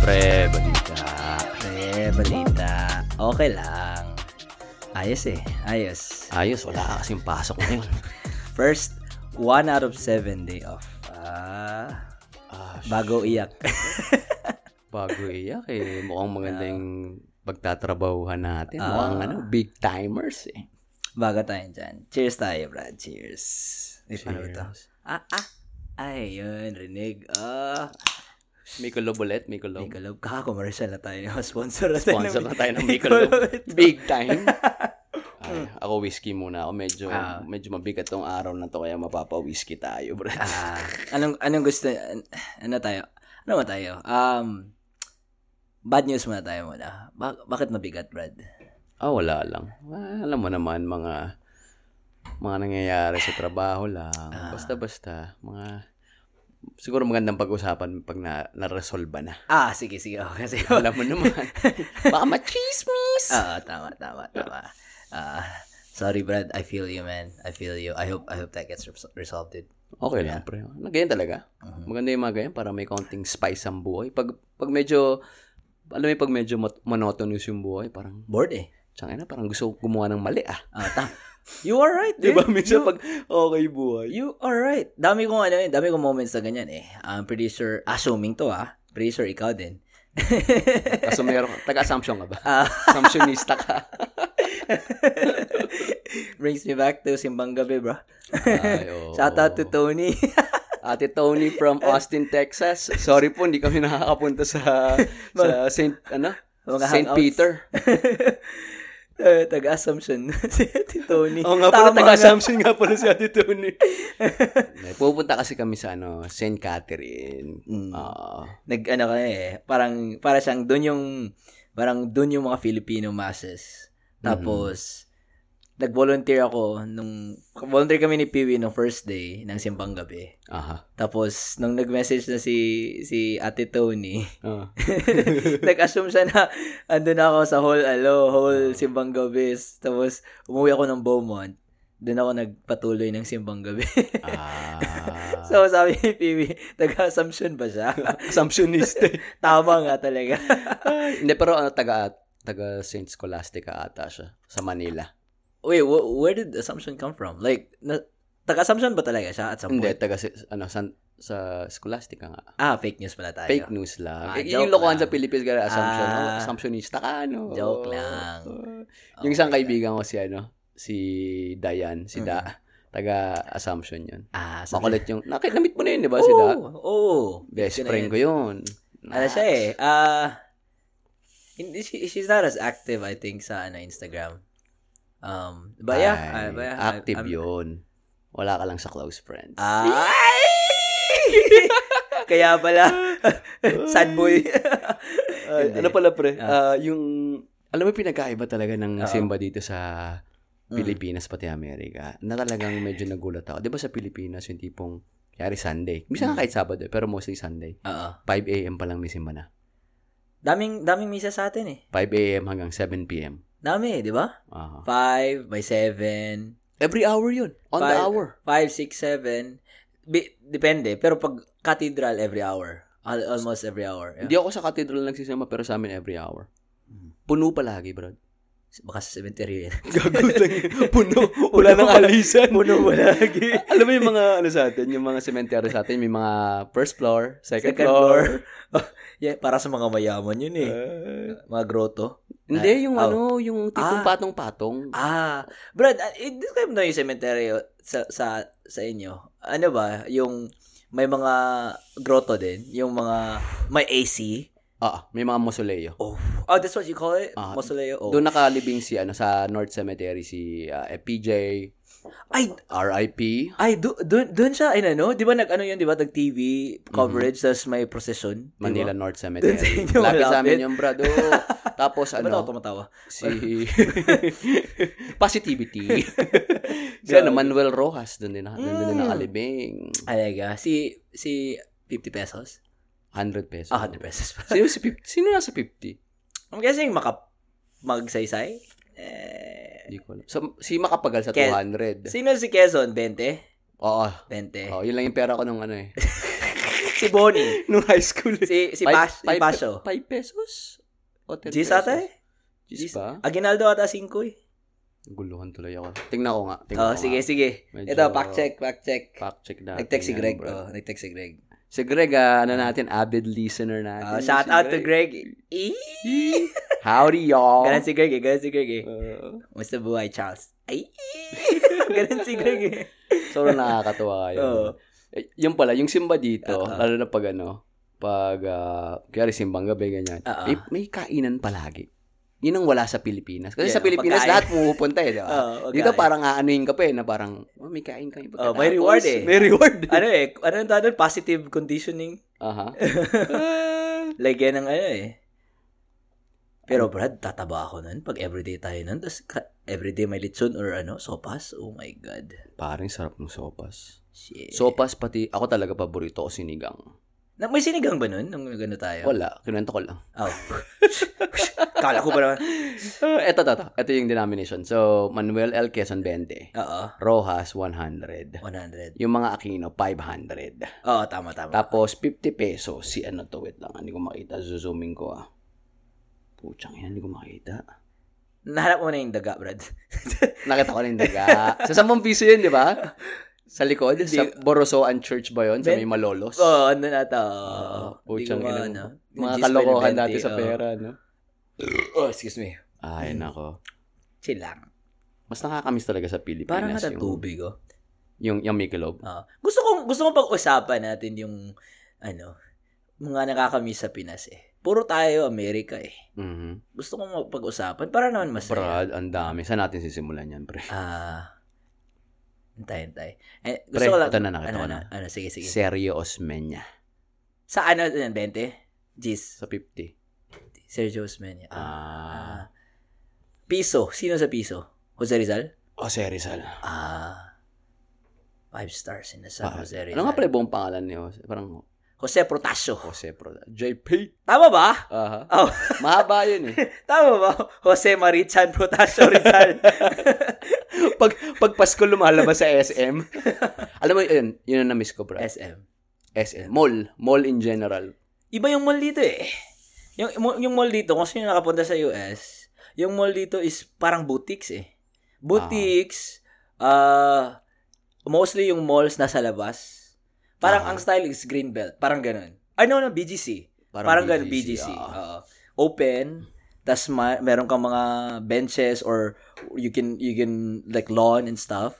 Pre, balita. Pre, balita. Okay lang. Ayos eh. Ayos. Ayos, wala ka kasing pasok ngayon. First, one out of seven day off. Ah, Ah, sh- bago iyak. bago iyak eh. Mukhang maganda yung pagtatrabahuhan natin. Ah. Mukhang ano, big timers eh. bago tayo dyan. Cheers tayo, Brad. Cheers. Ay, paano ba ito? Cheers. Ah, ah. Ay, yun. Rinig. Ah. Michelob ulit, Michelob. Michelob. Kaka-commercial na tayo. Sponsor na tayo. ng- Sponsor na tayo ng Michelob. Michelob. big time. Ay, ako whiskey muna ako. Medyo, Ah. medyo mabigat tong araw na to kaya mapapa-whiskey tayo, bro. Ah, anong anong gusto an- ano tayo? Ano ba tayo? Um bad news muna tayo muna. Bak- bakit mabigat, Brad? Ah, wala lang. Ah, alam mo naman, mga mga nangyayari sa trabaho lang. Ah. Basta-basta. Mga, siguro magandang pag-usapan pag na, na-resolve na. Ah, sige sige. Oh, kasi Alam mo naman. Baka machismis! Ah, tama tama tama. Ah, sorry, Brad. I feel you, man. I feel you. I hope I hope that gets res- resolved. dude. Okay lang, pre. Ano, ganyan talaga. Mhm. Maganda yung mga ganyan para may konting spice ang buhay. Pag, pag medyo, alam mo yung pag medyo mot- monotonous yung buhay, parang, Bored eh. tsangay na, parang gusto ko gumawa ng mali ah. Ah, ta- You are right, Di dude. ba? Minsan You- pag okay buhay. You are right. Dami kong ano, eh, dami kong moments na ganyan eh. I'm pretty sure assuming to ah. Pretty sure ikaw din. Kaso meron, taga-assumption ka ba? Ah. Assumptionista ka. Brings me back to Simbang Gabi, bro. Ay, oo. Shout out to Tony. Ate Tony from Austin, Texas. Sorry po, hindi kami nakakapunta sa sa Saint ano? Mga Saint hangouts. Peter. Eh, Taga-Assumption. si Ate Tony. Oo nga pala, Tama taga-Samson nga pala si Ate Tony. Pupunta kasi kami sa ano, Saint Catherine. Mm. Ah, Nag, ano ka eh, parang, para siyang, dun yung, parang dun yung mga Filipino masses. Tapos, nag-volunteer ako nung, volunteer kami ni Piwi nung first day ng Simbang Gabi. aha. Tapos, nung nag-message na si, si Ate Tony, Ah. Nag-assume siya na andun ako sa whole, alo, whole Simbang Gabi. Tapos, umuwi ako ng Beaumont. Doon ako nagpatuloy ng Simbang Gabi. Ah. so, sabi ni Piwi, taga-assumption ba siya? Assumptionista. Tama nga talaga. hindi, pero ano, taga, taga Saint Scholastica ata siya sa Manila. Wait, wh- where did assumption come from? Like, na- taga-assumption ba talaga siya at some Hindi, point? taga si- ano, san, sa Scholastica nga. Ah, fake news pala tayo. Fake news lang. Ah, Y- joke yung lokohan lang. sa Philippines, gara assumption. Ah. oh, assumptionista ka, ano. Joke lang. Oh. Oh yung isang my God. kaibigan ko si, ano, si Dayan, si Da. Taga-assumption yun. Ah, sabi- Makulit yung, nakit, namit mo na yun, di ba, si Da? Oo, oo. Best Yun na friend yun. ko yun. Ano siya eh. Ah, hindi, she, she's not as active, I think, sa ano, Instagram. Um, but yeah, Ay, ah, but yeah, active I'm- yun. Wala ka lang sa close friends. Ay! Kaya pala, sad boy. Ay, Hindi. ano pala pre, Ah, yung, alam mo pinagkaiba talaga ng Oo. Simba dito sa Mm. Pilipinas pati Amerika, na talagang medyo nagulat ako. Di ba sa Pilipinas yung tipong, kaya Sunday. Minsan nga kahit Sabado, eh, pero mostly Sunday. Oo. 5 a.m. pa lang may simba na. Daming, daming misa sa atin eh. 5 a.m. hanggang 7 p.m. Dami eh, di ba? Aha. Five, may seven, Every hour yun. On the Five- hour. five, six, seven. Bi- depende. Pero pag cathedral, every hour. Al- almost every hour. Yeah. Hindi ako sa cathedral nagsisimba, pero sa amin every hour. Puno palagi, bro. Baka sa cemetery yun. Gagutang. Puno. Wala nang alisan. Puno mo lagi. Alam mo yung mga ano sa atin, yung mga cemetery sa atin, may mga first floor, second, Second floor. floor. Oh, yeah, para sa mga mayaman yun eh. Ah. mga groto. hindi, yung Oh. ano, yung tipong Ah. patong-patong. Ah, Brad, ah, i-describe na yung cemetery sa, sa, sa inyo. Ano ba? Yung may mga groto din. Yung mga may AC. Ah, may mga mausoleo. Oh, oh that's what you call it? Ah, Mausoleo? Oh. Doon nakalibing si ano sa North Cemetery si ah, FPJ, Ay, RIP. ay, do, doon, doon siya, ay ano, di ba nag-ano yun, di ba, nag-TV coverage, tas may procession. di ba? Mm-hmm. Manila North Doon sa Cemetery. inyo Lapit sa malapit. amin yung brado. Tapos Ba't ako ano, tumatawa? si Positivity. si Grabe. ano, Manuel Rojas doon din, doon din Mm. nakalibing. Alaga, si, si 50 pesos? 100 pesos. Ah, 100 pesos pa. Sino si 50? Sino nasa 50? I'm guessing maka magsaysay. Eh, Hindi ko alam. So, si Makapagal sa Kel- 200. sino si Quezon? 20? Oo. 20. eh. Oh, yun lang yung pera ko nung ano eh. si Bonnie. Nung high school. eh. Si, si, Five- Pas, si five- Pasyo. Five pesos? O 10 Gis pesos? ata eh. Gis ba? Aguinaldo ata 5 eh. Guluhan tuloy ako. Tingnan ko nga. Tingnan Oh, ko sige, Nga. sige. ah. Medyo- Ito, fact check, fact check. Fact check natin. Nag-text si yan, Greg. bro. Oh, nag-text si Greg. Si Greg, ah, ano natin, avid listener natin. Oh, shout Si out to Greg. Eee! Howdy, y'all. Ganun si Greg eh, ganun si Greg eh. Uh, Musta buhay, Charles? Ay! ganun si Greg eh. sobrang nakakatawa yun. Oo. Eh, yung pala, yung simba dito, Oo. lalo na pag ano, pag, uh, kaya simbang gabi, ganyan. Oo. Eh, may kainan palagi. Yun ang wala sa Pilipinas. Kasi Yeah, sa Pilipinas, pagkain. lahat pumupunta eh, di ba? Oh, okay. Dito parang aanuhin ka pa eh, na parang, oh, may kain kami Oh, may reward eh. May reward. ano eh, ano yung tawag doon? Positive conditioning. Aha. Like yan ang ano eh. Pero Ano? Brad, tataba ako nun pag everyday tayo nun. Tapos ka- everyday may litson or ano, sopas. Oh my God. Parang sarap ng sopas. Shit. Sopas pati, ako talaga paborito ko sinigang. Na, may sinigang ba nun nung gano'n tayo? Wala, kinanta ko lang. Oh. Kala ko ba naman? Uh, eto, eto, eto. Eto yung denomination. So, Manuel L. Quezon 20. Oo. Rojas, 100. 100. Yung mga Aquino, 500. Oo, tama, tama. Tapos, 50 pesos. Si ano to, wait lang. Hindi ko makita. Zooming ko ah. Puchang ina, hindi ko makita. Nahanap mo na yung daga, Brad. Nakita ko na yung daga. Sa 10 piso yun, di ba? Sa likod? Sa Borosoan Church ba yun? Sa may Malolos? Oo, oh, ano na ito. Oo, Hindi ko puchang ina mo. ma- ano. mga Gis pa kalokohan yung dati 20, sa oo. pera, no? Oh, excuse me. Ay, nako. Chill lang. Mas nakakamiss talaga sa Pilipinas. Parang nata yung, tubig, oh. yung, yung Michelob. Oo. gusto kong, gusto kong pag-usapan natin yung, ano, mga nakakamiss sa Pinas, eh. Puro tayo, Amerika, eh. Mhm. Gusto kong pag-usapan para naman masaya. Brad, ang dami. Saan natin sisimulan yan, pre? Ah, antay, antay. Eh, Pre, gusto ko lang, ito na, nakita ano, ko ano, na. ano, sige, sige. Sergio Osmeña. Sa ano, yun, 20? Jeez. Sa 50. Sergio Osmeña. Ah. Ah. ah. Piso. Sino sa piso? Jose Rizal? oh, si Rizal. Ah. Five stars in the San Ah, Jose Rizal. Ano nga pre buong pangalan ni Jose? Parang Jose Protasio. Jose Pro. JP. Tama ba? Aha. Oh. Mahaba yun eh. Tama ba? Jose Marichan Protasio Rizal. pag, pag Pasko lumalabas sa SM. Alam mo, yun, yun ang na-miss ko, bro. SM. SM. Mall. Mall in general. Iba yung mall dito eh. Yung, yung mall dito, kung sino nakapunta sa US, yung mall dito is parang boutiques eh. Boutiques, ah, mostly yung malls nasa labas. Parang Ah. ang style is green belt. Parang ganun. Ay, no, no, BGC. Parang, ganun, BGC. ah. Oo. Open, tas ma- meron kang mga benches or you can you can like lawn and stuff.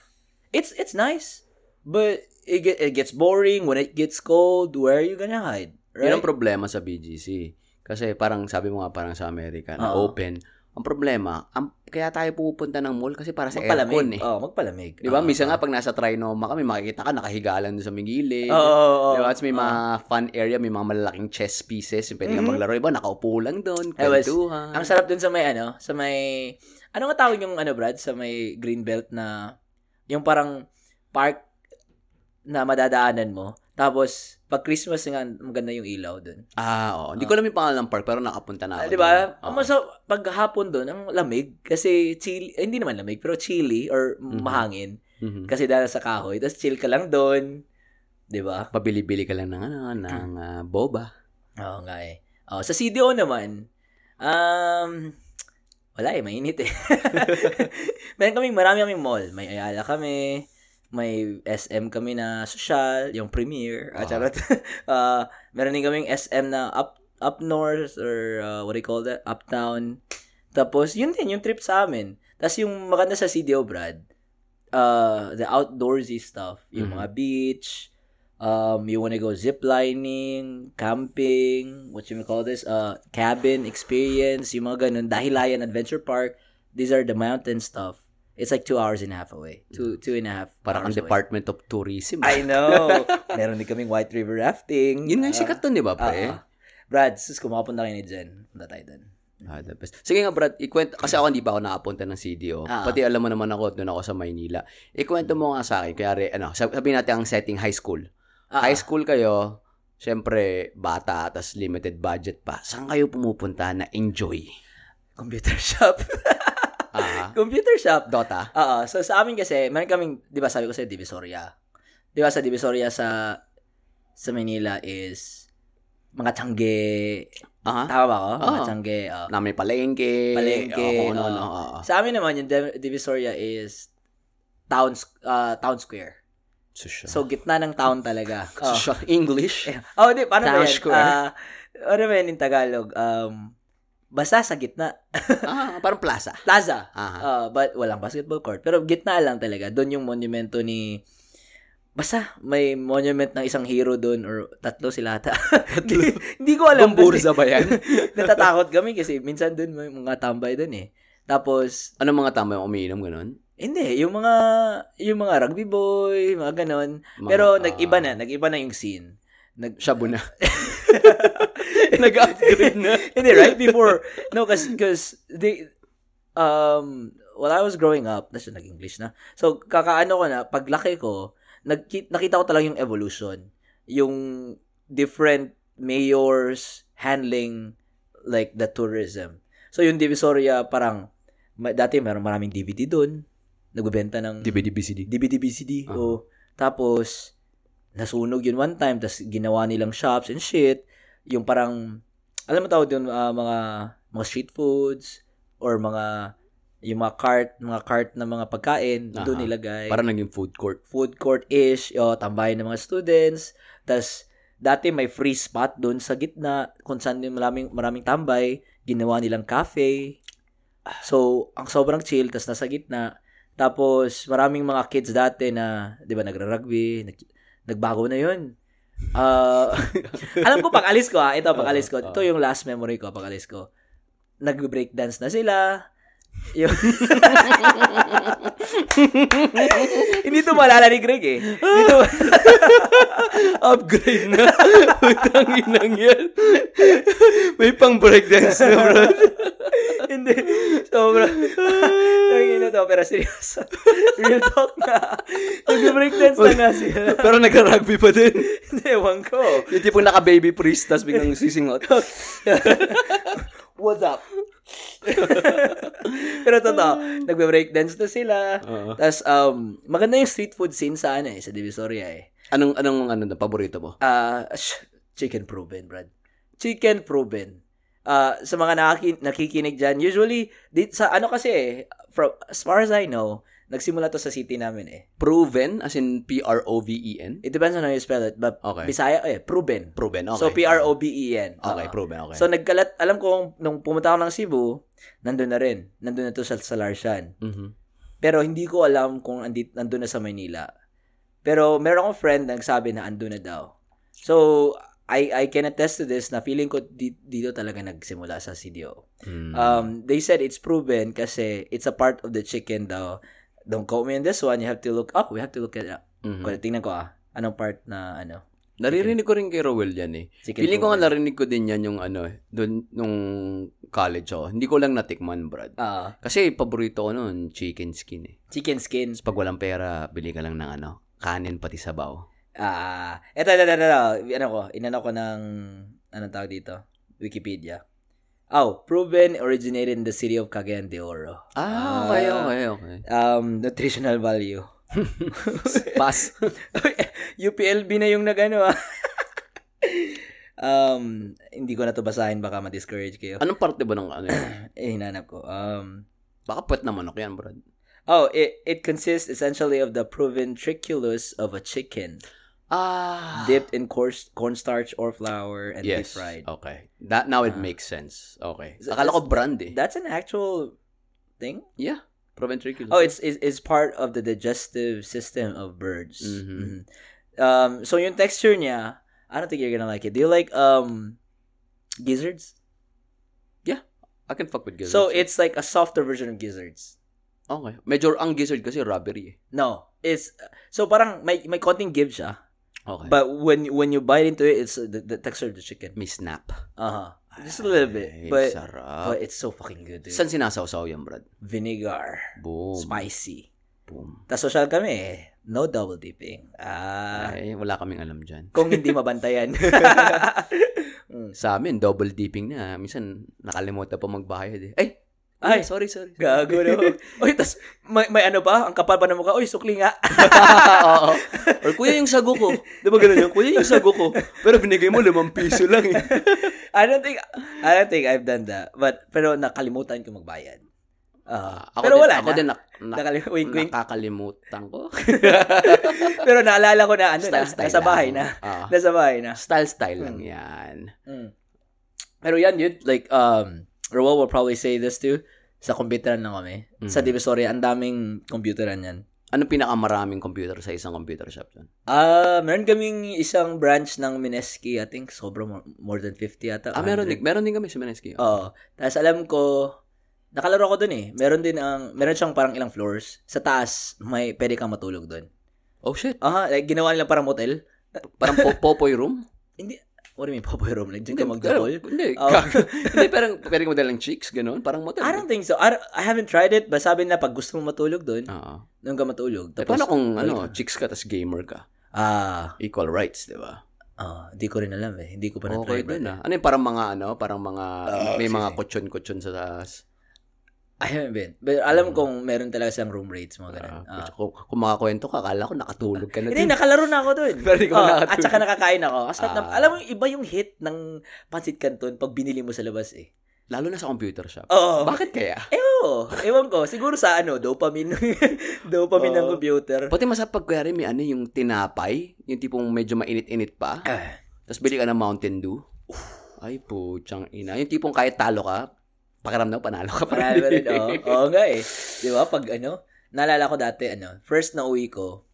It's it's nice, but it get, it gets boring when it gets cold. Where are you gonna hide? Right? Yun ang problema sa BGC. Kasi parang sabi mo nga parang sa Amerika na Oo. open. Ang problema, ang, kaya tayo pupunta ng mall kasi para sa magpalamig. aircon eh. Oh, magpalamig. Di ba? Oo, Misa nga oo. pag nasa trinoma kami, makikita ka nakahiga lang doon sa may gilid. Oo, oo, oo. Di ba? Tapos may Oo. mga fun area, may mga malalaking chess pieces. Yung pwede kang Mhm. maglaro. Iba, nakaupo lang doon. I was- Kwentuhan. Ang sarap dun sa may ano, sa may ano nga tawag yung ano Brad sa may green belt na yung parang park na madadaanan mo. Tapos pag Christmas nga maganda yung ilaw dun. Ah, oo. Hindi ko alam yung pangalan ng park, pero nakapunta na ako. Ah, 'Di doon. ba? Oo. Mas pag hapon doon ang lamig kasi chilly, eh, hindi naman lamig pero chilly or Mhm. mahangin Mhm. kasi dahil sa kahoy. Tapos chill ka lang doon. 'Di ba? Pabili-bili ka lang ng, ano, ng ah, boba. Oo nga eh. Oh, sa CDO naman, um, wala eh, mainit eh. Meron kaming, marami kaming mall. May Ayala kami, may SM kami na social, yung Premier, at Ah. charot. Ah, meron din kaming SM na up up north or ah, what do you call that? Uptown. Tapos, yun din, yung trip sa amin. Tapos yung maganda sa CDO, Brad, uh, the outdoorsy stuff. Yung Mhm. mga beach, um, you wanna go ziplining, camping, what you may call this, uh, cabin experience, yung mga ganun. Dahilayan Adventure Park, these are the mountain stuff. It's like two hours and a half away. Two, two and a half Mm-hmm. Parang ang hours away. Department of Tourism. I know. Meron din kaming White River rafting. Yun nga yung Ah, sikat doon, di ba, ah, pre? ah. Brad, sus, kumapunta kayo ni Jen. Punta tayo doon. Ah, the best. Sige nga, Brad, ikwento. Kasi ako hindi pa ako nakapunta ng CDO. Ah. Pati alam mo naman ako, doon ako sa Maynila. Ikwento mo nga sa akin. Kaya, re, ano, sab- sabihin natin ang setting high school. Ah, High school kayo, syempre, bata, tas limited budget pa. Saan kayo pumupunta na enjoy? computer shop. Ah, computer shop. Dota? Oo. So, sa amin kasi, meron kaming, di ba sabi ko sa Divisoria. Di ba sa Divisoria sa sa Manila is mga tsangge. Aha. Tama ba ako? Mga Ah, Oo. tsangge. oo. Na may palengke. Ah. Palengke, oo, kung ano, oo. ano, oo. Sa amin naman, yung Div- Divisoria is town, sq- ah, town square. Social. So, ah. gitna ng town talaga. Oo. Social. English. Oh, hindi. Paano ba Town yan? square. Ah, ano ba yan in Tagalog? Um, basta sa gitna. ah, parang plaza. Plaza. Aha. Ah, but walang basketball court. Pero gitna lang talaga. Doon yung monumento ni Basta may monument ng isang hero doon or tatlo sila ata. Hindi- Hindi ko alam. kasi Gumburza ba yan? natatakot kami kasi minsan doon may mga tambay doon eh. Tapos Anong mga tama yung umiinom ganun? hindi, yung mga yung mga rugby boy, mga ganon. Mga, Pero ah, nag-iba na, nag-iba na yung scene. Nag Shabu na. Nag-upgrade na. Hindi, right? Before, no, because, because, they, um, while I was growing up, that's nag-English na. So, kakaano ko na, paglaki ko, nagki- nakita ko talaga yung evolution. Yung different mayors handling, like, the tourism. So, yung Divisoria, parang, ma- dati meron maraming DVD doon. Nagbebenta ng DBDBCD. DVD-BCD. Ah. O, tapos, nasunog yun one time, tapos ginawa nilang shops and shit. Yung parang, alam mo tawag yun, ah, mga, mga street foods, or mga, yung mga cart, mga cart na mga pagkain, doon Aha. nilagay. Parang naging food court. food court-ish, o, tambayan ng mga students. Tapos, dati may free spot doon sa gitna, kung saan yung maraming, maraming tambay, ginawa nilang cafe. So, ang sobrang chill, tas nasa gitna. Tapos, maraming mga kids dati na, di ba, nagra-rugby, nag, nagbago na yun. Ah, alam ko, pag alis ko, ah, ito, pag alis ko, Oo, ito oo. yung last memory ko, pag alis ko. Nag-breakdance na sila. Yung... Hindi to malala ni Greg eh. Hindi to... Upgrade na. Utang inang yan. May pang breakdance na, bro. Hindi. Sobra. Tangina to, pero seryoso. Real talk na. Nag-breakdance na nga siya. Pero nag-rugby pa din. Hindi, ewan ko. Yung tipong naka-baby priest, tapos biglang sisingot. What's up? pero totoo, nagbe-breakdance na sila. Oo. Tapos, um, maganda yung street food scene sa ano eh, sa Divisoria eh. Anong, anong, ano, na, paborito mo? Ah, sh- chicken proven, Brad. Chicken proven. Ah, sa mga nakaki- nakikinig dyan, usually, di- sa ano kasi eh, from, as far as I know, nagsimula to sa city namin eh. Proven, as in P-R-O-V-E-N? It depends on how you spell it, but E Okay. Bisaya, eh, proven. Proven, okay. So, P-R-O-B-E-N. Okay, Oo. proven, okay. E Ah. So, nagkalat, alam ko, kung- nung pumunta ako ng Cebu, nandun na rin. Nandun na to sa, sa Larsan. Mhm. Pero hindi ko alam kung andit, nandun na sa Manila. Pero meron akong friend na nagsabi na andun na daw. So, I, I can attest to this na feeling ko di- dito talaga nagsimula sa CDO. Mm. Um, they said it's proven kasi it's a part of the chicken daw. Don't quote me on this one. You have to look up. We have to look it up. Mhm. Kung Tingnan ko ah. Anong part na ano? Naririnig ko rin kay Rowell yan eh. Chicken Piling ko nga proven. narinig ko din yan yung ano, dun, nung college ako. Hindi ko lang natikman, Brad. Ah, Kasi paborito ko noon, chicken skin eh. chicken skin. Tapos pag walang pera, bili ka lang ng ano, kanin pati sabaw. Ah, eto, eto, eto, eto. Ano ko, inano ko ng, anong tawag dito? Wikipedia. Oh, proven originated in the city of Cagayan de Oro. Ah, okay, Ah. okay, okay. Um, nutritional value. Pass. UPLB na yung nagano ah. um, hindi ko na to basahin baka ma-discourage kayo. Anong parte ba ng ano yun? Eh, hinanap ko. Um, Baka puwet na manok yan, Brad. oh, it, it consists essentially of the proven triculus of a chicken Ah. dipped in coarse, cornstarch or flour and deep yes. Oh. fried. Okay. That, now it Ah. makes sense. Okay. So, Akala ko that's- brand eh. That's an actual thing? yeah. Proventriculus. Oh, it's, it's it's part of the digestive system of birds. Mhm. Mhm. Um, so yung texture niya, I don't think you're gonna like it. Do you like um gizzards? I can fuck with gizzard. So it's like a softer version of gizzards. Okay. Medyo ang gizzard kasi robbery eh. No, it's so parang may may konting give siya. Okay. But when when you bite into it, it's the, the texture of the chicken. May snap. Uh-huh. Just a little Ay, bit, but sarap. but it's so fucking good, dude. Saan sinasawsaw yan, Brad? Vinegar, Boom. spicy. Boom. Tas social kami, eh. no double dipping. Ah. Ay, wala kaming alam dyan. kung hindi mabantayan. Hmm. Mm. Sa amin, double dipping na. Minsan, nakalimutan pa magbayad eh. Ay, Ay, Ay, sorry, sorry. sorry. Gago na ako. Uy, tas may, may ano ba? Ang kapal pa ng mukha. Uy, sukli nga. Oo. Or kuya yung sago ko. Di ba ganun yun? Kuya yung sago ko. Pero binigay mo limang piso lang eh. I don't think, I don't think I've done that. But, pero nakalimutan ko magbayad. Ah, ako pero din, wala ako na. din nak- nak- Nakali- wink, wink. nakakalimutan ko. pero naalala ko na, ano na, nasa bahay na. lang. Oo. Nasa bahay na. style style lang Hmm. yan. Mm. Pero yan, yun, like, um, Roel will probably say this too, sa computeran na kami. Mm. Sa Divisoria, ang daming computeran yan. Ano pinakamaraming computer sa isang computer shop doon? Ah, meron kaming isang branch ng Mineski, I think sobrang more, more than 50 ata. Ah, meron 100. din, meron din kami sa Meneski. Oo. Tapos alam ko, nakalaro ko dun eh. Meron din ang, meron siyang parang ilang floors. Sa taas, may, pwede kang matulog dun. Oh shit. Aha, like, ginawa nila parang motel. Parang po- popoy room? What do you mean, Popoy Room? Like, dyan ka pero- magdakol? Hindi. Oh. gago. hindi, parang pwede ka madalang chicks, ganun. Parang motel. I don't think so. I, don't- I haven't tried it, but sabi nila, pag gusto mo matulog dun, Oo. doon ka matulog. Ah. Eh, paano kung balik ano, ka. chicks ka tas gamer ka? Ah, Equal rights, di ba? ah, di ko rin alam eh. Hindi ko pa Okay na-try. din brother. ah. Ano yung parang mga ano, parang mga, Ah, may sige. mga kutsyon-kutsyon sa taas. ah. I haven't been. But Mm. alam kong meron talaga siyang room rates mo. Ah, Ganun. Ah. kung, kung makakwento ka, akala ko nakatulog ka na din. Hindi, nakalaro na ako doon. Pero hindi ko Oo, nakatulog. At saka nakakain ako. Kasi Ah. alam mo, yung iba yung hit ng pancit canton pag binili mo sa labas eh. Lalo na sa computer shop. Oo. Bakit kaya? Oo. Ewan ko. Siguro sa ano, dopamine. dopamine ng Oo. computer. Pati masapag kuya rin, may ano yung tinapay, yung tipong medyo mainit-init pa. Ah. Tapos bili ka ng Mountain Dew. Ay po, ina. Yung tipong kahit talo ka, pakiramdam panalo ka pa Marami pa rin. rin. Oo, Oo nga eh. Di ba? Pag ano, naalala ko dati, ano, first na uwi ko,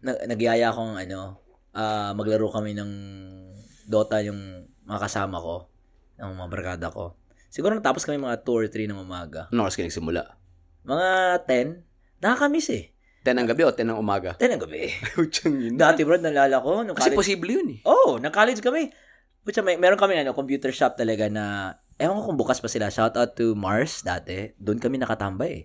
na, nagyaya akong ano, ah, maglaro kami ng Dota yung mga kasama ko, ng mga barkada ko. Siguro natapos kami mga 2 or 3 ng umaga. Anong oras ka nagsimula? Mga 10, nakakamiss eh. 10 ng gabi o 10 ng umaga? 10 ng gabi. Putsang ina. Dati bro, nalala ko, nung Kasi college. posible yun eh. oh, nung college kami. Pucha, may, meron kami ano, computer shop talaga na, ewan ko kung bukas pa sila. Shout out to Mars dati. Doon kami nakatambay eh.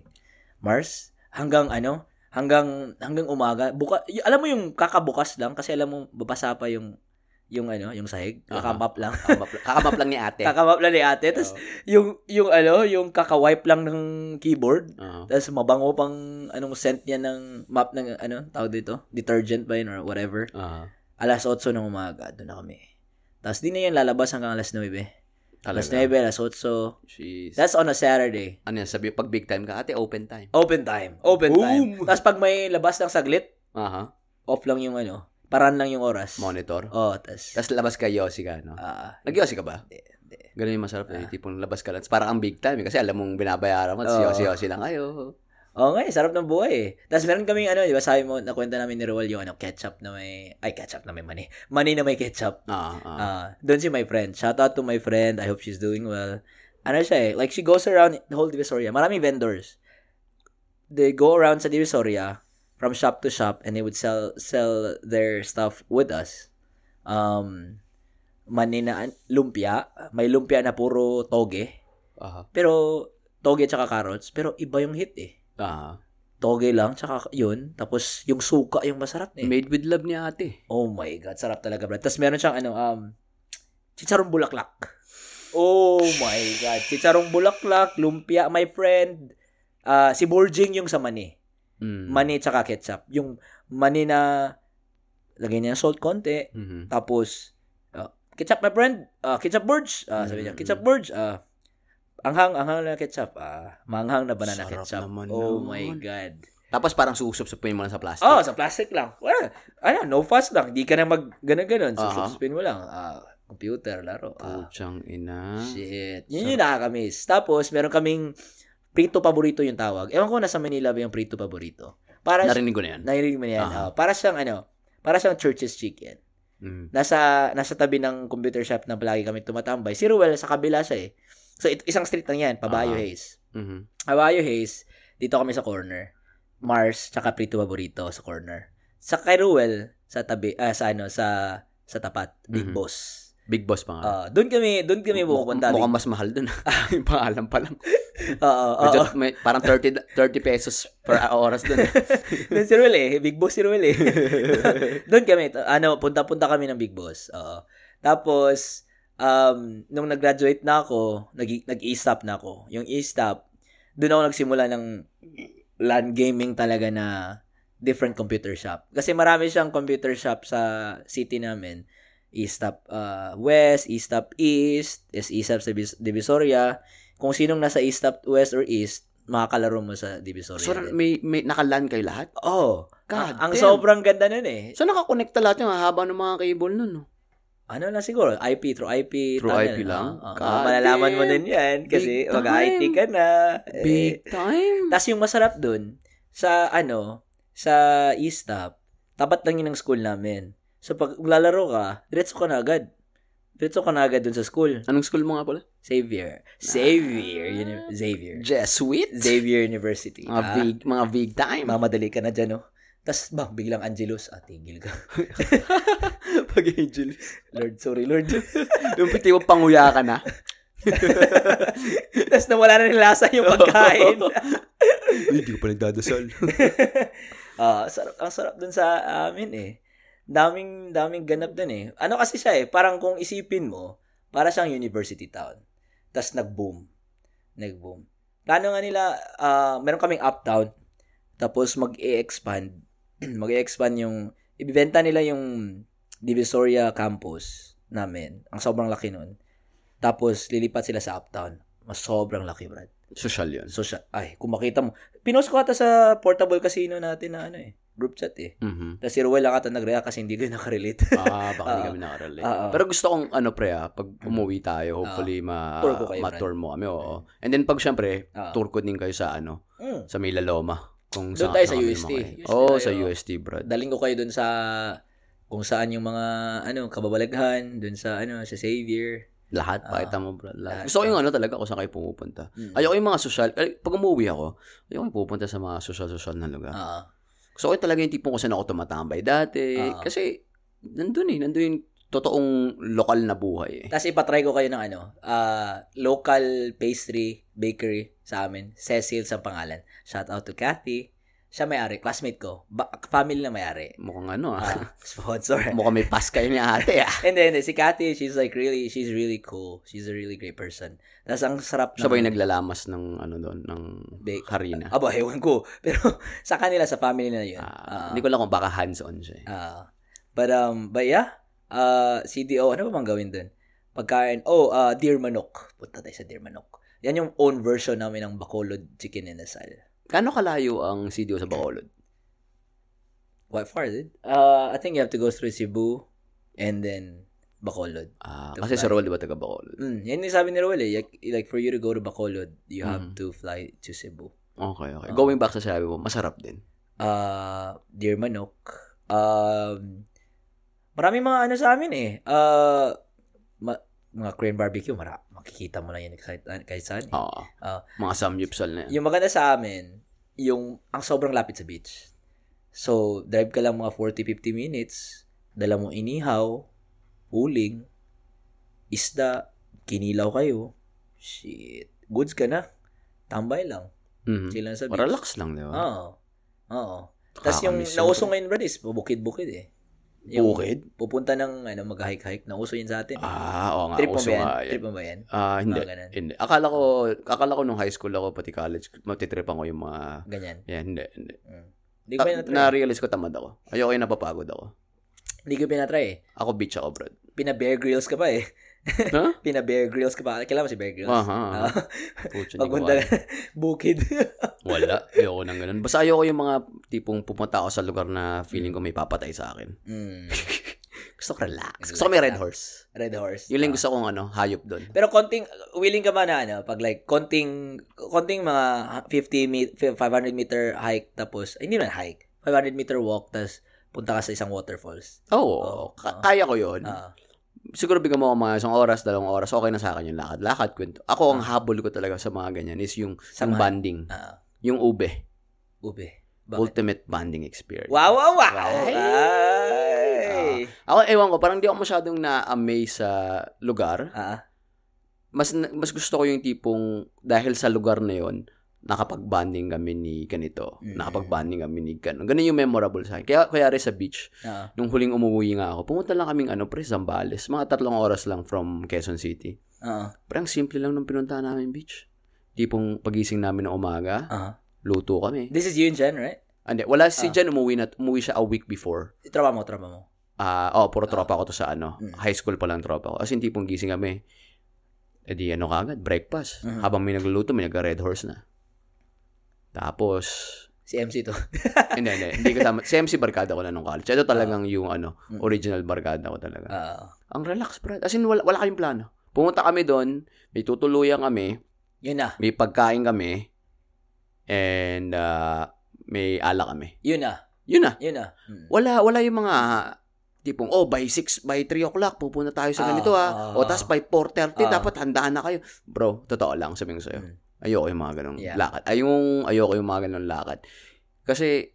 Mars, hanggang ano, hanggang hanggang umaga. Buka, y- alam mo yung kakabukas lang kasi alam mo babasa pa yung yung ano, yung sahig. Aha. Kakamap lang. Kakamap, kakamap lang ni ate. Kakamap lang ni ate. Tapos Oo. yung yung ano, yung kakawipe lang ng keyboard. Oo. Tapos mabango pang anong scent niya ng map ng ano, tawag dito, detergent ba yun or whatever. Oo. Alas 8 ng umaga, doon na kami. Tapos di na yan lalabas hanggang alas 9. Alas Talaga. 9, alas 8. Jeez. That's on a Saturday. Ano yan, sabi, pag big time ka, ate, open time. Open time. Open time. Boom! Tapos pag may labas ng saglit, Aha. off lang yung ano, paran lang yung oras. Monitor. Oh, tas Tapos labas ka, yosi ka, no? ah, Nag-yosi ka ba? hindi, hindi. Ganun yung masarap eh. Ah. Tipong labas ka lang. Tapos Parang ang big time. eh, Kasi alam mong binabayaran mo. Tapos Oo. yosi-yosi lang kayo. Oo nga, eh, sarap ng buhay eh. Tapos meron kaming ano, di ba sabi mo, nakwenta namin ni Roel yung ano, ketchup na may, ay ketchup na may mani. Mani na may ketchup. Ah, ah. Ah, doon si my friend. Shout out to my friend. I hope she's doing well. Ano siya eh, like she goes around the whole Divisoria. Maraming vendors. They go around sa Divisoria from shop to shop and they would sell sell their stuff with us. Um, manina lumpia, may lumpia na puro toge, Aha. pero toge tsaka carrots, pero iba yung hit eh. Ah. Toge lang tsaka yun, tapos yung suka yung masarap eh. Made with love ni ate. Oh my God, sarap talaga, bro. Tapos meron siyang ano, um, chicharong bulaklak. Oh my God. Chicharong bulaklak, lumpia, my friend. Ah, si Borjing yung sa mani. Mm. Mani tsaka ketchup. Yung mani na lagay niya ng salt konti. Mhm. Tapos, ah, ketchup, my friend. Ah, ketchup Borj. Ah, sabi Mm. niya, ketchup Borj. Ah, anghang, anghang na ketchup. Ah, manghang na banana Sarap ketchup. naman oh nun. my God. Tapos parang susup-supin mo lang sa plastic. Oh, sa plastic lang. Wala. Ano, no fast lang. Hindi ka na mag ganun-ganun. So, Aha. spin mo lang. Ah, computer, laro. Ah, Putsang ina. shit. Yun yung nakakamiss. Tapos, meron kaming prito paborito yung tawag. Ewan ko, nasa Manila ba yung prito paborito? Para, Narinig Narinig, ko na yan. narinig mo na yan. Aha. Ah, para siyang, ano, para siyang church's chicken. Mm. Nasa, nasa tabi ng computer shop na palagi kami tumatambay. Si Ruel, sa kabila siya eh. So, it- isang street lang yan, Aha. Pabayo Hayes. Mhm. Hawayo Hayes, dito kami sa corner. Mars, tsaka Prito Paborito sa corner. Sa kay Ruel, sa tabi, ah, sa ano, sa, sa tapat, Mhm. Big Boss. Big boss pa nga. Ah, doon kami, doon kami pupunta. Mukhang Oo, mas mahal dun. yung pangalan pa lang. oo, Medyo, oo. may, parang 30, 30 pesos per oras dun. eh. Doon si Ruel eh, Big Boss si Ruel Ah, eh. doon kami, t- ano, punta-punta kami ng Big Boss. Oo. Tapos, um, nung nag-graduate na ako, nag- nag-e-stop na ako. Yung e-stop, doon ako nagsimula ng LAN gaming talaga na different computer shop. Kasi marami siyang computer shop sa city namin. E-stop uh, West, e-stop East, is e-stop sa Divis- Divisoria. Kung sinong nasa e-stop West or East, makakalaro mo sa Divisoria. So, din. may, may nakalan kayo lahat? oh, God ang, ang damn. sobrang ganda nun eh. So, nakakonekta lahat yung haba ng mga cable nun, no? ano na siguro, IP, through IP. Through tunnel, IP lang? ah. Ah, God malalaman mo damn. din yan kasi Big mag-IT time. ka na. Eh. Big time. Tapos yung masarap dun, sa ano, sa e-stop, tapat lang yun ng school namin. So pag lalaro ka, diretso ka na agad. Diretso ka na agad dun sa school. Anong school mo nga pala? Xavier. Xavier. Uni- Xavier. Jesuit. Xavier University. Mga Ah, big, mga big time. mamadali ka na dyan, oh. Tapos, bang, biglang Angelus. Ah, tigil ka. Pag angel. Lord, sorry, Lord. yung piti mo panguya ka na. Tapos nawala na nilasa yung pagkain. Uy, di ko pa nagdadasal. Ah, sarap, ang sarap dun sa amin eh. Daming daming ganap dun eh. Ano kasi siya eh, parang kung isipin mo, para siyang university town. Tapos nag-boom. Nag-boom. Plano nga nila, ah, meron kaming uptown, tapos mag-e-expand. mag-e-expand yung, ibibenta nila yung Divisoria campus namin. Ang sobrang laki nun. Tapos lilipat sila sa uptown. Mas sobrang laki, Brad. Social yun. So siya, ay, kung makita mo. Pinost ko ata sa portable casino natin na ano eh, group chat eh. Mhm. Tapos si Ruel lang ata nag-react kasi hindi ko nakarelate. Ah, baka hindi Ah. kami nakarelate. Ah, ah. Mm-hmm. Pero gusto kong ano pre ah, pag umuwi tayo, hopefully ma Tour ko kayo, Mm-hmm. ma-tour mo kami. Oo. And then pag syempre, Ah. tour ko din kayo sa ano, Mm. sa May Laloma. Kung saan Doon tayo sa kami UST. makain. UST Oo, tayo. sa UST, bro. Daling ko kayo dun sa kung saan yung mga ano kababalaghan dun sa ano sa Xavier. Lahat, Ah. pakita mo, bro. Lahat. Lahat. Gusto ko yung ano talaga kung saan kayo pumupunta. Mm. Ayoko yung mga social, eh, pag umuwi ako, ayoko yung pupunta sa mga social-social na lugar. Ah. Gusto ko yung talaga yung tipong kung saan ako tumatambay dati. Ah. Kasi, nandun eh, nandun yung totoong lokal na buhay eh. Tapos ipatry ko kayo ng ano, ah, local pastry bakery sa amin. Cecil sa pangalan. Shout out to Kathy. Siya may-ari, classmate ko. Ba- family na may-ari. Mukhang ano ah. Ah, sponsor. Mukhang may pass kayo ni ate ah. And then, si Cathy, she's like really, she's really cool. She's a really great person. Tapos ang sarap Siya ba yung naglalamas ng ano doon, ng Bake. Ah, harina? Aba, ewan ko. Pero sa kanila, sa family na yun. Ah, Ah, hindi ko lang kung baka hands-on siya eh. ah. but, um, but yeah, uh, CDO, ano ba bang gawin dun? Pagkain, oh, uh, deer manok. Punta tayo sa deer manok. Yan yung own version namin ng Bacolod Chicken and Asal. Kano kalayo ang CDO sa Bacolod? What far, dude? Uh, I think you have to go through Cebu and then Bacolod. Ah, Ito kasi ba? sa Rol, di ba taga Bacolod? Mm, yan yung sabi ni Roel eh. Like, like, for you to go to Bacolod, you have Mm. to fly to Cebu. Okay, okay. Ah. Going back sa sinabi mo, masarap din. uh, Dear Manok. Um, maraming mga ano sa amin eh. Uh, ma- mga Korean barbecue, mara- makikita mo lang yan kahit, kahit saan. eh. Oo. Ah. mga samgyupsal na yan. Yung maganda sa amin, yung ang sobrang lapit sa beach. So, drive ka lang mga 40-50 minutes, dala mo inihaw, uling, isda, kinilaw kayo, shit, goods ka na. Tambay lang. Mhm. Chill lang sa beach. Relax lang, ah. di ba? Oo. Oo. Tapos Ah, yung Kakamiss nauso ngayon, Brad, is bukid-bukid eh. Yung eh. Bukid? Pupunta ng, ano, mag-hike-hike. Nauso yun sa atin. eh. Ah, oo nga. Trip mo uso ba yan? nga yan. Trip mo ba yan? Ah, hindi. Mga ganun. hindi. Akala ko, akala ko nung high school ako, pati college, matitripan ko yung mga, Ganyan. yan, hindi, hindi. Mm. Hindi ko pa Ah, yun natry. na-realize ko tamad ako. Ayoko yung napapagod ako. Hindi ko pinatry eh. Ako beach ako, bro. Pina-bear grills ka pa eh. Huh? Pina-bear grills ka pa. Kailan mo si bear grills? Aha. Ah, Pucha, hindi ko Pagpunta alam. bukid. Wala. Ayoko ng ganun. Basta ayoko yung mga tipong pupunta ako sa lugar na feeling ko may papatay sa akin. Mm. Gusto ko relax. Gusto ko may red horse. Red horse. Yun lang Ah. gusto kong ano, hayop doon. Pero konting, willing ka ba na ano, pag like, konting, konting mga 50 met, 500 meter hike, tapos, ay, hindi man hike, 500 meter walk, tapos punta ka sa isang waterfalls. Oo. Oo. ka- kaya ko yun. Ah, Siguro bigyan mo ako mga isang oras, dalawang oras, okay na sa akin yung lakad. Lakad, kwento. Ako, ang Ah. habol ko talaga sa mga ganyan is yung, yung Samahan. bonding. ah, Yung ube. ube. Bakit? Ultimate bonding experience. Wow, wow, wow! Ay! Ay! Ako, ewan ko, parang di ako masyadong na-amaze sa lugar. Ah, Mas, na- mas gusto ko yung tipong, dahil sa lugar na yon nakapag-bonding kami ni ganito. Mm. Nakapag-bonding kami ni ganun. Ganun yung memorable sa akin. Kaya, kaya rin sa beach, Ah. nung huling umuwi nga ako, pumunta lang kaming ano, pre, Zambales. Mga tatlong oras lang from Quezon City. Ah. Pre, ang simple lang nung pinuntahan namin beach. Tipong pagising namin ng umaga, Ah. luto kami. This is you and Jen, right? Hindi, wala si Ah. Jan umuwi na, umuwi siya a week before. Trabaho mo, trabaho mo. Ah, oh, puro tropa ko to sa ano, Mm. high school pa lang tropa ko. As in, tipong gising kami. E di ano kagad, breakfast. Mhm. Habang may nagluluto, may nagka-red horse na. Tapos, Si MC to. hindi, hindi, hindi kasama. Si MC barkada ko na nung college. Ito talagang yung ano, Mm. original barkada ko talaga. Ah. Ang relax, bro. As in, wala, wala kaming plano. Pumunta kami doon, may tutuluyan kami, yun na. may pagkain kami, and ah, may ala kami. Yun na. Yun na. Yun na. Mm. Wala, wala yung mga tipong, oh, by 6, by 3 o'clock, pupunta tayo sa Ah, ganito, ah. ah, o, tas by 4.30, ah. dapat handaan na kayo. Bro, totoo lang, sabihin ko sa'yo. Mm. Ayoko yung mga ganong Yeah. lakad. Ay, yung, ayoko yung mga ganong lakad. Kasi,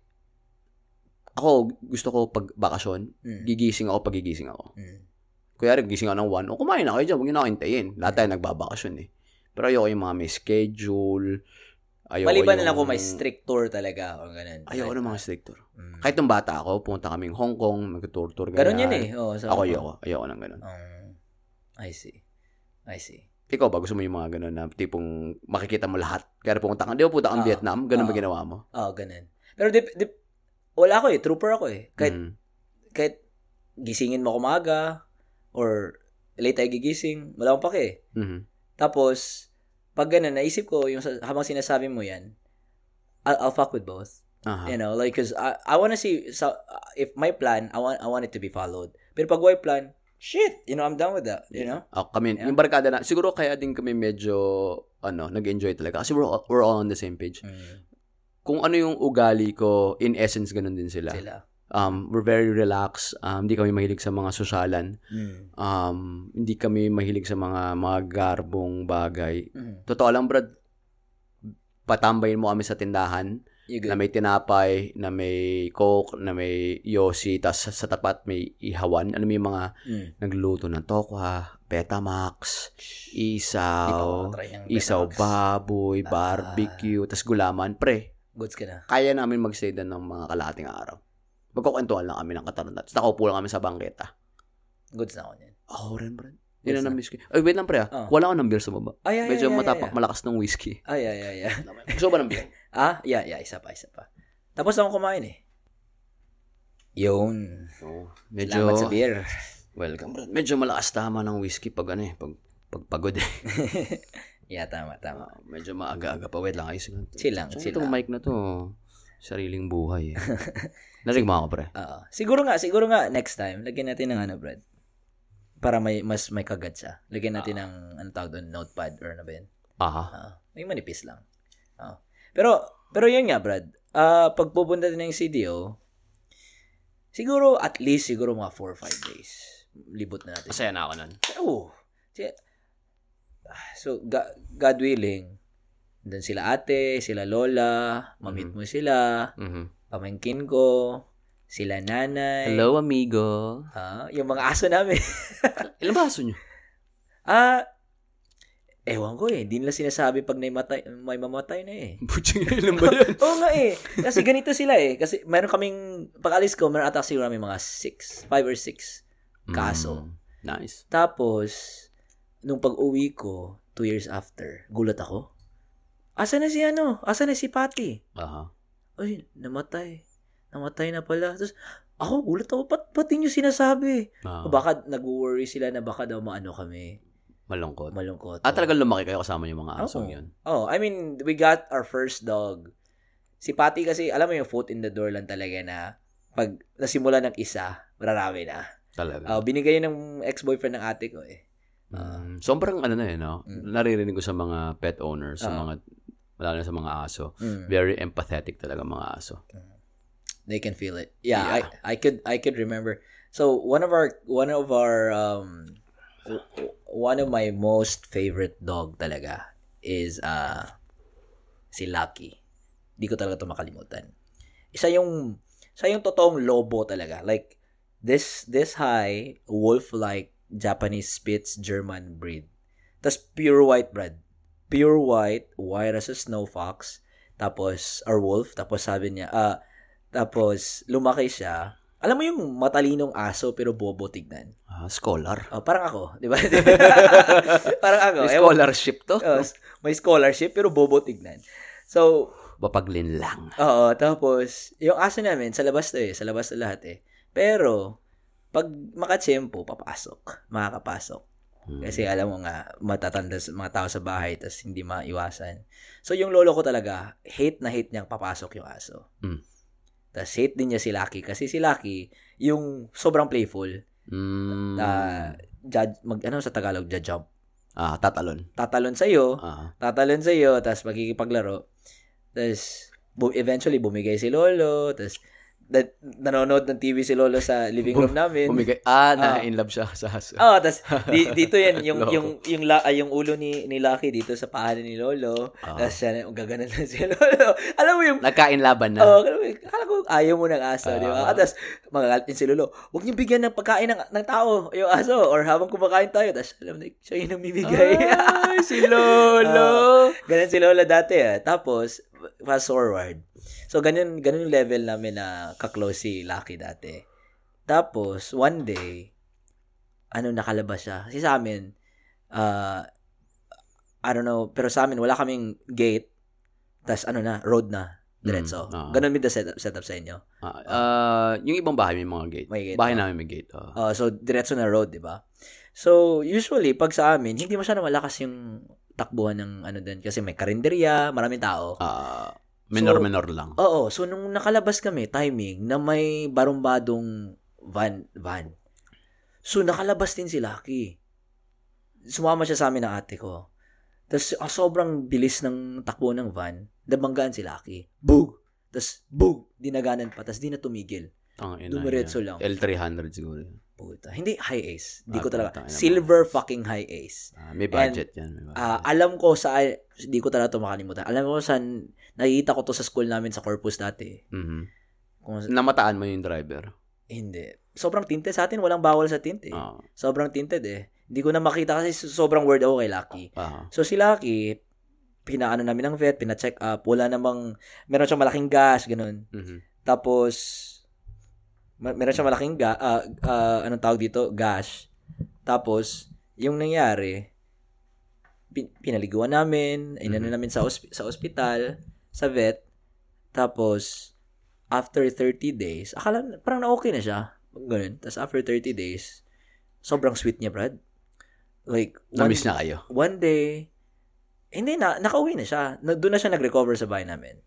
ako, gusto ko pag bakasyon, Mm. gigising ako pag gigising ako. Mm. Kuyari, gising ako ng 1, o kumain na kayo dyan, huwag nyo na hintayin. Lahat tayo nagbabakasyon eh. Pero ayoko yung mga may schedule. Ayoko Maliban yung- na lang kung may strict tour talaga o ganun. Ayoko ng mga strict tour. Mm. Kahit nung bata ako, pumunta kaming Hong Kong, mag-tour-tour. Ganun yun eh. Oo, sa- Ako ayoko. Ayoko ng ganun. Um, I see. I see. Ikaw ba, gusto mo yung mga ganun na tipong makikita mo lahat? Kaya pumunta ka, di ba pumunta kang Ah. Vietnam? Ganun ba Ah. ginawa mo? Oo, ganun. Pero dip, dip, wala ako eh. Trooper ako eh. Kahit, Mm. kahit gisingin mo kumaga or late tayo gigising, wala akong pake eh. Mhm. Tapos, pag ganun, naisip ko, yung, sa- habang sinasabi mo yan, I'll, I'll fuck with both. Aha. You know, like, cause I, I wanna see, so, uh, if my plan, I want, I want it to be followed. Pero pag white plan, shit, you know, I'm done with that, you know? Ako kami, Yeah. yung barkada na, siguro kaya din kami medyo, ano, nag-enjoy talaga. Kasi we're all, we're all on the same page. Kung ano yung ugali ko, in essence, ganun din sila. Sila. Um, we're very relaxed. Um, hindi kami mahilig sa mga sosyalan. Mm. Um, hindi kami mahilig sa mga mga garbong bagay. Mm. Totoo lang, Brad, patambayin mo kami sa tindahan, You na good? may tinapay, na may coke, na may yosi, tas sa, sa tapat may ihawan. Ano may mga Mm. nagluto ng tokwa, Betamax, Di pa ako isaw, nakatry ng isaw Betamax. baboy, Ah. barbecue, tas gulaman. Pre, Goods ka na. kaya namin mag-stay doon ng mga kalating araw. Magkukwentuhan lang kami ng katarundan. Tapos nakaupo lang kami sa bangketa. Goods na ako niyan. Ako rin, pre. Yes, Yun ang miss ko. Ay, wait lang, pre. ah. Ah. Wala ko ng beer sa baba. Ay, ay, Medyo ay, ay, matapak, ay. malakas ng whiskey. Ay, ay, ay, ay. Gusto ba ng beer? Ah, yeah, yeah, isa pa, isa pa. Tapos ako kumain eh. Yun. Oo. Salamat sa beer. Oh, Welcome, bro. Medyo malakas tama ng whiskey pag ano eh, pag pagpagod eh. yeah, tama, tama. Ah, medyo maaga-aga pa. Wait lang, ayos lang. Chill lang, Saan chill itong lang. mic na to, sariling buhay eh. Narinig mo ako, pre. Oo. Siguro nga, siguro nga next time, lagyan natin ng ano, Brad. Para may mas may kagat siya. Lagyan natin ng ano tawag doon, notepad or ano ba 'yun. Aha. Oo. may manipis lang. Oo. Pero pero 'yun nga, Brad. Ah, pagpupunta din ng CDO, siguro at least siguro mga 4 or 5 days. Libot na natin. Masaya na ako nun. Oo. Si- ah, So, ga- God willing, doon sila ate, sila lola, mamit Mhm. mo sila, Mhm. pamangkin ko, sila nanay. Hello, amigo. Ah, yung mga aso namin. Ilan ba aso nyo? ah, ewan ko eh. Hindi nila sinasabi pag may, matay, may mamatay na eh. Butching, ilan ba yan? Oo nga eh. Kasi ganito sila eh. Kasi meron kaming, pag-alis ko, meron ata siguro kami mga 6, 5 or 6. Kaso. Mm, Nice. Tapos, nung pag-uwi ko, two years after, gulat ako. Asa na si ano? Asa na si Patty? Aha. Ay, namatay. Namatay na pala. Tapos, ako, gulat ako. Ba't, ba't yun yung sinasabi? Ah, Baka nag-worry sila na baka daw maano kami. malungkot. Malungkot. Ah, talagang lumaki kayo kasama yung mga aso Oo. yun. Oh, I mean, we got our first dog. Si Patty kasi, alam mo yung foot in the door lang talaga na pag nasimula ng isa, mararami na. Talaga. Oh, binigay yun ng ex-boyfriend ng ate ko eh. ah. Mm, sobrang ano na eh, no? Mm. Naririnig ko sa mga pet owners, sa Ah. mga, lalo na sa mga aso. Mm. Very empathetic talaga mga aso. they can feel it. Yeah, Yeah. I I could I could remember. So one of our one of our um w- w- one of my most favorite dog talaga is uh si Lucky. Di ko talaga to makalimutan. Isa yung siya yung totoong lobo talaga. Like this this high wolf like Japanese Spitz German breed. Tapos pure white bread. pure white, white as a snow fox, tapos, or wolf, tapos sabi niya, ah, tapos, lumaki siya. Alam mo yung matalinong aso pero bobo tignan. Ah, scholar. Oh, parang ako, di ba? parang ako. May Oh, Ewan- scholarship to. Oh, s- may scholarship pero bobo tignan. So, Bapaglin lang. oo, tapos, yung aso namin, sa labas to eh, sa labas na lahat eh. Pero, pag makatsempo, papasok, makakapasok. Hmm. Kasi alam mo nga, matatanda sa mga tao sa bahay, tas hindi maiwasan. So, yung lolo ko talaga, hate na hate niyang papasok yung aso. Mm. Tas hate din niya si Lucky kasi si Lucky, yung sobrang playful, Mm. Ah, judge, mag, ano sa Tagalog, jump. ah, tatalon. Tatalon sa'yo, Ah. tatalon sa'yo, tas magkikipaglaro. Tas, bu- eventually, bumigay si Lolo, tas, na- nanonood ng TV si Lolo sa living room namin. Bumigay. Ah, Ah. na-in love siya sa aso. Oo, Oh, tas di, dito yan, yung, Loko. yung, yung, la, ay, yung ulo ni, ni Lucky dito sa paa ni Lolo. Ah. Tapos siya, na- gaganan lang si Lolo. Alam mo yung, Nagkain laban na. oh, alam mo yung- akala ko, ayaw mo ng aso, di ba? Ah. Tapos, magagalit din si Lolo, huwag niyo bigyan ng pagkain ng, ng tao, yung aso, or habang kumakain tayo. Tapos, alam na, siya yung namimigay. Ay, si Ah. Lolo. ganun si Lola dati ah. Tapos, fast forward. So, ganun, ganun yung level namin na kaklose si Lucky dati. Tapos, one day, ano, nakalabas siya. Kasi sa amin, ah, I don't know, pero sa amin, wala kaming gate. Tapos, ano na, road na. Diretso. Mm, ah. Ganun din the setup, setup sa inyo. Ah, ah, yung ibang bahay may mga gate. May gate, Bahay ah. namin may gate. ah. Ah, so, diretso na road, di ba? So, usually, pag sa amin, hindi masyadong malakas yung takbuhan ng ano din. Kasi may karinderya, maraming tao. Ah, minor-minor lang. Oo, so nung nakalabas kami, timing, na may barumbadong van, van. So nakalabas din si Lucky. Sumama siya sa amin ng ate ko. Tapos ang sobrang bilis ng takbo ng van, nabanggaan si Lucky. Boog! Tapos boog! Dinaganan pa, tapos di na tumigil. Tang ina. Dumiretso lang. niya. L300 siguro. Puta. Hindi high ace. Hindi ko Ah, talaga. puta, Silver fucking high ace. Ah, may budget yan. May budget. Ah, alam ko sa hindi ko talaga to makalimutan. Alam ko saan nakikita ko to sa school namin sa Corpus dati. Mhm. Kung Namataan mo yung driver. Hindi. Sobrang tinted sa atin. Walang bawal sa tinte. eh. Ah, Sobrang tinted eh. Hindi ko na makita kasi so- sobrang word ako kay Lucky. ah. So si Lucky, pinaano namin ng vet, pina-check up. Wala namang, meron siyang malaking gas, ganun. Mhm. Tapos, ma- meron siyang malaking ga, ah, ah, anong tawag dito? Gas. Tapos, yung nangyari, pin- pinaliguan namin, inano Mhm. namin sa, osp- sa ospital, sa vet. Tapos, after 30 days, akala, parang na-okay na siya. Ganun. Tapos after 30 days, sobrang sweet niya, Brad. Like, one, Na-miss na kayo. one day, hindi na, nakauwi na siya. Na, doon na siya nag-recover sa bahay namin.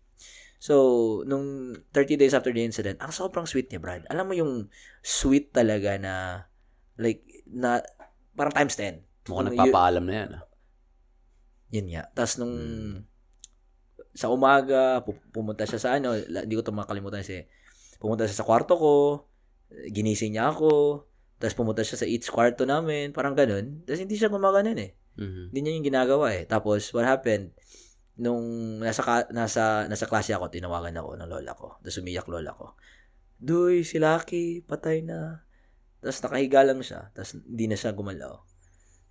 So, nung 30 days after the incident, ang sobrang sweet niya, Brad. Alam mo yung sweet talaga na, like, na, parang times 10. Mukhang Nung yu- nagpapaalam na yan. ah. Yun nga. Tapos nung, Hmm. sa umaga, pu- pumunta siya sa ano, la- hindi ko ito makalimutan kasi, pumunta siya sa kwarto ko, ginising niya ako, tapos pumunta siya sa each kwarto namin, parang ganun. Tapos hindi siya gumaganon eh. Mhm. Hindi niya yung ginagawa eh. Tapos, what happened, nung nasa, ka- nasa, nasa klase ako, tinawagan ako ng lola ko. Tapos umiyak lola ko. Duy, si Lucky, patay na. Tapos nakahiga lang siya. Tapos hindi na siya gumalaw.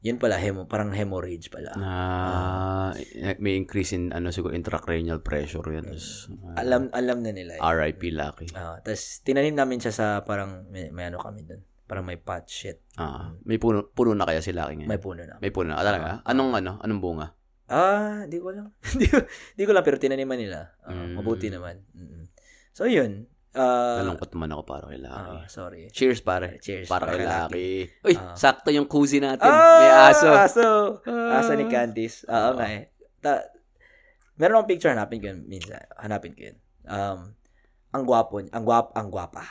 Yun pala, hemo, parang hemorrhage Mm-hmm. pala. Ah, may increase in ano siguro intracranial pressure yan. Tapos, ah, Alam alam na nila. Eh. RIP Lucky. Ah, tapos tinanim namin siya sa parang may, may ano kami doon. Parang may pot shit. Ah, may puno puno na kaya si Lucky ngayon. May puno na. May puno na ah, talaga. Anong ano? Anong bunga? Ah, di ko alam. di, ko, di ko lang pero tinaniman nila. Ah, Mm. Mabuti naman. Mm. So yun. Ah, Nalungkot man ako para kay Lucky. Ah, sorry. Cheers pare. Cheers. Para kay Lucky. Lucky. Uy, Ah. sakto yung kuzi natin. Ah, may aso. Aso. Aso ni Candice. Oo Oo. nga eh. Ta- Meron akong picture hanapin ko yun minsan. Hanapin ko yun. Um, ang gwapo, niya- ang gwap, ang gwapa.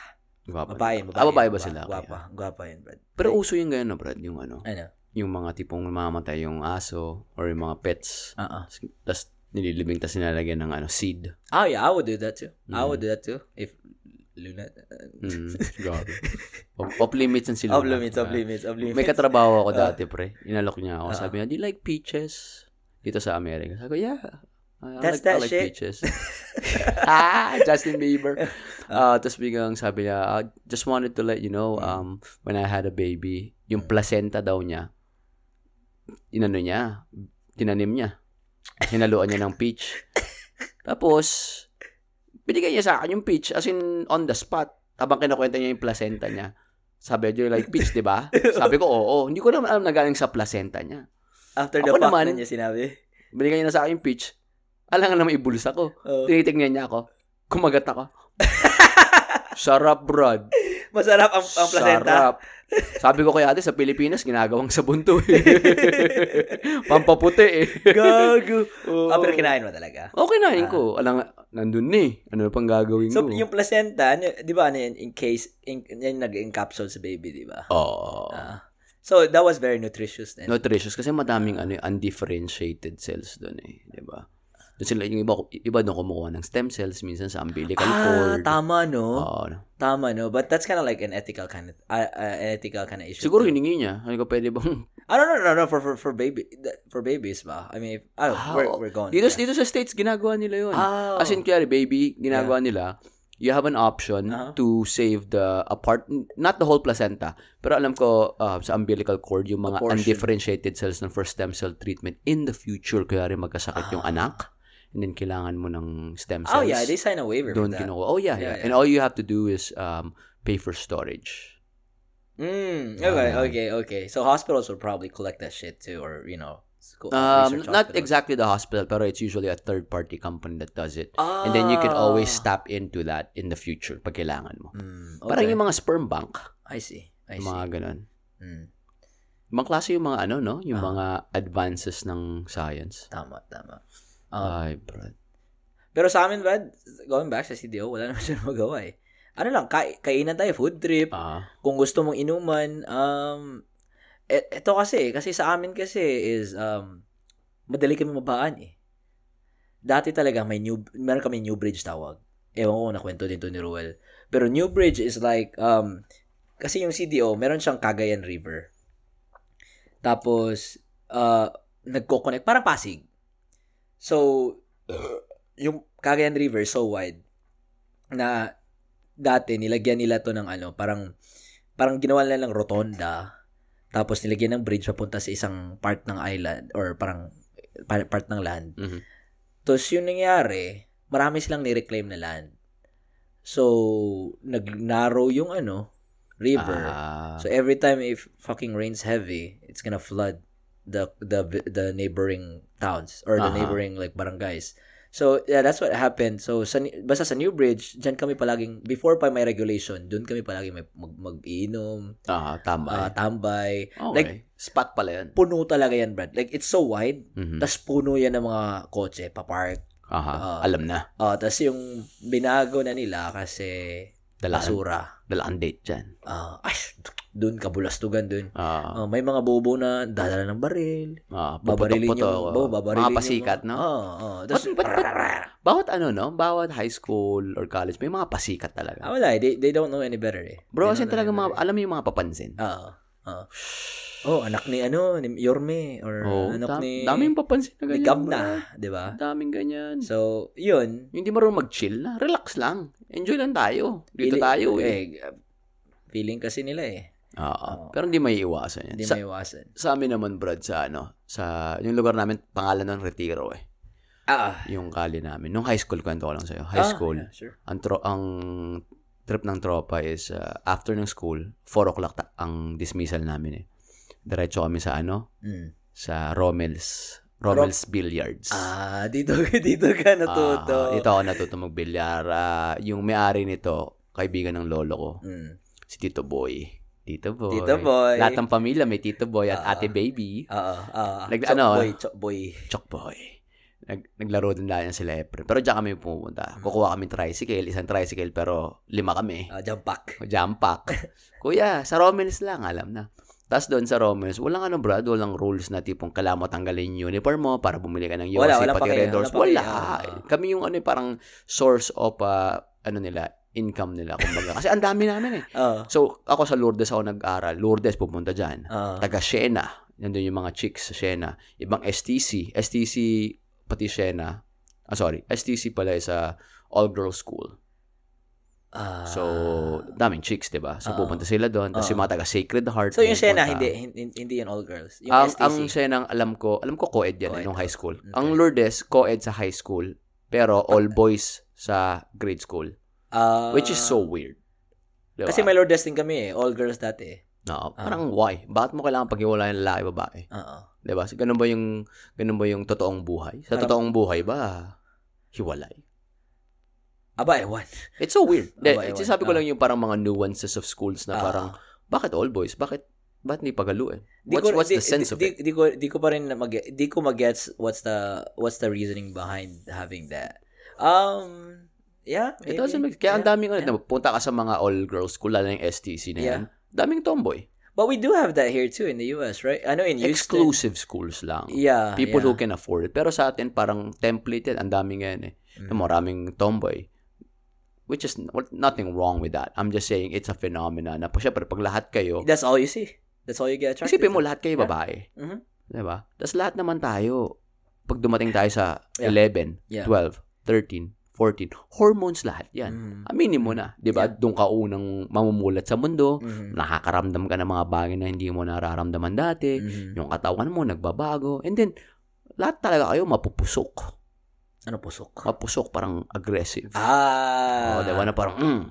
Guwapo. Babae, Ah, babae ba gwa- sila? Gwapa, gwapa yun, Brad. Pero uso yung ganyan, no, Brad, yung ano, Ano? yung mga tipong mamatay yung aso or yung mga pets. Oo. Tapos nililibing tas nilalagyan ng ano, seed. Oh yeah, I would do that too. I Mm. would do that too. If Luna, Mm, grabe. Off- Off limits ang sila. off limits, off limits, off limits. May katrabaho ako Ah. dati, pre. Inalok niya ako. Ah. Sabi niya, do you like peaches? Dito sa Amerika. Sabi ko, yeah. I- I That's like, I that like shit. peaches. ah, Justin Bieber. Uh, Tapos biglang sabi niya, "I just wanted to let you know, Mm. um, when I had a baby, yung placenta daw niya, inano niya, tinanim niya. Hinaluan niya ng peach. Tapos, binigay niya sa akin yung peach, as in on the spot. Habang kinukwenta niya yung placenta niya. Sabi niya, like peach, di ba? Sabi ko, oo. Hindi ko naman alam na galing sa placenta niya. After the Ako fact naman- na niya sinabi. Binigay niya na sa akin yung peach. Alam nga naman ibulsa ko. Oh. Tinitignan niya ako. Kumagat ako. Sarap, brad. Masarap ang, ang placenta. Sarap. Sabi ko kay ate, sa Pilipinas, ginagawang sabon to eh. Pampaputi eh. Gago. Oo. Ah, pero kinain mo talaga. Okay na, yun ko. Alam nga, nandun na eh. Ano na pang gagawin Ah. So, ko? yung placenta, ano- di ba, ano yun, in case, in, yan nag-encapsule sa baby, di ba? Oo. Ah. so, that was very nutritious then. nutritious kasi madaming ano, eh, undifferentiated cells doon eh, 'di ba? Doon sila yung iba iba doon kumukuha ng stem cells minsan sa umbilical ah, cord. tama, no? Oo, ano. Tama, no? But that's kind of like an ethical kind of, uh, uh, an ethical kind of issue. Siguro hiningi niya. Ano ko pwede bang I don't know, no, no, for, for, for baby, for babies ba? I mean, if, I don't, Ah, we're, oo. we're going. Dito there. dito sa states ginagawa nila 'yon. Oh. As in kaya baby, ginagawa nila you have an option Uh-huh. to save the apart not the whole placenta pero alam ko ah, sa umbilical cord yung mga A portion. undifferentiated cells ng first stem cell treatment in the future kaya rin magkasakit yung anak and then kailangan mo ng stem Ah. oh, cells yeah, they sign a waiver Doon for that. kinukuha. Oh, yeah, Yeah, yeah, yeah. And all you have to do is um, pay for storage. Mm, okay, Ah, Yeah. okay, okay. So, hospitals will probably collect that shit too, or, you know, school, Um, research not hospitals. exactly the hospital, pero it's usually a third-party company that does it. Ah. And then you can always tap into that in the future pag kailangan mo. Mm, okay. Parang yung mga sperm bank, I see. I yung see. mga ganun. Mm, Ibang klase yung mga ano, no? Yung Ah. mga advances ng science. tama, tama. Um, Ay, brad. pero sa amin, Brad, going back sa CDO, wala naman siya magawa eh. Ano lang, kai- kainan tayo, food trip. Ah. Kung gusto mong inuman, um, e- eto kasi, kasi sa amin kasi is, um, madali kami mabaan eh. Dati talaga, may new, meron kami new bridge tawag. Ewan ko, nakwento din to ni Ruel. Pero new bridge is like, um, kasi yung CDO, meron siyang Cagayan River. Tapos, uh, nagko-connect, parang Pasig. So, yung Cagayan River so wide na dati nilagyan nila to ng ano, parang parang ginawa nila ng rotonda tapos nilagyan ng bridge papunta sa isang part ng island or parang par- part ng land. Mhm. Tapos yung nangyari, marami silang nireclaim na land. So, nag-narrow yung ano, river. Ah. So every time if fucking rains heavy, it's gonna flood the the the neighboring towns or the Aha. neighboring like barangays. So yeah, that's what happened. So sa Ni- basta sa New Bridge, diyan kami palaging before pa may regulation, doon kami palaging may mag, mag-inom, ah, ah, tama. tambay. okay. like- spot pala yun. Puno talaga yan, Brad. Like it's so wide, Mhm. tas puno yan ng mga kotse papark. Aha, ah, alam na. Ah, tas yung binago na nila kasi Dalaan, basura. dalaan date dyan. Ah, ay, doon kabulastugan doon. Ah. Ah, may mga bobo na dadala ng baril. Ah, babarilin puputok-putok. yung, oh, babarilin Mga pasikat, yung, Ah. no? Oo, oo. Tapos, Ba't- ba't- ba't- Bawat ano, no? Bawat high school or college, may mga pasikat ah, talaga. wala eh. They, they don't know any better eh. Bro, They kasi don't know talaga any mga, better. alam mo yung mga papansin. Oo. oo. Oh, anak ni ano, ni Yorme, or Oo, anak da- ni, Oh, daming papansin na ni ganyan. Gabna, di ba? bro. Daming ganyan. So, yun. Yung di marunong mag-chill na, relax lang. Enjoy lang tayo. Dito Pili- tayo eh. eh, Feeling kasi nila eh. Oo. Oo. Pero hindi may iwasan yan. Hindi Sa, may iwasan. sa amin naman, Brad, sa ano, sa, yung lugar namin, pangalan nun, Retiro eh. Ah, Yung kali namin. Nung high school, kwento ko lang sa'yo. High ah, school, yeah, sure. ang, tro- ang trip ng tropa is uh, after ng school, 4 o'clock ta- ang dismissal namin eh. Diretso kami sa ano? Mm. Sa Rommel's. Rommel's Billiards. Ah, dito, dito ka Ah, natuto. dito ako natuto magbilyar. Ah, yung may-ari nito, kaibigan ng lolo ko, Mm. si Tito Boy. Tito Boy. Tito Boy. Lahat ng pamilya may Tito Boy at Ah. Ate Baby. Oo, oo. Nag- Chok ano, ah. boy, chok boy. Chok Boy. Nag, naglaro din dahil sila Efren. Pero diyan kami pumunta. Kukuha kami tricycle, isang tricycle pero lima kami. Hmm. Ah, jump pack. O, Jam pack. Kuya, sa Romans lang, alam na. Tapos doon sa Romans, walang ano brad, walang rules na tipong kailangan mo tanggalin yung uniform mo para bumili ka ng Yossi, Wala, wala pati pa kayo, Red Horse. wala pa Wala. kayo. Kami yung ano, parang source of, ah, ano nila, income nila. Kumbaga. Kasi ang dami namin eh. Oo. So, ako sa Lourdes ako nag-aral. Lourdes, pupunta dyan. Oo. Taga Shena. Nandun yung mga chicks sa Shena. Ibang STC. STC, pati Shena. Ah, sorry. STC pala is a all-girls school. Ah. So, daming chicks, di ba? So, Oo. pupunta sila doon. Tapos Oo. yung mga taga Sacred Heart. So, yung Sena, pumupunta. hindi, hindi, hindi yun all girls. Yung ang, STC. ang Senang, alam ko, alam ko co-ed yan eh, Co-ed, nung high school. okay. Ang Lourdes, co-ed sa high school, pero all boys sa grade school. Ah, Which is so weird. Diba? Kasi may Lourdes din kami eh. All girls dati eh. No, parang why? Bakit mo kailangan paghiwalayan ng lalaki babae? Oo. 'Di ba? Diba? So, ganun ba yung ganun ba yung totoong buhay? Sa Parang- totoong buhay ba hiwalay? Aba, ewan. It's so weird. De, Aba, ewan. sinasabi ko Ah. lang yung parang mga nuances of schools na Ah. parang bakit all boys? Bakit bakit ni pagaluin? Di What's ko- what's di- the sense di, of it? Di, di ko di ko pa rin na mag di ko magets what's the what's the reasoning behind having that. Um yeah, It maybe. doesn't make Kaya ang Yeah. daming ano, punta ka sa mga all-girls school, lalo na yung STC na yan. Daming tomboy. But we do have that here too in the US, right? I know in Houston. Exclusive schools lang. Yeah. People yeah. who can afford it. Pero sa atin, parang templated. Ang daming yan eh. Mm-hmm. na Mm. maraming tomboy. Which is well, nothing wrong with that. I'm just saying it's a phenomena na po syempre pag lahat kayo, That's all you see. That's all you get attracted. isipin mo to. lahat kayo Yeah. babae. Mhm. Diba? Tapos lahat naman tayo, pag dumating tayo sa Yeah. 11, Yeah. 12, 13, 14, hormones lahat yan. Mhm. Aminin mo na, di ba? Yeah. Doon ka unang mamumulat sa mundo, Mhm. nakakaramdam ka ng mga bagay na hindi mo nararamdaman dati, Mhm. yung katawan mo nagbabago, and then, lahat talaga kayo mapupusok. Ano pusok? Mapusok, parang aggressive. Ah. Oo, diba? Na parang, mm,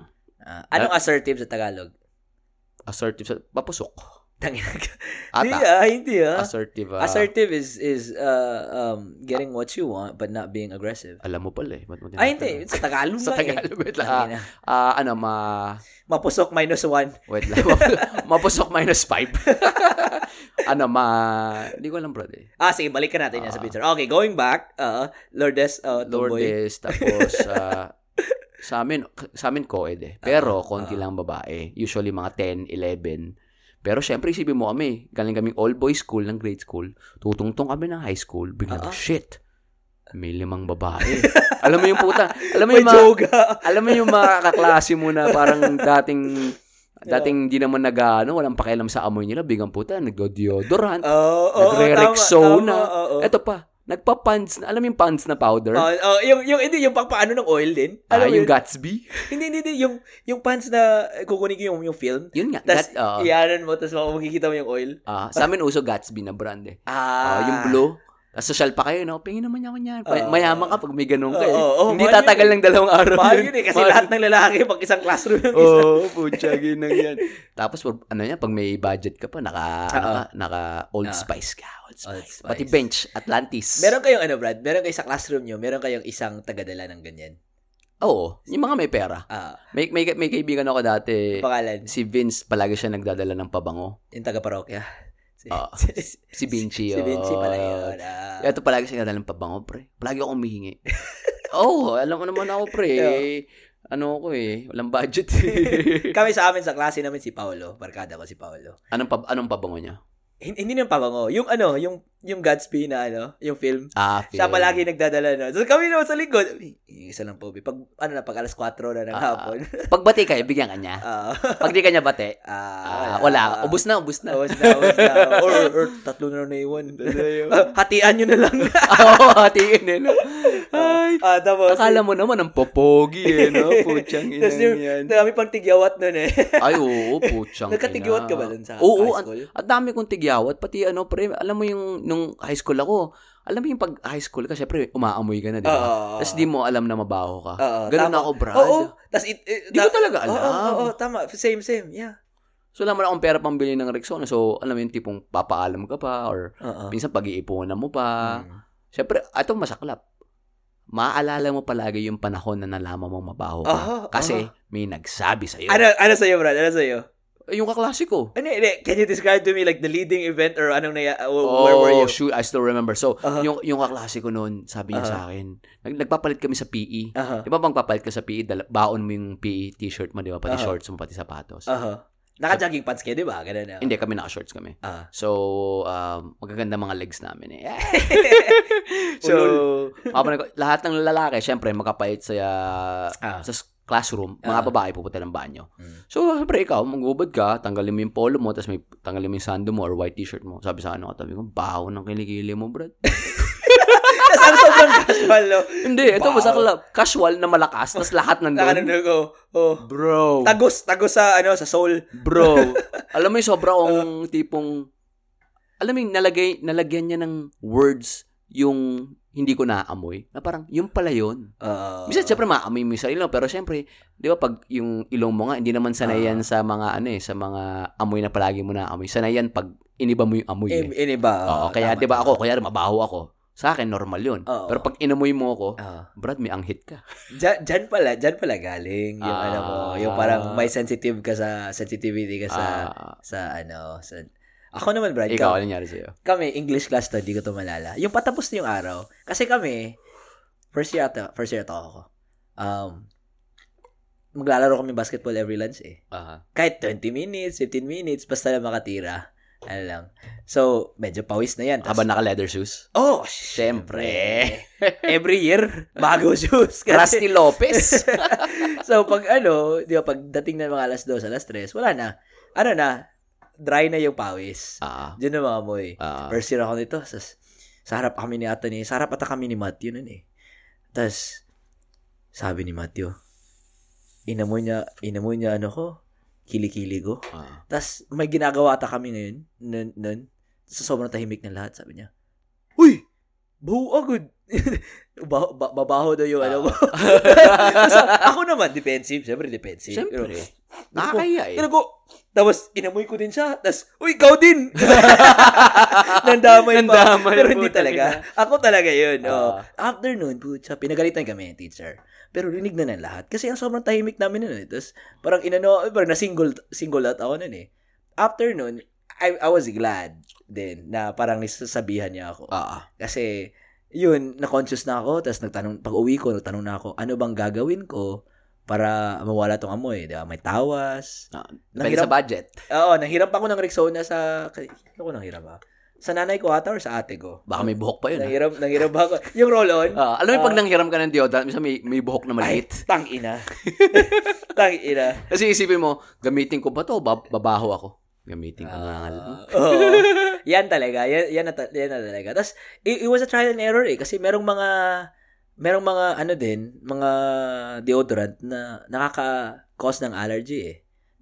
Ah, anong assertive sa Tagalog? assertive sa papusok. Tangina ka. Hindi Ata. ah, hindi ah. Assertive. ah. Assertive is is uh, um getting what you want but not being aggressive. Alam mo pala eh. Ba't mo Ay, hindi. Sa Tagalog Sa lang eh. Tagalog. Wait lang. Ah, Tangina. ah, ano, ma... Mapusok minus one. Wait lang. Mapusok minus five. ano, ma... Hindi ko alam, bro. Eh. Ah, sige, balik ka natin yan sa Ah. picture. Okay, going back, uh, Lourdes, uh, Tomboy. Lourdes, tapos... ah, sa amin, sa amin co-ed eh. Pero, konti ah. lang babae. Usually, mga 10, 11. Pero, syempre, isipin mo kami. Galing kaming all-boys school ng grade school. Tutungtong kami ng high school. Bigla, Ah, ah. shit. May limang babae. alam mo yung puta. Alam mo May ah. yung mga... joga. alam mo yung mga kaklase mo na parang dating dating di naman nag ano, walang pakialam sa amoy nila, bigang puta, nag-deodorant. Oo, oo, Nagre-Rexona. tama, tama, oo. Eto pa, nagpa-pants, na- alam mo yung pants na powder? Oo, oo, oh, yung, yung, hindi, yung paano ng oil din. Ah, Alam mo yung yun? Gatsby? Hindi, hindi, hindi, yung, yung pants na eh, kukunin ko yung, yung film. Yun nga. Gat- Tas, oo. Iyanan mo, tapos makikita mo yung oil. Ah, sa amin uso Gatsby na brand eh. Ah. Ah, yung blue. Ah, social pa kayo, no? Pingin naman ako niyan. Pa- Oo. mayaman ka pag may ganun ka eh. Ah, Oo, oo, Hindi mahal yun tatagal eh. ng dalawang araw Mahal yun. yun eh, kasi Mahal lahat ng lalaki pag isang classroom yung isa. Oo, oh, putya, ginang yan. Tapos, pag- ano yan, pag may budget ka pa, naka, ano ka, naka Old Ah. Spice ka. Old Spice. Old Spice. Pati Bench, Atlantis. Meron kayong ano, Brad? Meron kayo sa classroom nyo, meron kayong isang tagadala ng ganyan. Oo, yung mga may pera. Ah, May, may, may kaibigan ako dati, pangalan, si Vince, palagi siya nagdadala ng pabango. yung taga-parokya. Si, Ah. si, Si Vinci, oh. si Vinci yun. pala yun. ah. Ito palagi siya nagdadala ng pabango, pre. Palagi ako humihingi. Oo, oh, alam mo naman ako, pre. Yeah. Ano ako eh, walang budget. eh. Kami sa amin, sa klase namin, si Paolo. Barkada ko si Paolo. anong, pa, anong pabango niya? Hin- Hindi na yung pabango. Yung ano, yung, yung Gatsby na ano, yung film. Ah, Siya film. palagi nagdadala no. So kami naman sa likod, "Uy, isa lang po. Bi. Pag ano na, pag alas 4 na ng Ah. hapon. Pagbati kayo, bigyan ka niya. Ah, Pag di ka niya bate, Ah, ah, wala. Ubus na, ubus na. Ubus na, ubus na. Or, or tatlo na lang na iwan. Ah, Hatian nyo na lang. Oo, hatiin eh. No? Ay, Ah, tapos, akala mo naman ang popogi eh, no? Putsang Tapos yung- inang yan. Dami pang tigyawat nun eh. Ay, oo, putsang ina. Nagkatigyawat ka ba dun sa oo, high an- school? Ang dami kong tigyawat. Pati ano, pre, alam mo yung nung high school ako, alam mo yung pag high school ka, syempre, umaamoy ka na, di ba? Oo. Tapos di mo alam na mabaho ka. Oo, Ganun tama. ako, Brad. Oo. Tapos it, it- Di ko talaga Oo, alam. oo, oo, tama. Same, same. Yeah. So, wala mo na akong pera pambili ng Rexona. So, alam mo yung tipong papaalam ka pa or Oo. minsan pag-iipunan mo pa. Mm. Siyempre, ito masaklap. Maaalala mo palagi yung panahon na nalaman mong mabaho ka. Aha, kasi aha. may nagsabi sa'yo. Ano, ano sa'yo, Brad? Ano sa'yo? Eh, Yung kaklase ko. Ano, hindi. Can you describe to me like the leading event or anong naya, uh, where oh, were you? Uh-huh. shoot. I still remember. So, Aha. yung, yung kaklase ko noon, sabi niya Aha. sa akin, nag, nagpapalit kami sa PE. Aha. Di ba bang papalit ka sa PE, dala, baon mo yung PE t-shirt mo, di ba? Pati Aha. shorts mo, pati sapatos. Aha. Uh-huh. Naka-jogging pants kayo, di ba? Ganun na. Hindi, kami naka-shorts kami. Ah. So, um, magaganda mga legs namin eh. Ulol. so, mapapanag ko, lahat ng lalaki, syempre, magkapalit sa, Ah. sa classroom, mga Ah. babae pupunta ng banyo. Mm. So, syempre, ikaw, magubad ka, tanggalin mo yung polo mo, tapos may tanggalin mo yung sando mo or white t-shirt mo. Sabi sa ano, katabi ko, baho ng kilikili mo, brad. Tapos ang sobrang Casual, no? Hindi, ito Wow. masaklap. Casual na malakas, tas lahat nandun. Nakanunog ko. Oh. Bro. Tagos, tagos sa, ano, sa soul. Bro. alam mo yung sobrang tipong, alam mo yung nalagay, nalagyan niya ng words yung hindi ko naamoy. Na parang, yung pala yun. Uh, Bisa, syempre, maamoy mo yung sarili mo. Pero syempre, di ba, pag yung ilong mo nga, hindi naman sanay yan sa mga, ano eh, sa mga amoy na palagi mo naamoy. Sanay yan pag iniba mo yung amoy. eh. Iniba. Oo, kaya 'di ba ako, kuya mabaho ako. Sa akin normal 'yun. Oo. Pero pag inamoy mo ako, Uh, Brad, may anghit ka. dyan, dyan pala, dyan pala galing. Yung Ah. ano mo, yung parang may sensitive ka sa, sensitivity ka sa, Ah, sa ano, sa, ako naman, Brad, ikaw, ano kami- nangyari sa'yo? kami, English class to, di ko to malala. Yung patapos na yung araw, kasi kami, first year ata, first year ata ako. Um, maglalaro kami basketball every lunch eh. Aha. Kahit 20 minutes, 15 minutes, basta lang makatira. Ano lang. So, medyo pawis na yan. Tas- Habang naka-leather shoes? Oh, Siyempre. Every year, bago shoes. Kasi, Rusty Lopez! so, pag ano, di ba, pagdating ng mga alas 2, alas 3, wala na. Ano na, dry na yung pawis. ah, Diyan na mga amoy. ah, First year ako nito. Tapos, sa harap kami ni ata ni, sa harap ata kami ni Matthew nun eh. Tapos, sabi ni Matthew, inamoy niya, inamoy niya ano ko, kilikili ko. ah. Tapos, may ginagawa ata kami ngayon, nun, nun. Sa sobrang tahimik ng lahat, sabi niya, Uy! Baho agad. ba, ba, babaho daw yung ano mo. Tapos, ako naman, defensive. Ah. Siyempre, defensive. Siyempre. Pero ko- Nakakaya eh. Pero ko, tapos inamoy ko din siya. Tapos, uy, ikaw din! Nandamay pa. Nandamay, Pero hindi puta talaga. Ako talaga yun. Ah. Oh. After nun, putya, pinagalitan kami ng teacher. Pero rinig na ng lahat. Kasi ang sobrang tahimik namin nun. Eh. Tapos, parang inano, eh, parang na-single single out ako nun eh. After nun, I, I was glad din na parang nasasabihan niya ako. Ah, Kasi, yun, na-conscious na ako, tapos nagtanong, pag uwi ko, nagtanong na ako, ano bang gagawin ko para mawala tong amoy, eh?" di ba? May tawas. Ah, depende sa nanghiram, budget. oo, nanghiram pa ako ng Rexona sa, kay- ano ko nanghiram ba? Sa nanay ko ata or sa ate ko? Baka may buhok pa yun. ah. Nanghiram, nanghiram ba ako? Yung roll-on? Ah, alam mo yung pag Ah. nanghiram ka ng deodorant, minsan may, may buhok na ay, maliit. tang ina. tang ina. Kasi isipin mo, gamitin ko ba to? Ba- babaho ako. Gamitin ko nga. Ah, oo. yan talaga. Yan, yan, na, ta- yan na talaga. Tapos, it, it was a trial and error eh. Kasi merong mga, merong mga ano din, mga deodorant na nakaka-cause ng allergy eh.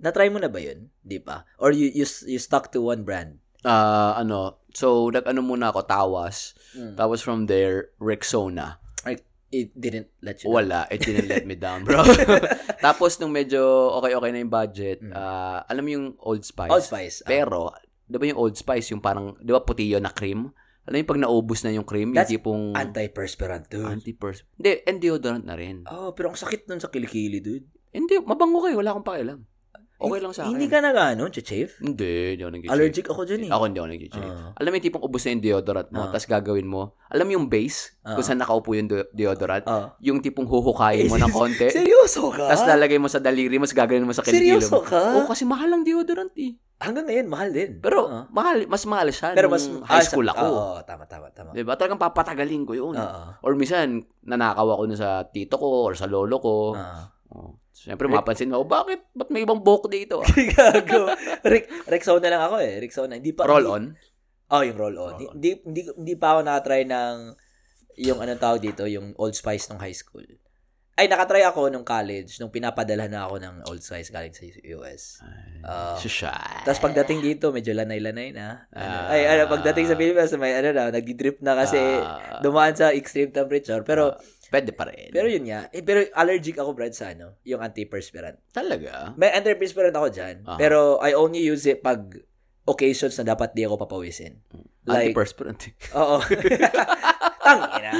Na-try mo na ba yun? Di pa? Or you, you, you stuck to one brand? Ah, ano, so nag-ano muna ako, tawas. Mm. Tapos from there, Rexona. It didn't let you know. Wala. It didn't let me down, bro. Tapos, nung medyo okay-okay na yung budget, Mm. ah, alam mo yung Old Spice? Old Spice. ah. Pero, di ba yung Old Spice, yung parang, di ba puti yun na cream? Alam mo yung pag naubos na yung cream, That's yung tipong antiperspirant, dude. anti-pers. Hindi, and deodorant na rin. oh, pero ang sakit nun sa kilikili, dude. Hindi, mabango kayo. Wala akong pakialam. Okay lang sa akin. Hindi ka na gano'n, chichave? Hindi, hindi ako nag-check. Allergic ako dyan eh. Ako hindi ako nag-check. Ah. Alam mo yung tipong ubus na yung deodorant mo, Ah. tapos gagawin mo. Alam mo yung base, Ah. kung saan nakaupo yung de- deodorant, Ah. yung tipong huhukayin mo ng konti. Seryoso ka? Tapos lalagay mo sa daliri mo, tapos gagawin mo sa kilikilo mo. Seryoso ka? Oo, kasi mahal ang deodorant eh. Hanggang ngayon, mahal din. Pero Oo. mahal, mas mahal siya pero mas nung high ah, school sa- ako. Oo, Ah. tama, tama, tama. Diba? Talagang papatagalin ko yun. Oo. Or minsan, nanakaw ako nun sa tito ko or sa lolo ko. Oo. Oh. Siyempre, mapansin mo, bakit? Ba't may ibang buhok dito? Ah? Gago. Rick, Rexona lang ako eh. Rexona. Hindi pa. Roll on? Oh, yung roll on. Roll on. Hindi, hindi, hindi pa ako nakatry ng yung anong tawag dito, yung Old Spice ng high school. Ay, nakatry ako nung college, nung pinapadala na ako ng Old Spice galing sa US. Oo. Susha. Tapos Ah. pagdating dito, medyo lanay-lanay na. Ano, Ah. ay, ano, pagdating sa Pilipinas, may ano na, nagdi-drip na kasi Ah. dumaan sa extreme temperature. Pero, Pwede pa rin. Pero yun nga, eh, pero allergic ako Brad sa ano, yung antiperspirant. Talaga? May antiperspirant ako dyan, Aha. pero I only use it pag occasions na dapat di ako papawisin. Like- Antiperspirant. Oo. Tangina.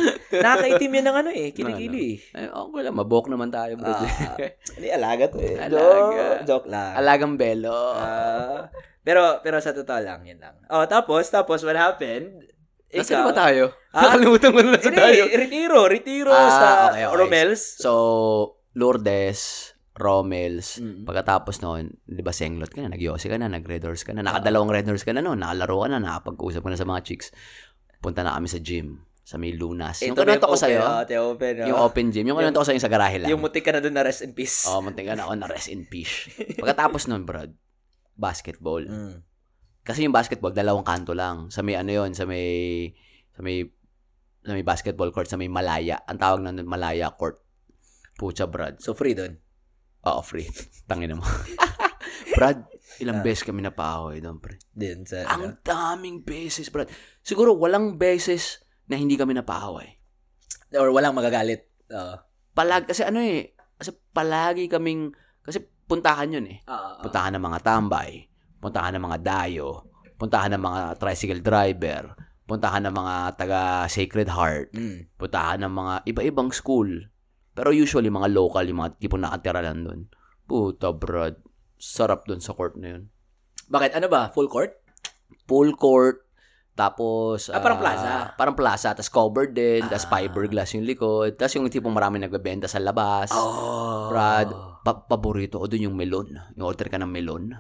Nakakaitim yan ng ano eh, kilikili. eh. Ay, okay lang. Mabok naman tayo, bro. Ah, hindi, alaga to eh. Alaga. Joke, joke lang. Alagang belo. Ah, pero, pero sa totoo lang, yun lang. Oh, tapos, tapos, what happened? Nasaan ba Ikaw- tayo? Ah? Nakalimutan ko na sa Hindi, tayo. retiro, retiro Ah, sa okay, okay. Romels. So, Lourdes, Romels, Mm. pagkatapos noon, di ba senglot ka na, nagyose ka na, nag-red horse ka na, nakadalawang red horse ka na noon, nakalaro ka na, nakapag-usap ka na sa mga chicks. Punta na kami sa gym, sa may lunas. Yung Ito na kanonto ko open, ah, sa'yo, ito yung open, ah. yung open gym, yung Yung- kanonto ko sa'yo yung sa garahe lang. Yung muti ka na doon na rest in peace. oh, muntingan ako na rest in peace. Pagkatapos noon, bro, basketball. Mm. Kasi yung basketball, dalawang kanto lang. Sa may ano yon sa may, sa may na may basketball court sa may Malaya. Ang tawag na nun, Malaya Court. Pucha, Brad. So, free doon. Oo, free. Tangin mo. Brad, ilang Ah. beses kami napahoy doon, pre. Din sa, ano. Ang daming beses, Brad. Siguro walang beses na hindi kami napaaway. or walang magagalit. Oo. Palag, kasi ano eh, kasi palagi kaming, kasi puntahan yun eh. Ah, Puntahan ng mga tambay, puntahan ng mga dayo, puntahan ng mga tricycle driver, puntahan ng mga taga Sacred Heart, Mm. puntahan ng mga iba-ibang school. Pero usually mga local, yung mga tipong nakatira lang doon. Puta, Brad. Sarap doon sa court na yun. Bakit? Ano ba? Full court? full court, tapos... Ah, parang ah, plaza. Parang plaza, tapos covered din, tapos Ah. fiberglass yung likod, tapos yung tipong marami nagbebenta sa labas. Oh. Brad, pa- paborito ko dun yung melon. Yung order ka ng melon.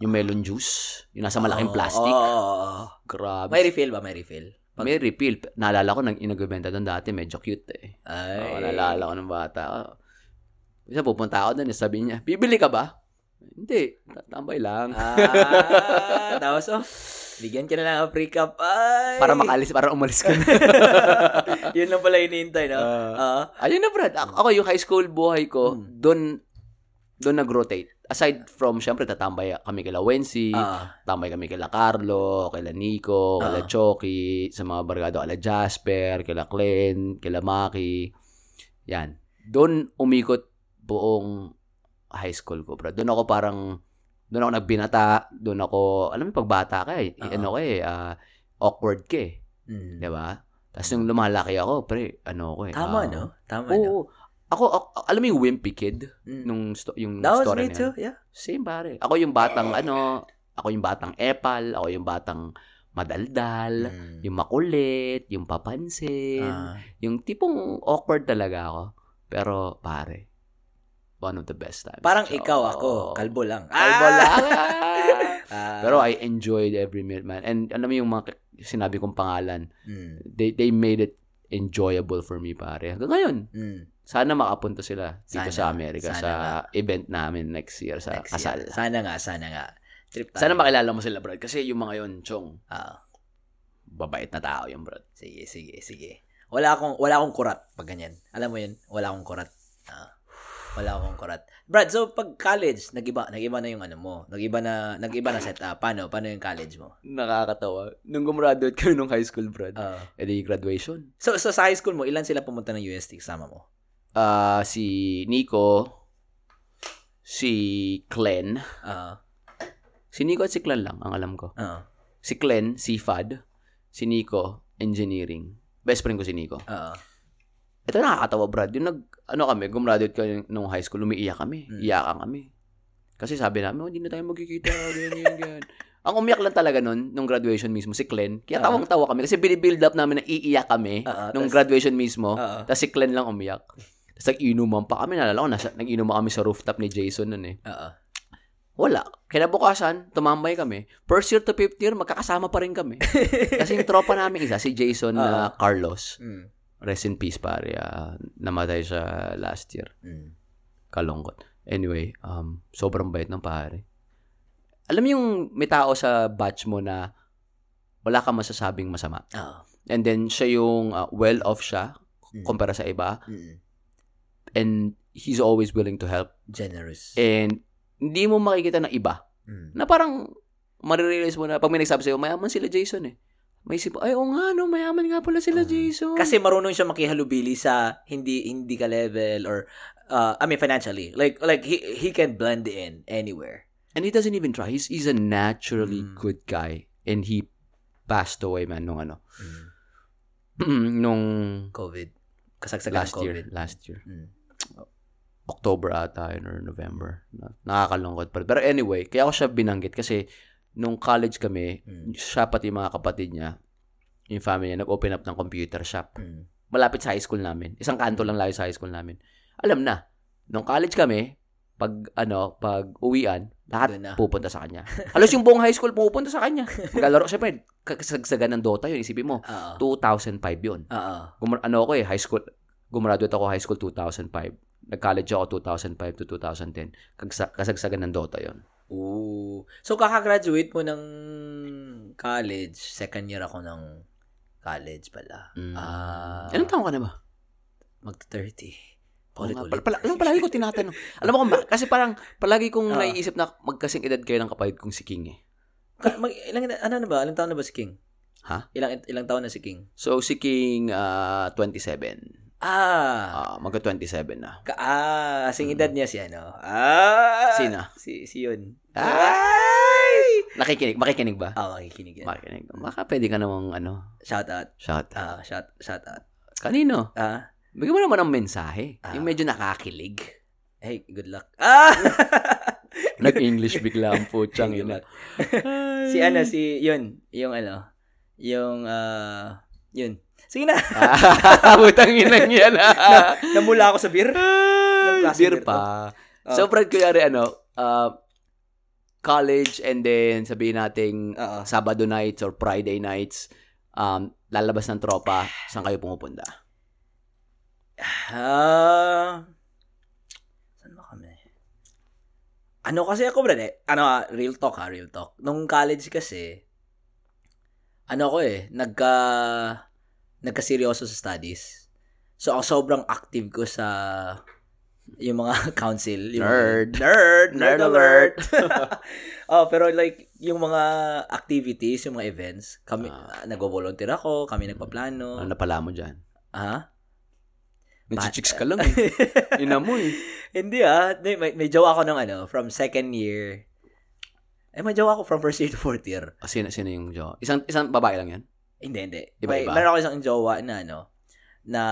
Yung melon juice. Yung nasa malaking plastic. Oh. Grabe. May refill ba? May refill? pag- May refill. Naalala ko, nang inagbebenta doon dati, medyo cute eh. Ay. Oo, naalala ko ng bata. Oh. Isa pupunta ako doon, eh, sabi niya, bibili ka ba? Hindi, tambay lang. Ah, tapos oh, bigyan ka na lang ng free cup. Ay. Para makalis, para umalis ka na. Yun lang pala iniintay, no? Ah. Ah. Ayun na, Brad. Ako, ako, yung high school buhay ko, Hmm. doon, doon nag-rotate. Aside from, syempre, tatambay kami kila Wensi, Ah. tambay kami kila Carlo, kila Nico, kila Ah. Chucky, sa mga bargado, kila Jasper, kila Glenn, kila Maki. Yan. Doon umikot buong high school ko, bro. Doon ako parang, doon ako nagbinata, doon ako, alam mo, pagbata ka eh, Ah. ano ka eh, ah, awkward ka eh, Mm. di ba? Tapos nung lumalaki ako, pre, ano ko eh. ah, Tama, no? Tama, no? Oo. Ako, ako, alam mo yung wimpy kid? Mm. Nung sto- yung That was story me na too, yun. yeah. Same pare. Ako yung batang ano, ako yung batang epal, ako yung batang madaldal, Mm. yung makulit, yung papansin, Ah. yung tipong awkward talaga ako. Pero pare, one of the best times. parang So, ikaw ako, kalbo lang. Kalbo Ah! lang. Ah. Pero I enjoyed every minute, man. And alam mo yung mga k- sinabi kong pangalan, Mm. they they made it enjoyable for me, pare. Hanggang ngayon, Mm. sana makapunta sila dito sa Sana. Amerika Sana sa event namin next year sa Next year. kasal. Sana nga, sana nga. Trip tayo. Sana makilala mo sila, bro. Kasi yung mga yon, chong, Ah. babait na tao yung bro. Sige, sige, sige. Wala akong wala akong kurat pag ganyan. Alam mo 'yun, wala akong kurat. Ah. wala akong kurat. Brad, so pag college, nagiba nagiba na yung ano mo. Nagiba na nagiba na setup. Paano paano yung college mo? Nakakatawa. Nung gumraduate kami nung high school, bro, Ah. eh di graduation. so, so sa high school mo, ilan sila pumunta ng UST kasama mo? Ah, si Nico, si Glenn, Ah. si Nico at si Glenn lang ang alam ko. Ah. Si Glenn, si Fad, si Nico, engineering. Best friend ko si Nico. Ah. Ito nakakatawa, Brad. Yung nag, ano kami, gumraduate kami nung high school, umiiyak kami. Mm. Iyakan kami. Kasi sabi namin, "Oh, hindi na tayo magkikita, ganyan, ganyan. Ang umiyak lang talaga nun, nung graduation mismo, si Glenn. Kaya Ah. tawang-tawa kami. Kasi binibuild up namin na iiyak kami Ah, ah, nung tas- graduation mismo. Ah. Tapos si Glenn lang umiyak. Tapos nag-inuman pa kami. Nalala ko, nasa, nag-inuman kami sa rooftop ni Jason nun eh. Ah. Wala. Kinabukasan, tumambay kami. First year to fifth year, magkakasama pa rin kami. Kasi yung tropa namin isa, si Jason na Ah. Carlos. Mm. Rest in peace, pare. Ah, namatay siya last year. Mm. Kalungkot. Anyway, um, sobrang bait ng pare. Alam mo yung may tao sa batch mo na wala kang masasabing masama. Ah. And then, siya yung ah, well-off siya Mm. kumpara sa iba. Mm. And he's always willing to help. Generous. And hindi mo makikita ng iba. Mm. Na parang marirealize mo na pag may nagsabi sa'yo, mayaman sila Jason eh. May isip, ay, oo nga, no, mayaman nga pala sila Mm. Jason. Kasi marunong siya makihalubili sa hindi hindi ka level or uh, I mean financially. Like like he he can blend in anywhere. And he doesn't even try. He's, he's a naturally Mm. good guy. And he passed away, man, nung ano. nung COVID. Kasagsagan last ng COVID. year. Last year. Mm. October ata yun or November. Na- Nakakalungkot. Pero, pero anyway, kaya ko siya binanggit kasi nung college kami, Mm. siya pati mga kapatid niya, yung family niya, nag-open up ng computer shop. Mm. Malapit sa high school namin. Isang kanto lang layo sa high school namin. Alam na, nung college kami, pag ano, pag uwian, lahat Doon na. pupunta sa kanya. Halos yung buong high school pupunta sa kanya. Maglalaro, syempre, kasagsagan ng Dota yun, isipin mo. Oo. 2005 yun. Oo. Gum- ano ako eh, high school, gumraduate ako high school 2005. Nag-college ako 2005 to 2010. Kagsa- kasagsagan ng Dota yon. Ooh. So, kakagraduate mo ng college. Second year ako ng College pala. Mm. Ah. Anong taong ka na ba? Mag-30. Oo nga, Paulit-ulit. pal- pala- alam, palagi ko tinatanong. Alam mo kung ba, kasi parang palagi kong Ah. naiisip na magkasing edad kayo ng kapatid kong si King eh. Ka- mag- ilang, ano na ba? Ilang taon na ba si King? Ha? Ilang, ilang taon na si King? So si King ah, 27. Ah, Ah! magka 27 na. Ka- ah, kasing Mm. edad niya si ano? Ah! Sino? Si, si yun. Ay! Nakikinig, makikinig ba? Ah, makikinig yan. Makikinig. Baka pwede ka namang ano, Shout out. shout out. Ah, shout, shout out. Kanino? Ah, Bigyan mo naman ng mensahe. Ah. Yung medyo nakakilig. hey, good luck. Ah! Nag-English bigla ang putyang Good ina. luck. Mm. si ano, si yun. Yung ano, yung, ah, yun. Sige na. Ah, Putang ina niya na. Namula ako sa beer. Ah. Ay, klaseng Beer beer pa. Ah. So, Fred, kunyari, ano, uh, college and then sabihin nating ah, Oo. Sabado nights or Friday nights, um, lalabas ng tropa, saan kayo pumupunta? Ah, saan ba kami? Ano kasi ako, brad, eh. Ano, ah, real talk ha, real talk. Nung college kasi, ano ako eh, nagka, nagkaseryoso sa studies. So, ang sobrang active ko sa yung mga council. Yung mga- Nerd. nerd. Nerd Nerd alert. oh, pero like, yung mga activities, yung mga events, kami, Ah. ah, nagvo-volunteer ako, kami nagpaplano. Ah? Ano na pala mo dyan? Ha? Nagchichicks ka lang eh. Ina mo eh. Hindi ah. May, may, may jowa ako ng ano, from second year. Eh, may jowa ako from first year to fourth year. Ah, Sino, sino yung jowa? Isang, isang babae lang yan? Hindi, hindi. May, Iba-iba? meron ako isang jowa na ano, na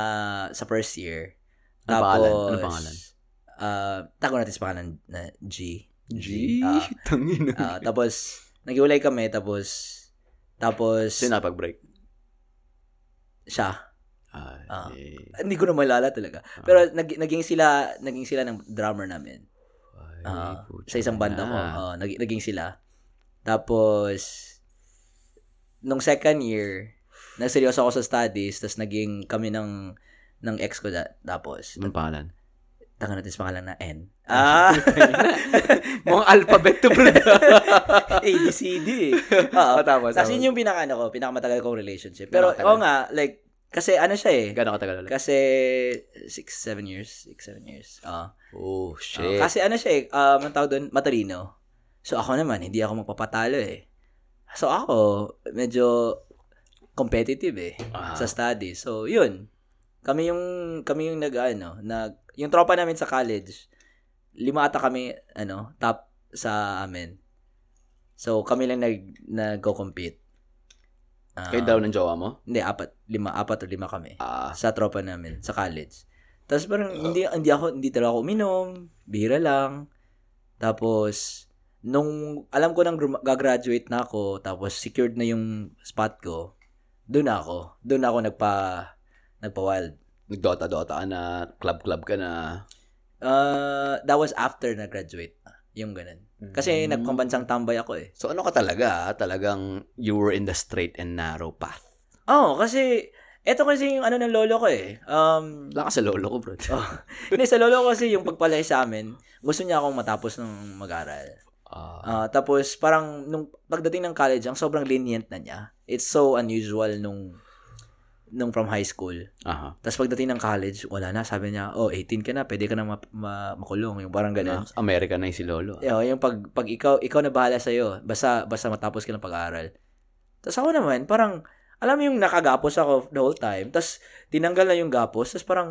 sa first year. Ano pangalan? Ano pangalan? ah, tago natin sa pangalan na G. Ah. Ah, tangin ah, tapos, nag-iwalay kami, tapos, tapos, Sino nakapag-break? siya. Ah, Ah. eh, Hindi ko na malala talaga. Ah. Pero, nag- naging sila, naging sila ng drummer namin. ay, Ah, putya sa isang banda ah. ko. na. Oo, nag- naging sila. Tapos, nung second year, nagseryoso ako sa studies, tapos naging kami ng ng ex ko da, tapos Anong pangalan? tanga natin sa pangalan na N Hmm. ah Mga alphabet to bro. Ah, A B C D oo tama, tapos yun yung pinaka ano ko pinakamatagal kong relationship pero Pinakamatagal. oo nga like kasi ano siya eh Gano'ng katagal ulit? kasi 6 7 years 6 7 years oo Oh, Oo, shit. kasi ano siya eh, um, ang tawag doon, matalino. So ako naman, hindi ako magpapatalo eh. So ako, medyo competitive eh Ah. sa study. So yun. Kami yung kami yung nag ano, nag yung tropa namin sa college. Lima ata kami ano, top sa amin. So kami lang nag nagko-compete. Ah, Kayo daw ng jowa mo? Hindi, apat, lima, apat o lima kami Ah. sa tropa namin sa college. Tapos parang hindi hindi ako hindi talaga ako uminom, bihira lang. Tapos nung alam ko nang grum- gagraduate na ako, tapos secured na yung spot ko, doon ako. Doon ako nagpa nagpa-wild. Nagdota-dota ka na, club-club ka na. Uh, that was after na graduate. Yung ganun. Kasi Mm. nagpambansang tambay ako eh. So ano ka talaga? ah? Talagang you were in the straight and narrow path. Oh, kasi eto kasi yung ano ng lolo ko eh. Um, Wala ka sa lolo ko, bro. oh, hindi, sa lolo ko kasi yung pagpalay sa amin, gusto niya akong matapos ng mag-aral. Ah. Ah, tapos parang nung pagdating ng college, ang sobrang lenient na niya. It's so unusual nung nung from high school. aha. Tapos pagdating ng college, wala na. Sabi niya, oh, 18 ka na, pede ka na ma- ma- makulong. Yung parang ganun. Ganun. America Ah, na yung si lolo. ah. Eh, oh, yung pag, pag ikaw, ikaw na bahala sa'yo, basta, basta matapos ka ng pag-aaral. Tapos ako naman, parang, alam mo yung nakagapos ako the whole time, tapos tinanggal na yung gapos, tapos parang,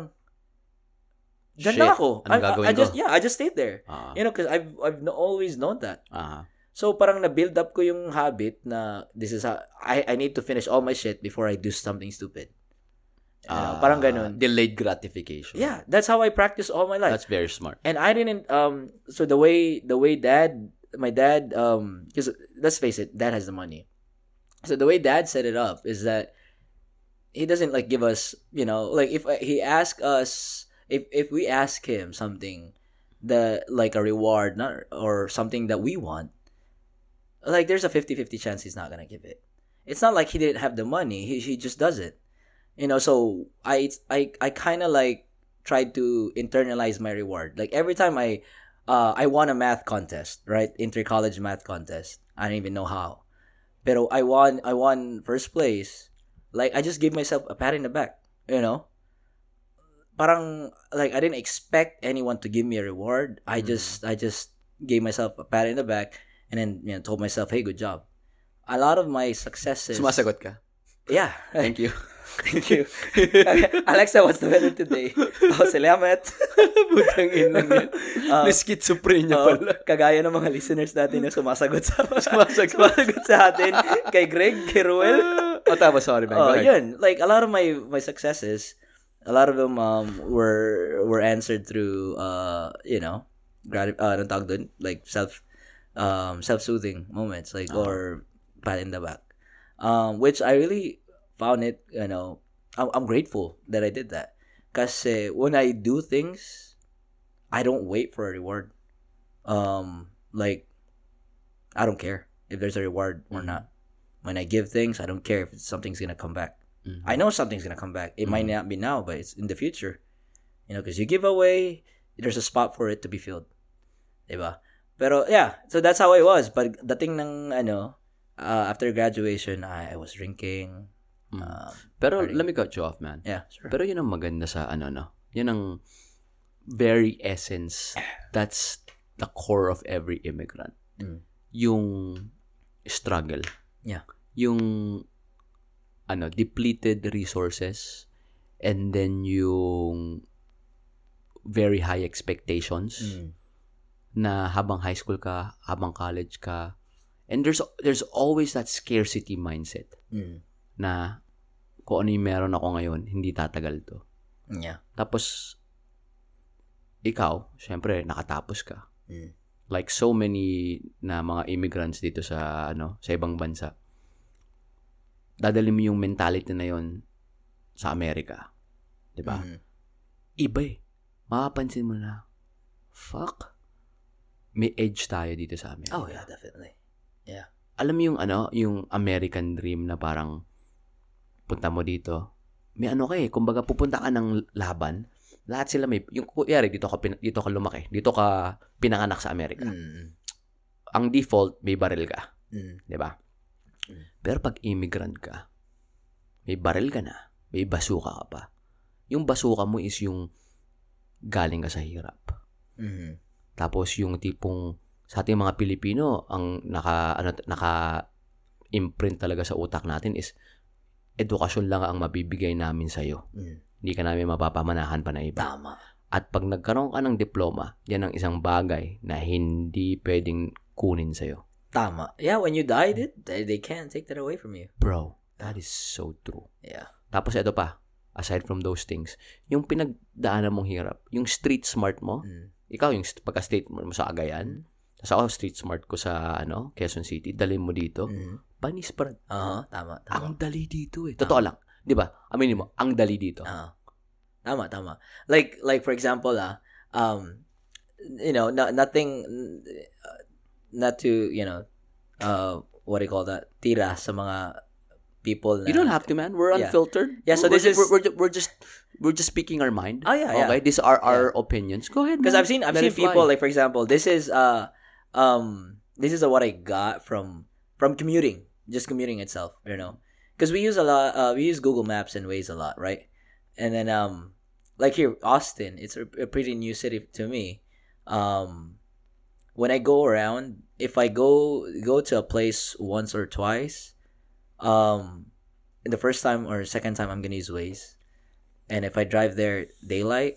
dyan Shit, lang ako. anong I- I- gagawin I just, ko? Yeah, I just stayed there. Ah. You know, because I've, I've no- always known that. Aha. So parang na-build up ko yung habit na this is how, I I need to finish all my shit before I do something stupid. You Ah, know, parang ganun. Delayed gratification. Yeah, that's how I practice all my life. That's very smart. and I didn't um so the way the way dad my dad um cuz let's face it, dad has the money. So the way dad set it up is that he doesn't like give us, you know, like if uh, he ask us if if we ask him something that like a reward not or something that we want like there's a 50-50 chance he's not gonna give it it's not like he didn't have the money he, he just does it you know so i i, I kind of like tried to internalize my reward like every time i uh, i won a math contest right inter-college math contest i don't even know how but i won i won first place like I just gave myself a pat in the back, you know? Parang like I didn't expect anyone to give me a reward. I Mm. just I just gave myself a pat in the back and then you know told myself, "Hey, good job." A lot of my successes Sumasagot ka. Yeah. Thank you. Thank you. Alexa, what's the weather today? Oh, salamat. Putang ina niya. Ah, May schizophrenia Oo, pala. kagaya ng mga listeners natin na sumasagot sa Sumasagot. sumasagot sa atin kay Greg, kay Ruel. oh, tapos, sorry, man. Oh, Go ahead. yun. Like a lot of my my successes, a lot of them um were were answered through uh you know, grat uh, anong tawag dun? like self um self-soothing moments like Ah. or pat in the back. Um which I really found it, you know, I'm, I'm grateful that I did that. Kasi when I do things, I don't wait for a reward. Um like I don't care if there's a reward or Mhm. not when I give things, I don't care if something's gonna come back. Mhm. I know something's gonna come back. It might not be now, but it's in the future. You know, because you give away, there's a spot for it to be filled. Diba? Pero yeah, so that's how it was. But dating ng ano, uh, after graduation, I, I was drinking. Mm. Um, Pero, Sorry. let me cut you off, man. yeah, sure. Pero yun ang maganda sa ano, no? Yun ang very essence. That's the core of every immigrant. Mm. Yung struggle. Yeah. Yung ano, depleted resources and then yung very high expectations Mm. na habang high school ka, habang college ka. And there's there's always that scarcity mindset Mm. na kung ano yung meron ako ngayon, hindi tatagal to. Yeah. Tapos, ikaw, syempre, nakatapos ka. Mm. Like so many na mga immigrants dito sa, ano, sa ibang bansa. Dadali mo yung mentality na yon sa Amerika. di ba? Mm. Iba eh. Mapapansin mo na, fuck, may edge tayo dito sa Amerika. Oh yeah, definitely. Alam mo yung ano, yung American dream na parang punta mo dito. May ano ka eh, kumbaga pupunta ka ng laban, lahat sila may, yung kuyari, dito ka, pin- dito ka lumaki, dito ka pinanganak sa Amerika. Mm. Ang default, may baril ka, Mm. di ba? Mm. Pero pag immigrant ka, may baril ka na, may basuka ka pa. Yung basuka mo is yung galing ka sa hirap. Mm. Tapos yung tipong sa ating mga Pilipino, ang naka ano naka imprint talaga sa utak natin is edukasyon lang ang mabibigay namin sa iyo. Mm. Hindi ka namin mapapamanahan pa na iba. Tama. At pag nagkaroon ka ng diploma, yan ang isang bagay na hindi pwedeng kunin sa iyo. Tama. Yeah, when you die, dude, they, they can't take that away from you. Bro, that is so true. Yeah. Tapos ito pa, aside from those things, yung pinagdaanan mong hirap, yung street smart mo, Mm. ikaw yung st- pagka-state mo sa Cagayan, tapos ako street smart ko sa ano, Quezon City, dalhin mo dito, Mm. panis pa rin. Uh-huh. Tama, tama. Ang dali dito eh. Totoo lang. 'Di ba? Aminin mo, ang dali dito. Ah. Tama, tama. Like like for example, ah, um you know, no, nothing uh, not to, you know, uh what do you call that? Tira sa mga people na You don't have to, man. We're Yeah. unfiltered. Yeah, so we're, this is- we're, we're, ju- we're just we're just speaking our mind. Oh, yeah, yeah. Okay, these are our opinions. Go ahead. Because man. I've seen I've Let seen it fly. people like for example, this is uh um this is what I got from from commuting, just commuting itself, you know. Because we use a lot, uh, we use Google Maps and Waze a lot, right? And then um like here Austin, it's a, a pretty new city to me. Um when I go around, if I go go to a place once or twice, um the first time or second time I'm gonna use Waze. And if I drive there daylight,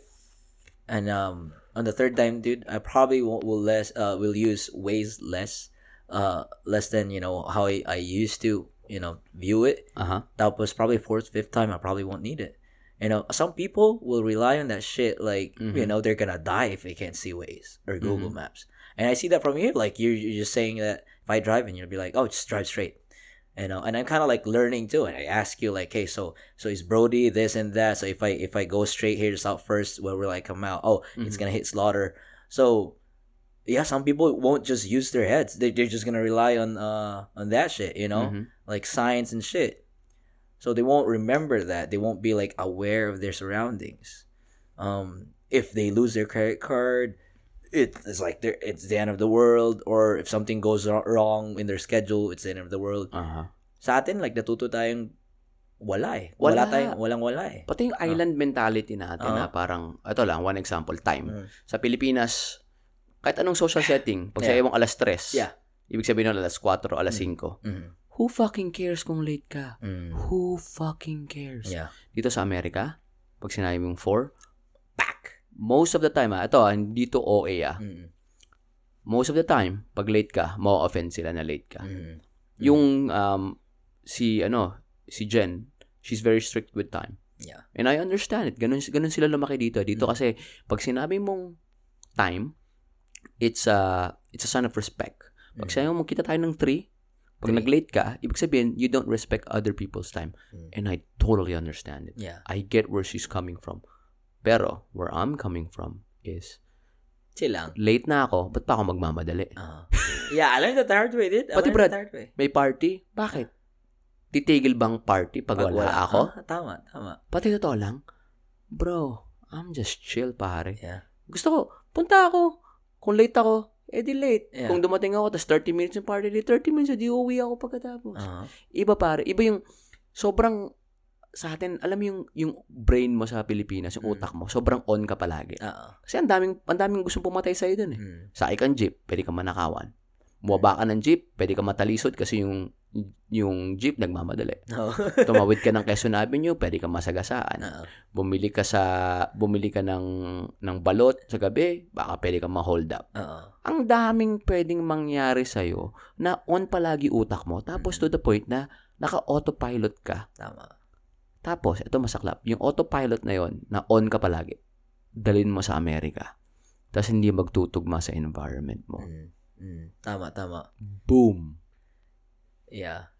and um on the third time dude i probably won't will less uh will use ways less uh less than you know how i, I used to you know view it Uh-huh. that was probably fourth fifth time i probably won't need it you know some people will rely on that shit like you Mhm. know they're gonna die if they can't see ways or google Mhm. maps and i see that from you like you you're just saying that if i drive and you'll be like oh just drive straight you know and i'm kind of like learning too and i ask you like hey so so is brody this and that so if i if i go straight here to south first where will i come out oh it's Mhm. gonna hit slaughter so yeah some people won't just use their heads they, they're just gonna rely on uh on that shit you know Mhm. like science and shit so they won't remember that they won't be like aware of their surroundings um if they lose their credit card it- it's like they're, it's the end of the world or if something goes wro- wrong in their schedule it's the end of the world Uh-huh. sa atin, like, natuto tayong Wala eh. Wala. Wala, tayong, walang wala eh. Pati yung island mentality natin Oo. na parang, ito lang, one example, time. Uh-huh. Mm. Sa Pilipinas, kahit anong social setting, pag sa Yeah. ewang alas 3, Yeah. ibig sabihin nun alas 4, alas 5, Mm. who fucking cares kung late ka? Mm. Who fucking cares? Yeah. Dito sa Amerika, pag sinabi mong 4, back! Most of the time, ah, ito, ah, hindi to OA ah. Mm. Most of the time, pag late ka, ma-offend sila na late ka. Mm. Yung um, si ano, si Jen, she's very strict with time. Yeah. And I understand it. Ganun ganun sila lumaki dito. Dito kasi pag sinabi mong time, it's a it's a sign of respect. Pag Mm. sinabi mong kita tayo ng 3, pag Three. nag-late ka, ibig sabihin you don't respect other people's time. Mm. And I totally understand it. Yeah. I get where she's coming from. Pero where I'm coming from is Chill lang. late na ako, ba't pa ako magmamadali? Ah. yeah, I learned that the hard way, dude. I Pati learned Brad, that the hard way. May party? Bakit? Titigil bang party pag, Pag wala, ako? Ah, tama, tama. Pati totoo lang, bro, I'm just chill, pare. Yeah. Gusto ko, punta ako. Kung late ako, eh di late. Yeah. Kung dumating ako, tas 30 minutes yung party, di 30 minutes, di uuwi ako pagkatapos. Ah. Iba pare, iba yung sobrang sa atin, alam mo yung, yung brain mo sa Pilipinas, yung Mm. utak mo, sobrang on ka palagi. Oo. Kasi ang daming, ang daming gustong pumatay sa'yo dun eh. Uh, Mm. Sakay kang jeep, pwede kang manakawan. Bumaba ka ng jeep, pwede kang matalisod kasi yung yung jeep nagmamadali. No. Tumawid ka ng Quezon Avenue, pwede kang masagasaan. Oo. Bumili ka sa bumili ka ng ng balot sa gabi, baka pwede kang ma-hold up. Oo. Ang daming pwedeng mangyari sa na on palagi utak mo tapos to the point na naka-autopilot ka. Tama. Tapos ito masaklap, yung autopilot na yon na on ka palagi. Dalin mo sa Amerika. Tapos hindi magtutugma sa environment mo. Mm. Mm. Tama, tama. Boom. Yeah.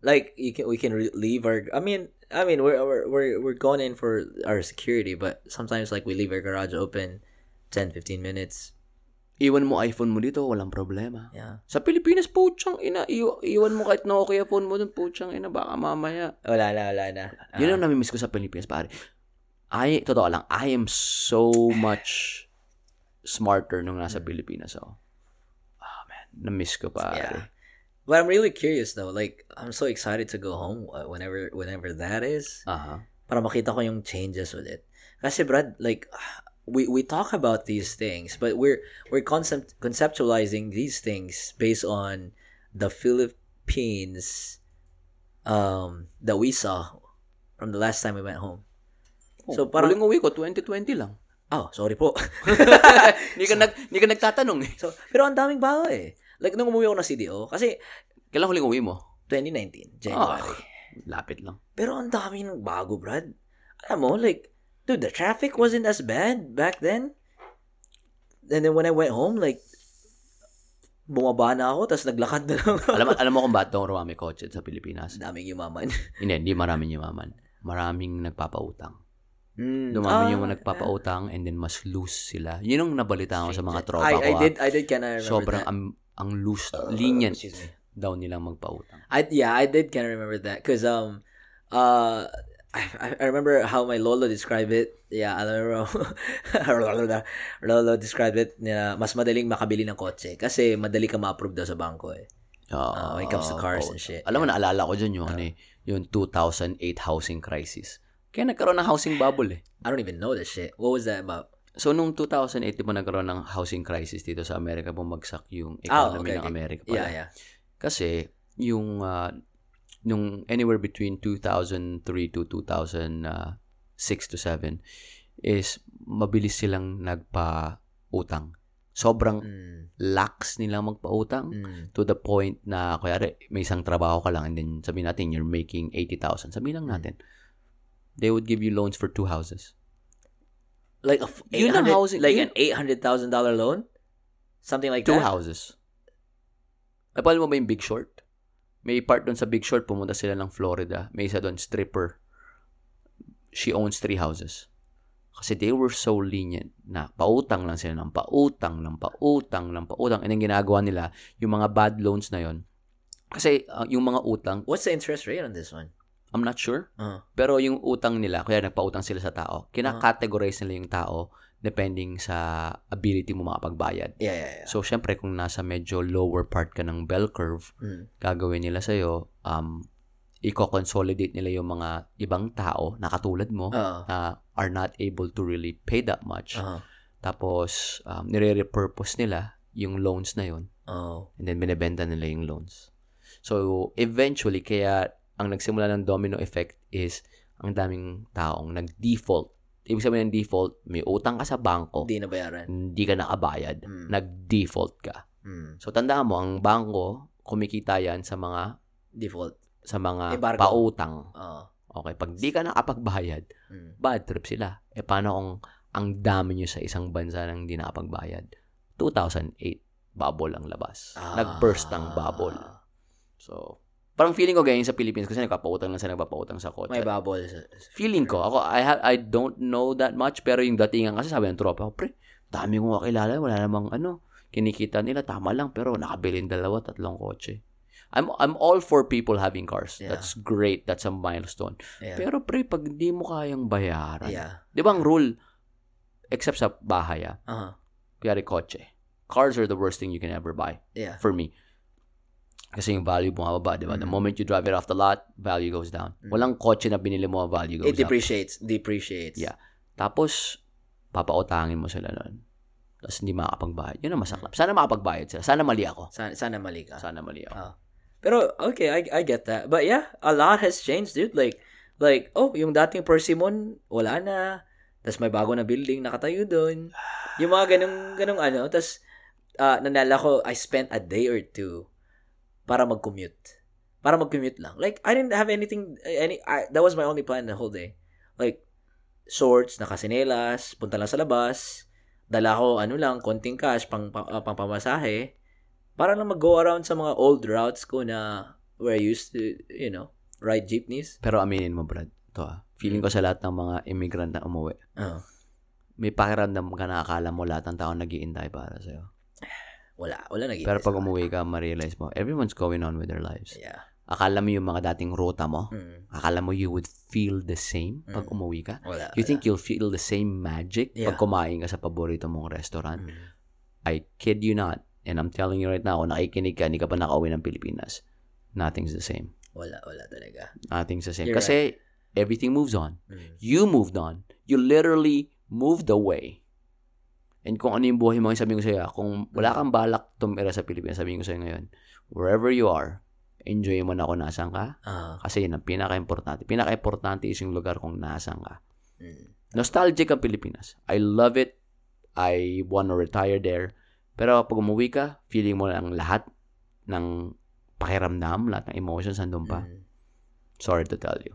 Like you can we can re- leave our I mean I mean we're we're we're we're going in for our security but sometimes like we leave our garage open 10 15 minutes. Iwan mo iPhone mo dito, walang problema. Yeah. Sa Pilipinas, putsang ina. Iw- iwan mo kahit Nokia phone mo dun, putsang ina. Baka mamaya. Wala na wala na. Uh, Yun ang namimiss ko sa Pilipinas, pare. I, totoo lang, I am so much smarter nung Hmm. nasa Pilipinas ako. Ah, man. Namiss ko, pare. Yeah. But I'm really curious though. Like I'm so excited to go home uh, whenever whenever that is Aha. para makita ko yung changes with it. Kasi Brad, like ah, we we talk about these things, but we're we're concept conceptualizing these things based on the Philippines um that we saw from the last time we went home. Oh, So, parang- Huling uwi ko, 2020 lang. Oh, sorry po. Hindi ka, nag, hindi ka nagtatanong eh. so, pero ang daming bago eh. Like nung umuwi ako ng CDO kasi Kailan huling uwi mo? 2019 Ah, January. lapit lang. Pero ang dami ng bago, Brad. Alam mo, like, dude, the traffic wasn't as bad back then. And then when I went home, like, bumaba na ako, tapos naglakad na lang ako. Alam, alam mo kung bakit daw rumami kotse sa Pilipinas? Ang daming yumaman. Hindi, hindi maraming yumaman. Maraming nagpapautang. Mm. Dumami yung Ah, mga nagpapautang and then mas loose sila. Yun ang nabalita ko sa mga shit. tropa I, ko. I ah. did, I did kinda remember Sobrang that. ang, ang loose, lenient Excuse me. daw nilang magpautang. I, yeah, I did kinda remember that. Because, um, uh, I, I- I remember how my Lolo described it. Yeah, I remember how Lolo- Lolo described it na mas madaling makabili ng kotse kasi madali ka ma-approve daw sa bangko eh. Ah, when it comes to cars and shit. Alam mo, naalala ko dyan yung, ano eh, yung 2008 housing crisis. Kaya nagkaroon ng housing bubble eh. I don't even know this shit. What was that about? So, nung 2008, di ba nagkaroon ng housing crisis dito sa Amerika, bumagsak yung Ah, economy okay, ng okay. Amerika pala. Yeah, yeah. Kasi, yung, ah, nung anywhere between 2003 to 2006 to 7 is mabilis silang nagpa-utang. Sobrang Mm, lax nilang magpa-utang mm, to the point na, kuyari, may isang trabaho ka lang and then sabihin natin, you're making 80,000. Sabihin lang Mm. natin, they would give you loans for two houses. Like a f- Yun ang 800 housing- like yun- an eight hundred thousand dollar loan, something like Two that. houses. Napal mo ba yung Big Short? May part doon sa Big Short, pumunta sila ng Florida. May isa doon, stripper. She owns three houses. Kasi they were so lenient na pautang lang sila ng pautang, ng pautang, ng pautang. And ang ginagawa nila, yung mga bad loans na yon. Kasi uh, yung mga utang, What's the interest rate on this one? I'm not sure, Uh, pero yung utang nila, kaya nagpautang sila sa tao, kinakategorize nila yung tao depending sa ability mo makapagbayad. yeah, yeah, yeah. So, syempre, kung nasa medyo lower part ka ng bell curve, Mm, gagawin nila sa'yo, um, i-consolidate nila yung mga ibang tao na katulad mo Oo. na are not able to really pay that much. Oo. Tapos, um, nire-repurpose nila yung loans na yun Oo. and then binebenta nila yung loans. So, eventually, kaya ang nagsimula ng domino effect is ang daming taong nag-default. Ibig sabihin ng default, may utang ka sa bangko, Hindi nabayaran. hindi ka nakabayad, Mm. nag-default ka. Mm. So, tandaan mo, ang bangko, kumikita yan sa mga Default. sa mga Embargo. pautang. Oo. Okay, pag di ka nakapagbayad, Mm. bad trip sila. E paano kung ang dami nyo sa isang bansa nang di nakapagbayad? 2008, bubble ang labas. Ah. Nag-burst ang bubble. So, parang feeling ko ganyan sa Philippines kasi nagpapautang lang sa nagpapautang sa kotse. May bubble. Sa, sa- feeling ko, ako, I, ha- I don't know that much, pero yung datingan kasi sabi ng tropa ko, pre, dami kong kakilala, wala namang ano, kinikita nila, tama lang, pero nakabilin dalawa, tatlong kotse. I'm I'm all for people having cars. Yeah. That's great. That's a milestone. Yeah. Pero pre, pag di mo kayang bayaran, yeah. Di ba ang rule, except sa bahay ah, Aha. kuyari kotse, cars are the worst thing you can ever buy, Yeah. for me. Kasi yung value bumababa, di ba? The Mm. moment you drive it off the lot, value goes down. Mm. Eh, Walang kotse na binili mo, value goes up. It depreciates. Depreciates. Yeah. Tapos, papautangin mo sila nun. Tapos hindi makakapagbayad. Yun ang masaklap. Sana makakapagbayad sila. Sana mali ako. Sana, sana mali ka. Sana mali ako. Pero okay, I I get that. But yeah, a lot has changed, dude. Like like oh, yung dating Persimmon wala na. Tapos may bago na building nakatayo doon. Yung mga ganung ganung ano, tapos ah nanala ko I spent a day or two para mag-commute. Para mag-commute lang. Like I didn't have anything any I, that was my only plan the whole day. Like shorts, nakasinelas, punta lang sa labas. Dala ko ano lang, konting cash pang pang, ah, pang pamasahe para lang mag-go around sa mga old routes ko na where I used to, you know, ride jeepneys. Pero aminin mo, Brad. Ito ah. Feeling ko sa lahat ng mga immigrant na umuwi, Oh, may pakiramdam ka na akala mo lahat ng tao nag para sa'yo. wala. Wala nag Pero pag umuwi ka, ma-realize mo, everyone's going on with their lives. Yeah. Akala mo yung mga dating ruta mo, Mm, akala mo you would feel the same pag Mm. umuwi ka. wala. You think you'll feel the same magic Yeah. pag kumain ka sa paborito mong wala. restaurant? Mm. I kid you not. And I'm telling you right now, kung nakikinig ka, hindi ka pa nakauwi ng Pilipinas. Nothing's the same. Wala, wala talaga. Nothing's the same. You're Kasi everything moves on. Mm. You moved on. You literally moved away. And kung ano yung buhay mo, sabi ko sa'yo, kung wala kang balak tumira sa Pilipinas, sabi ko sa'yo ngayon, wherever you are, enjoy mo na kung nasan ka. Ah, Kasi yun ang pinaka-importante. Pinaka-importante is yung lugar kung nasan ka. mm. Nostalgic ang Pilipinas. I love it. I wanna retire there. Pero pag umuwi ka, feeling mo lang lahat ng pakiramdam, lahat ng emotions, andun pa. Mm. Sorry to tell you.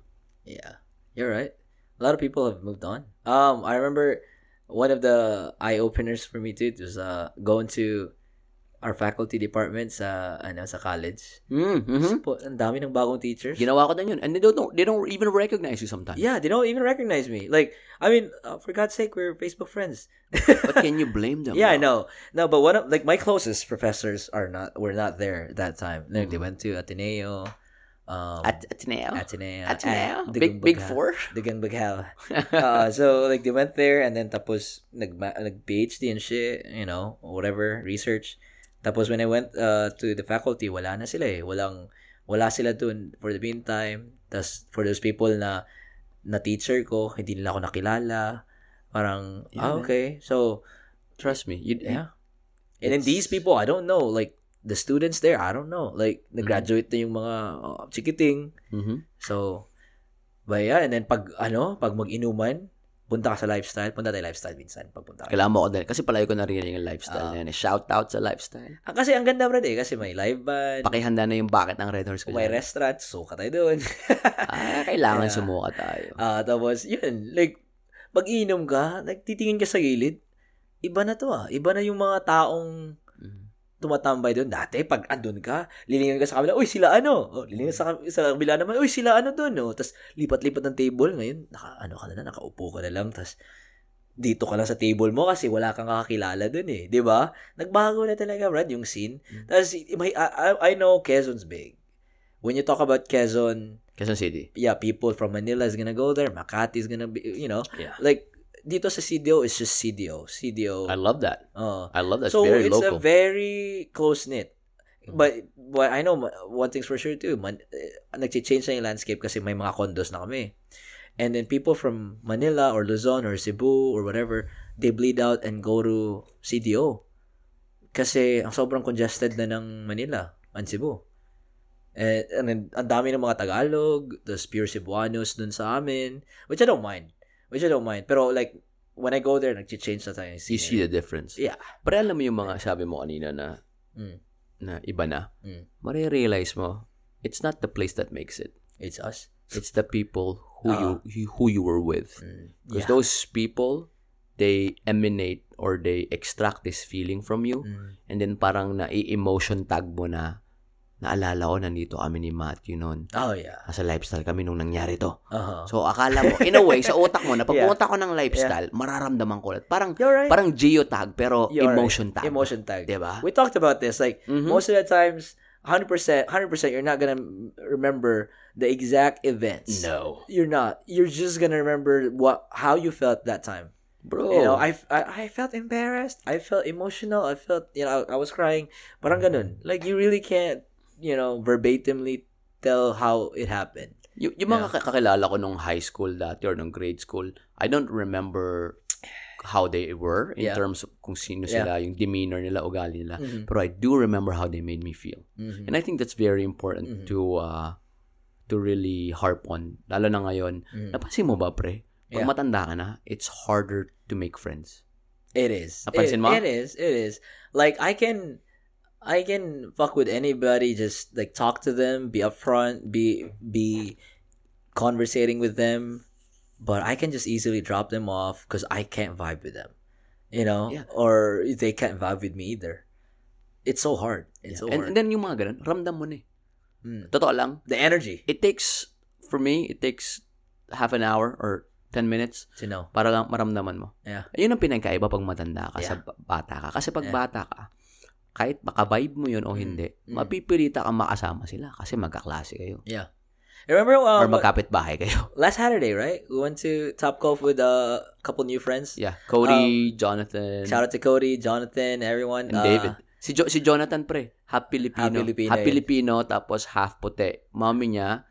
Yeah. You're right. A lot of people have moved on. Um, I remember one of the eye openers for me too was uh going to our faculty department sa ano sa college. Mm, mhm. Po, ang dami ng bagong teachers. Ginawa ko din yun. And they don't, they don't even recognize you sometimes. Yeah, they don't even recognize me. Like, I mean, uh, for God's sake, we're Facebook friends. But can you blame them? yeah, I no? know. No, but one of like my closest professors are not were not there that time. Like Mm-hmm. they went to Ateneo, um, At, Ateneo? Ateneo, Ateneo? at oh, Big, big Digungbaga- four? Digungbaghal. uh, so like they went there and then tapos nag nag PhD and shit, you know, whatever research. Tapos when I went uh, to the faculty, wala na sila eh. Walang wala sila dun for the meantime. Tas for those people na na teacher ko, hindi nila ako nakilala. Parang Yeah, ah, man. okay. So, Trust me. You, yeah. And then It's- these people, I don't know, like the students there, I don't know. Like nag-graduate na yung mga uh, chikiting. Mhm. So, but yeah, and then pag, ano, pag mag-inuman, punta ka sa lifestyle, punta tayo lifestyle minsan, pagpunta ka. Kailangan mo ako din. Kasi palayo ko narinig yung lifestyle Ah. na yun. eh. Shout out sa lifestyle. Ah, kasi ang ganda bro, eh, kasi may live band, Pakihanda na yung bucket ng Red Horse ko. may dyan. restaurant, suka tayo doon. Ah, kailangan Yeah. sumuka tayo. Ah, tapos, yun, like, pag-inom ka, nagtitingin ka sa gilid, iba na to ah. Iba na yung mga taong Mhm. tumatambay doon. Dati, pag andun ka, lilingan ka sa kabila, uy, sila ano? O, lilingan sa, kab- sa kabila naman, uy, sila ano doon? No? Tapos, lipat-lipat ng table. Ngayon, naka, ano ka na lang, nakaupo ka na lang. Tapos, dito ka lang sa table mo kasi wala kang kakakilala doon eh. 'Di ba? Nagbago na talaga, Brad, yung scene. Mm. Tapos, may, I, I- I know Quezon's big. When you talk about Quezon, Quezon City. yeah, people from Manila is gonna go there. Makati is gonna be, you know, Yeah. like, dito sa CDO, it's just CDO. CDO. I love that. oh I love that. It's so very it's local. Mm-hmm. a very close knit. But, but I know, ma- one thing's for sure too, man, eh, nag-change na yung landscape kasi may mga condos na kami. And then people from Manila or Luzon or Cebu or whatever, they bleed out and go to CDO. Kasi ang sobrang congested na ng Manila and Cebu. Eh, and then, ang dami ng mga Tagalog, the pure Cebuanos dun sa amin, which I don't mind. Which I don't mind. Pero like, when I go there, nag-change na tayo. yung You see scenery. the difference. Yeah. Pero alam mo yung mga sabi mo kanina na Mm. na iba na, Mm. marirealize mo, it's not the place that makes it. It's us. It's the people who Ah. you who you were with. Mm. Because Yeah. those people, they emanate or they extract this feeling from you. Mm. And then parang nai-emotion tag mo na, naalala ko nandito kami ni Matthew noon. Oh, yeah. Nasa lifestyle kami nung nangyari to. Uh-huh. So akala mo, in a way, sa utak mo, na pag Yeah. pumunta ko ng lifestyle, mararamdaman ko lahat. Parang, You're right. parang geotag, pero You're right. emotion tag. Emotion Mm-hmm. tag. Diba? We talked about this. Like, Mhm. most of the times, 100%, 100%, you're not gonna m- remember the exact events. no. You're not. You're just gonna remember what how you felt that time. Bro. You know, I, f- I, I felt embarrassed. I felt emotional. I felt, you know, I, was crying. Parang ganun. Like, you really can't, you know, verbatimly tell how it happened. Y- yung mga kakilala ko nung high school dati or nung grade school, I don't remember how they were in Yeah. terms of kung sino Yeah. sila, yung demeanor nila, ugali nila. Mhm. Pero I do remember how they made me feel. Mhm. And I think that's very important Mhm. to uh, to really harp on. Lalo na ngayon, Mhm. napansin mo ba pre? Pag Yeah. matanda ka na, it's harder to make friends. It is. Napansin it, mo? It is. It is. Like I can I can fuck with anybody just like talk to them, be upfront, be be conversating with them, but I can just easily drop them off cuz I can't vibe with them. You know, Yeah. or they can't vibe with me either. It's so hard. It's so And, and hard. then yung mga ganun, ramdam mo na eh. Mm. Totoo lang, The energy it takes, for me, it takes half an hour or 10 minutes to know. para lang maramdaman mo. Yeah. Ayun ang pinagkaiba pag matanda ka sa Yeah. ba- bata ka. Kasi pag Yeah. bata ka, kahit makavibe mo yun o hindi, Mm. mapipilita kang makasama sila kasi magkaklase kayo. Remember Or um, magkapit-bahay kayo. last Saturday, right? We went to Top Golf with uh, a couple new friends. Yeah. Cody, Jonathan, Um, Shout out to Cody, Jonathan, everyone. and Uh, David. Si, jo- si Jonathan pre, half Filipino. Half Filipino Half yun. Filipino, tapos half puti. Mommy niya,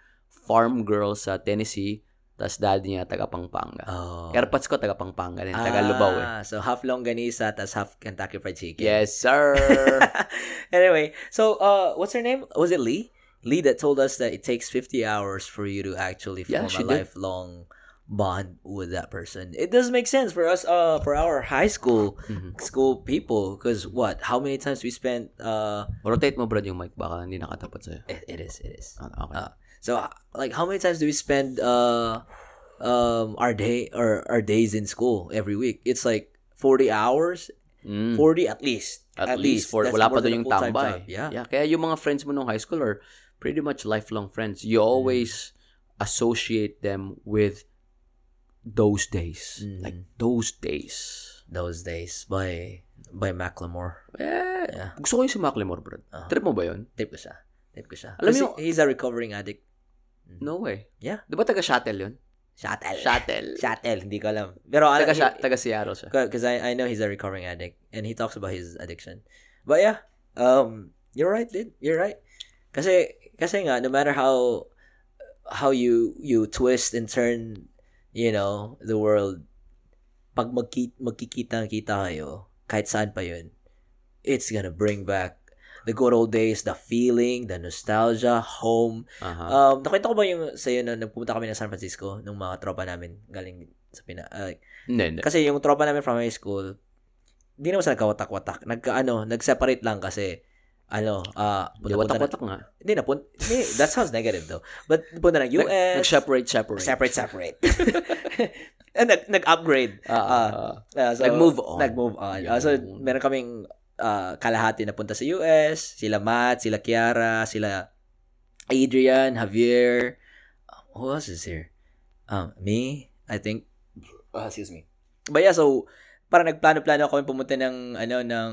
farm girl sa Tennessee, tapos daddy niya, taga Pampanga. Oh. Airpods ko, taga Pampanga rin, taga Lubao eh. Ah, So half longganisa tas half Kentucky Fried Chicken. Yes, sir! anyway, so uh what's her name? Was it Lee? Lee that told us that it takes 50 hours for you to actually Yeah, form she a did. lifelong bond with that person. It does make sense for us uh for our high school Mhm. school people cuz what? How many times we spent uh Rotate mo, Brad, yung mic. Baka hindi nakatapat sa'yo. it, it is it is. Ah, Okay. Ah. So uh, like how many times do we spend uh um our day or our days in school every week? It's like 40 hours Mm. 40 at least. at, least, for That's wala pa more doon than yung a full-time tambay. job. Yeah. Kaya yung mga friends mo nung high school are pretty much lifelong friends. You Mm. always associate them with those days. Mm. Like those days. Those days by by Macklemore. Eh, Yeah. gusto ko yung si Macklemore, bro. Uh-huh. Trip mo ba yun? Tip ko siya. Tip ko siya. Alam Kasi mo yung- he's a recovering addict. No way. Yeah. Di ba taga Shuttle yun? Shuttle. Shuttle. Shuttle. Hindi ko alam. Pero alam Taga, sha- taga Seattle siya. Because I, I know he's a recovering addict and he talks about his addiction. But yeah, um, you're right, dude. You're right. Kasi, kasi nga, no matter how how you you twist and turn, you know, the world, pag magki, magkikita-kita kayo, kahit saan pa yun, it's gonna bring back the good old days, the feeling, the nostalgia, home. Aha. Um, nakwento ko ba yung sa'yo na nung pumunta kami ng San Francisco nung mga tropa namin galing sa Pina, ah, Hindi, hindi. kasi yung tropa namin from high school, di naman sa nagkawatak-watak. Nagka, ano, nag-separate lang kasi, ano, ah, Di, punta-punta na- watak-watak nga. Hindi na, pun- hindi, that sounds negative though. But punta ng Nag- US, Nag-separate, eh, separate. separate, separate. And nag- nag-upgrade. Ah, ah, ah. Ah, so, Nag-move on. Nag-move on. Ah, so, Yun. meron kaming ah, kalahati na punta sa US, sila Matt, sila Kiara, sila Adrian, Javier, who else is here? Um, me, I think. Oh, excuse me. But yeah, so parang nagplano-plano kami pumunta ng ano ng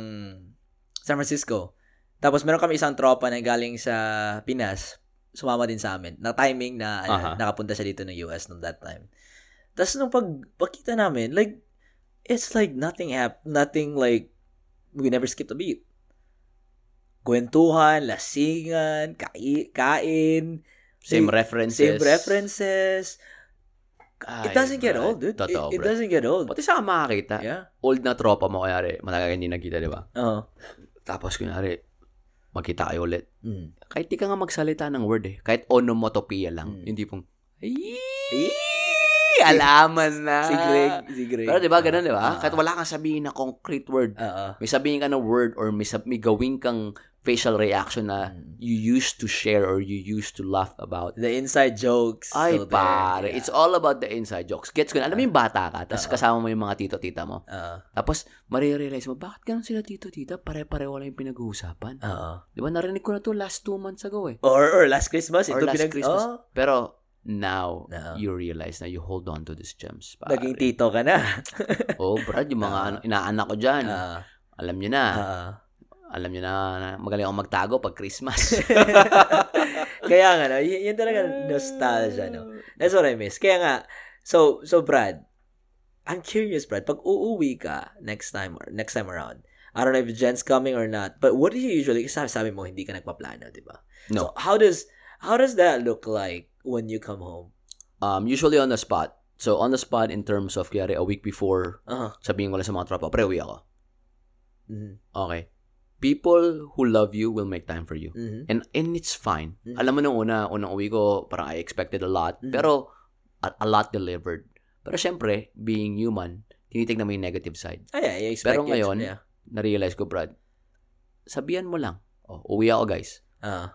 San Francisco. Tapos meron kami isang tropa na galing sa Pinas, sumama din sa amin. Na timing na ano, Aha. nakapunta siya dito ng US nung that time. Tapos nung pag pagkita namin, like it's like nothing hap nothing like we never skipped a beat. kwentuhan, lasingan, kai- kain, Same references. same references. It doesn't get old, dude. It, Totoo, it bro. doesn't get old. Pati sa makakita. Yeah. Uh-huh. Old na tropa mo, kayari, matagal hindi nagkita, di ba? Oo. Tapos, kunyari, magkita kayo ulit. Mm. Kahit di ka nga magsalita ng word eh. Kahit onomatopoeia lang. Mm. Hindi pong, ay, Eh, alaman na. Si Greg, si Greg. Ah. Pero di ba, ganun, di ba? Ah. Kahit wala kang sabihin na concrete word, Oo. may sabihin ka na word or may, sab- may gawin kang facial reaction na Mm. you used to share or you used to laugh about. The inside jokes. Ay, so there, pare. yeah. It's all about the inside jokes. Gets ko na. Alam mo yung bata ka, tapos kasama mo yung mga tito-tita mo. Oo. Tapos, marirealize mo, bakit ganun sila tito-tita? Pare-pareho lang yung pinag-uusapan. Oo. Di ba, narinig ko na to last two months ago eh. Or, or last Christmas. Or ito last pinag- Christmas. Oh, Pero, now, No. you realize na you hold on to these gems. Pare. naging tito ka na. Oh, Brad, yung mga Ah. ano, Ah. inaanak ko dyan. Oo. alam nyo na. Oo. Alam nyo na, na magaling akong magtago pag Christmas. Kaya nga, no, y- yun Ah. talaga nostalgia, no? That's what I miss. Kaya nga, so, so Brad, I'm curious, Brad, pag uuwi ka next time or next time around, I don't know if Jen's coming or not, but what do you usually, kasi sabi, sabi mo, hindi ka nagpaplano, di ba? So, No. how does, how does that look like when you come home? Um, usually on the spot. So, on the spot in terms of, kaya a week before, Uh-huh. sabihin ko lang sa mga tropa, pre, uwi ako. Mhm. Okay. People who love you will make time for you. Mhm. And and it's fine. Mm. Alam mo nung una, unang uwi ko, parang I expected a lot. Mm. Pero, a, a lot delivered. Pero syempre, being human, tinitignan mo yung negative side. Ah, yeah, I expect Pero you- ngayon, yeah. Na-realize ko, Brad, sabihan mo lang, oh, uwi ako, guys. Oh, Ah,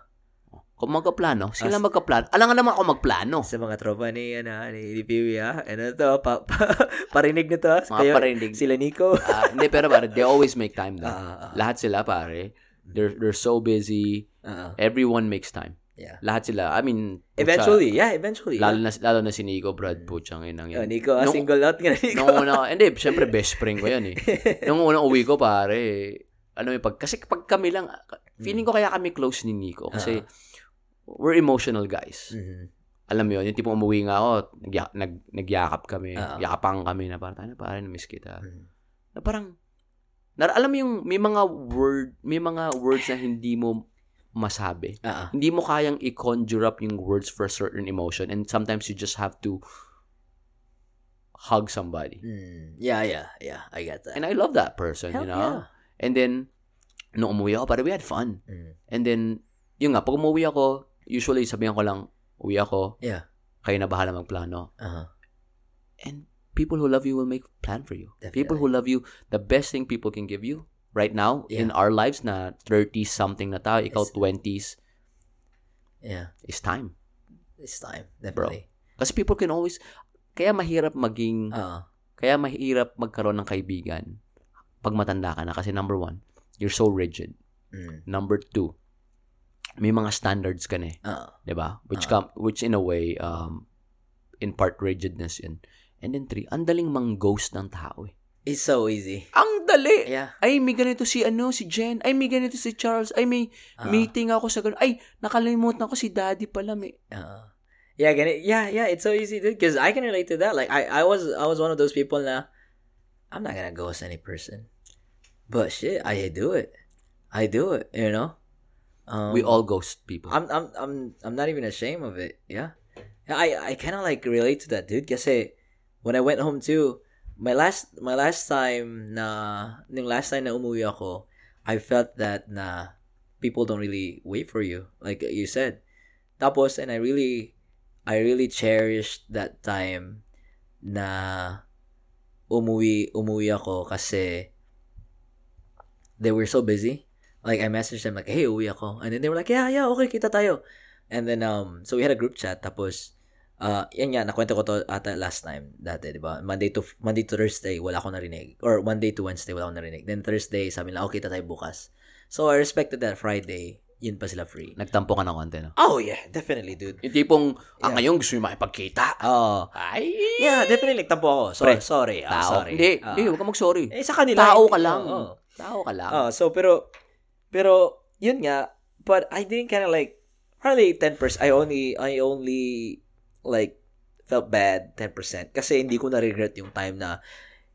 Kung magkaplano, sila As- magkaplano. Alam nga naman ako magplano. sa mga tropa ni, ano, ni Piwi, ah, ano to, pa, pa- parinig na to, ah. Mga Kayo- parinig. sila Nico. Ah, hindi, pero pare, they always make time though. Ah, ah, ah, Lahat sila, pare. They're, they're so busy. ah, ah. Everyone makes time. Yeah. Lahat sila. I mean, putya, Eventually, yeah, eventually. Lalo na, lalo na si Nico, Brad, Mm. putyang inang yan. Oh, Nico, ah, Nung- single out ka na, Nico. Nung una, hindi, syempre best friend ko yan eh. Nung unang uwi ko, pare, ano yung pag, kasi pag kami lang, feeling ko kaya kami close ni Nico. Kasi, Ah. we're emotional guys. Mhm. Alam mo yun, yung tipong umuwi nga ako, nagya- nag, nagyakap kami, Ah. yakapang kami na parang, tayo na pare, na-miss kita. Mhm. Na parang, na, alam mo yung, may mga word, may mga words na hindi mo masabi. Ah, ah. Hindi mo kayang i-conjure up yung words for a certain emotion and sometimes you just have to hug somebody. Mm. Yeah, yeah, yeah. I get that. And I love that person, Hell you know? And then, nung umuwi ako, parang we had fun. yeah. Mm. And then, yun nga, pag umuwi ako, usually sabihan ko lang, uwi ako, Yeah. kayo na bahala magplano. Uh-huh. And people who love you will make plan for you. Definitely. People who love you, the best thing people can give you right now Yeah. in our lives na 30s something na tayo, ikaw It's- 20s, Yeah. is time. It's time, definitely. Kasi people can always, kaya mahirap maging, Uh, kaya mahirap magkaroon ng kaibigan pag matanda ka na. Kasi number one, you're so rigid. mm. Number two, may mga standards ka na eh, uh, 'di ba? Which come Ah. which in a way um in part rigidness yun. And then three, ang daling mang-ghost ng tao eh. it's so easy. Ang dali. Yeah. Ay, may ganito si ano, si Jen. Ay, may ganito si Charles. Ay, may Uh, meeting ako sa ganun. Ay, nakalimutan ko si Daddy pala. May... Uh, yeah, get it? Yeah, yeah. It's so easy, dude. Because I can relate to that. Like, I, I was, I was one of those people. Now, I'm not gonna ghost any person, but shit, I do it. I do it. You know. Um, We all ghost people. I'm I'm I'm I'm not even ashamed of it. Yeah. Yeah, I I kind of like relate to that, dude. Kasi when I went home too, my last my last time na nung last time na umuwi ako, I felt that na people don't really wait for you, like you said. Tapos and I really I really cherished that time na umuwi umuwi ako kasi they were so busy. Like I messaged them like, "Hey, uwi ako." And then they were like, "Yeah, yeah, okay, kita tayo." And then um so we had a group chat tapos uh yan nga nakwento ko to ata last time dati, 'di ba? Monday to Monday to Thursday wala akong narinig or Monday to Wednesday wala akong narinig. Then Thursday sabi nila, "Okay, kita tayo bukas." So I respected that Friday, yun pa sila free. Nagtampo ka na konti, no? Oh yeah, definitely, dude. Yung tipong, ah, Yeah. ngayon gusto yung makipagkita. Oh. Ay! Yeah, definitely nagtampo ako. So, Pre, sorry. ah, Tao. sorry. Hindi, Ah. hindi, huwag ka mag-sorry. eh, sa kanila. Tao hindi- ka lang. oo, oo. Tao ka lang. Ah, so pero pero yun nga, but I didn't kind of like probably 10%. I only I only like felt bad 10% kasi hindi ko na regret yung time na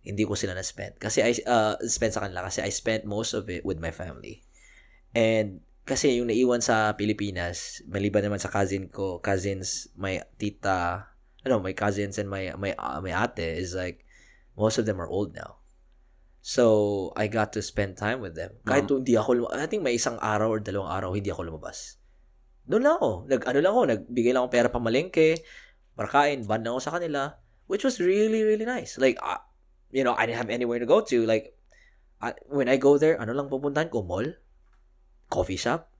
hindi ko sila na spend kasi I uh, spend sa kanila kasi I spent most of it with my family. And kasi yung naiwan sa Pilipinas, maliban naman sa cousin ko, cousins, my tita, ano, my cousins and my my uh, my ate is like most of them are old now. So, I got to spend time with them. Kahit Ma'am. hindi ako, lum- I think may isang araw or dalawang araw, hindi ako lumabas. Doon lang ako. Nag, ano lang ako, nagbigay lang ako pera pamalengke, markain, ban lang ako sa kanila, which was really, really nice. Like, ah, you know, I didn't have anywhere to go to. Like, I, when I go there, ano lang pupuntahan ko? Mall? Coffee shop?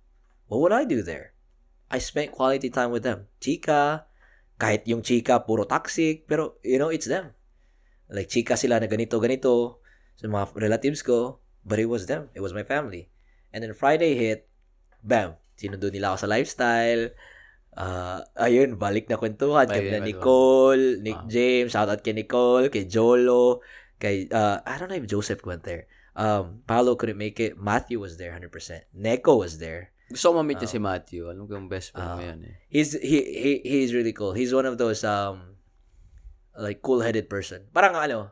What would I do there? I spent quality time with them. Chika, kahit yung chika, puro toxic, pero, you know, it's them. Like, chika sila na ganito, ganito, sa mga relatives ko, but it was them. It was my family. And then Friday hit, bam, sinundo nila ako sa lifestyle. Ah, ayun, balik na kwentuhan. Balik Kami na kwentuhan. na Nicole, Nick Ah. James, shout out kay Nicole, kay Jolo, kay, uh, I don't know if Joseph went there. Um, Paolo couldn't make it. Matthew was there 100%. Neko was there. Gusto ko mamit niya Oo. si Matthew. Alam ko yung best friend mo Oo. yan eh. He's he, he he's really cool. He's one of those um like cool-headed person. Parang ano,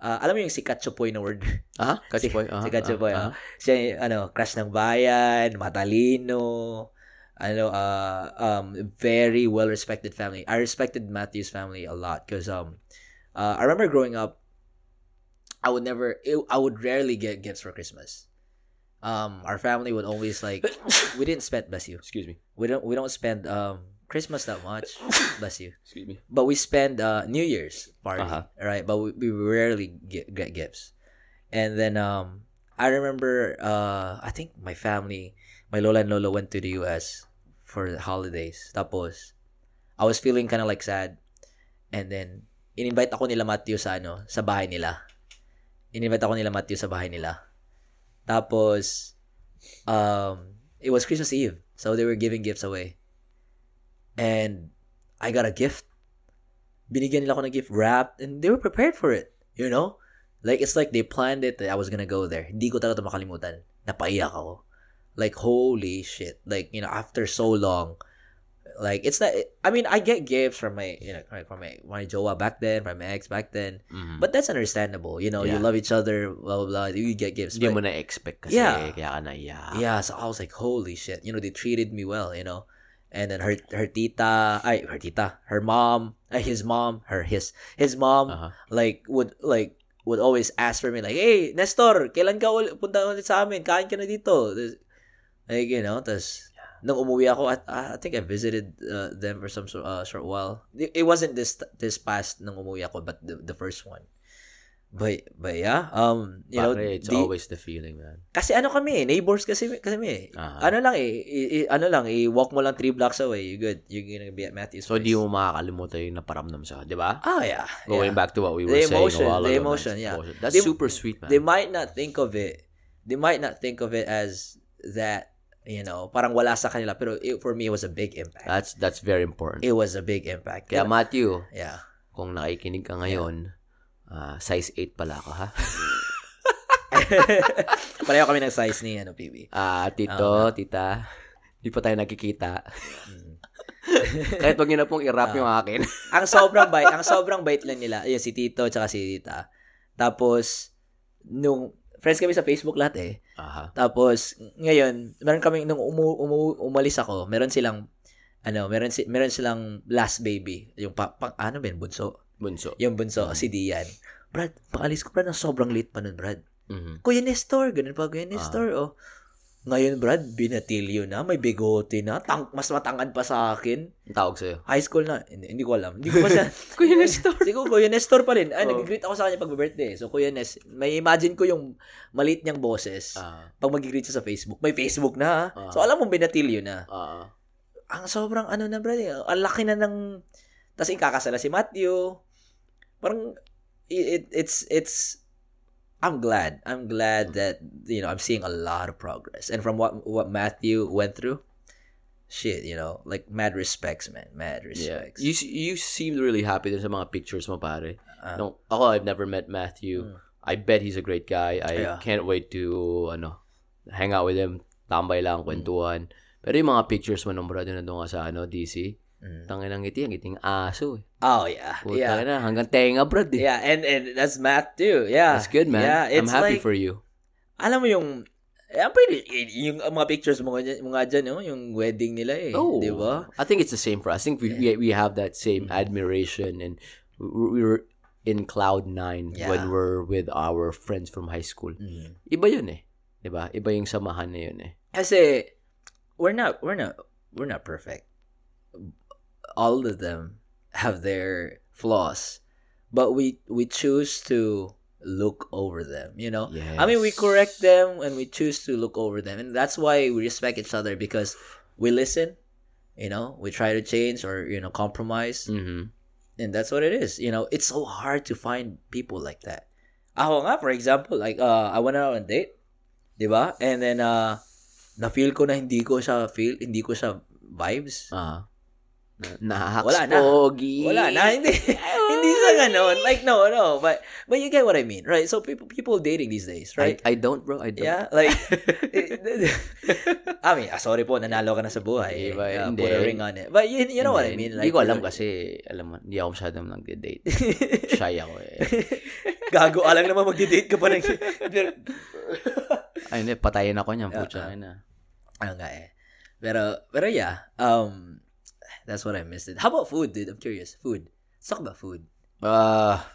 ah, alam mo yung si Katsupoy na word? Ah, Si- Kachipoy? Ah, si Kachipoy, ah, ah. Siya yung, ano, crush ng bayan, matalino, ano, uh, um, very well-respected family. I respected Matthew's family a lot because um, uh, I remember growing up, I would never, I would rarely get gifts for Christmas. Um, our family would always like, we didn't spend, bless you. Excuse me. We don't, we don't spend um, Christmas that much, bless you. Excuse me. But we spend uh, New Year's party, Uh-huh. right? But we, we rarely get, get gifts. And then um, I remember, uh, I think my family, my lola and lolo went to the U.S. for the holidays. Tapos, I was feeling kind of like sad. And then, in-invite ako nila Matthew sa ano, sa bahay nila. In-invite ako nila Matthew sa bahay nila. Tapos, um, it was Christmas Eve. So they were giving gifts away. And I got a gift. Binigyan nila ako ng gift wrapped and they were prepared for it. You know? Like, it's like they planned it that I was gonna go there. Hindi ko talaga ito makalimutan. Napaiyak ako. Like, holy shit. Like, you know, after so long, like, it's not, I mean, I get gifts from my, you know, like, from my, my jowa back then, from my ex back then, Mhm. but that's understandable. You know, you Yeah. love each other, blah, blah, blah. You get gifts. Hindi but- mo na-expect kasi eh, Yeah. kaya ka naiyak. yeah, so I was like, holy shit. You know, they treated me well, you know. And then her her tita, ay, her tita, her mom, ay, his mom, her his his mom Aha. like would like would always ask for me like, "Hey, Nestor, kailan ka ul- punta ulit sa amin? Kain ka na dito." Tas- Like, you know, tas nung umuwi ako, at I, I think I visited uh, them for some so- uh, short while. It, it wasn't this this past nung umuwi ako, but the, the first one. But but yeah, um, you know, Pare, it's the- always the feeling, man. Ah. kasi ano kami eh, neighbors kasi kasi eh. Aha. Ano lang eh, i- i- ano lang, i-walk mo lang three blocks away, you're good. You're gonna be at Matthew's So, place. di mo makakalimutan yung naparamdam sa di ba? Oh yeah. Going yeah. back to what we were The saying emotion, a while the ago, man. emotion, yeah. That's They- super sweet, man. They might not think of it. They might not think of it as that, you know, parang wala sa kanila, pero it, for me it was a big impact. That's that's very important. It was a big impact. Kaya You know? Matthew, yeah. kung nakikinig ka ngayon, ah, size 8 pala ako ha. Pareho kami ng size ni ano PB. Ah, tito, Oo tita, di pa tayo nagkikita. Mm. Kahit wag niyo na pong i-wrap Ah. yung akin. ang sobrang bait, ang sobrang bait lang nila, yun, si Tito tsaka si Tita. Tapos nung friends kami sa Facebook lahat eh. Aha. Tapos ngayon, meron kaming nung umu, umu- umalis ako, meron silang ano, meron si meron silang last baby, yung pa, pang- ano ben bunso. Bunso. Yung bunso Mm. si Dian. Brad, paalis ko Brad, ang sobrang late pa nun, Brad. Mhm. Kuya Nestor, ganun pa Kuya Nestor, Ah. oh. Ngayon, Brad, binatilyo na, may bigote na, tang, mas matangad pa sa akin. Ang tawag sa'yo. High school na, hindi, hindi ko alam. Hindi ko pa siya, Kuya Nestor. Oh. Siguro Kuya Nestor pa rin. Ay, Oo. nag-greet ako sa kanya pag birthday. So, Kuya Nes, may imagine ko yung maliit niyang boses Ah, pag mag-greet siya sa Facebook. May Facebook na. ah. Ah. So, alam mo, binatilyo na. ah, Ang sobrang ano na, bro. eh, Ang laki na ng... Tapos, ikakasala si Matthew. Parang, it, it's, it's, I'm glad. I'm glad that, you know, I'm seeing a lot of progress. And from what what Matthew went through, shit, you know, like, mad respects, man. Mad yeah. respects. You, you seemed really happy dun sa mga pictures mo, pare. Ah. No, ako, I've never met Matthew. Mm. I bet he's a great guy. I Yeah. can't wait to, ano, hang out with him. Tambay lang, kwentuhan. Pero yung mga pictures mo nung brother na doon ka sa, ano, DC, Mm. tangin ang ngiti, ang ngiti ng aso. Eh. Oh, yeah. yeah. Puta na, hanggang tenga, brad. Eh. Yeah, and and that's math too. Yeah. That's good, man. Yeah, I'm it's happy like- for you. Alam mo yung Eh, ang pwede, y- yung ang mga pictures mo, nga- mo nga dyan, no? yung wedding nila eh. Oh, Di ba? I think it's the same for us. I think we we, we have that same Mm-hmm. admiration and we- we're in cloud nine Yeah. when we're with our friends from high school. Mm. Iba yun eh. 'Di ba? Iba yung samahan na yun eh. Kasi, we're not, we're not, we're not perfect. All of them have their flaws. But we, we choose to look over them, you know? Oh, I mean, we Yes. correct them and we choose to look over them. And that's why we respect each other because we listen, you know, we try to change or, you know, compromise. Mhm. and that's what it is. You know, it's so hard to find people like that. Ako nga, for example, like, uh, I went out on a date, di ba? And then, uh, na-feel ko na hindi ko siya feel, hindi ko siya vibes. Ah. Wala na. Pogi. Wala na, eh. hindi, hindi sa ganun. Like, no, no, but, but you get what I mean, right? So, people, people dating these days, right? I, I don't bro, I don't. Yeah, Eh, like, I mean, ah, sorry po, nanalo ka na sa Di buhay. ba? Uh, Hindi. put a ring on it. But you, you know what I mean? uh, Hindi ko alam kasi, alam mo, hindi ako masyadong nagde-date. Shy ako eh. Gago, alam naman magdi-date ka pa ng... Ay, hindi, patayin ako niyan, Ah, putya. ah. ay na. ano nga eh. Pero, pero yeah, um, that's what I missed it. How about food, dude? I'm curious. Food. Let's talk about food. Ah,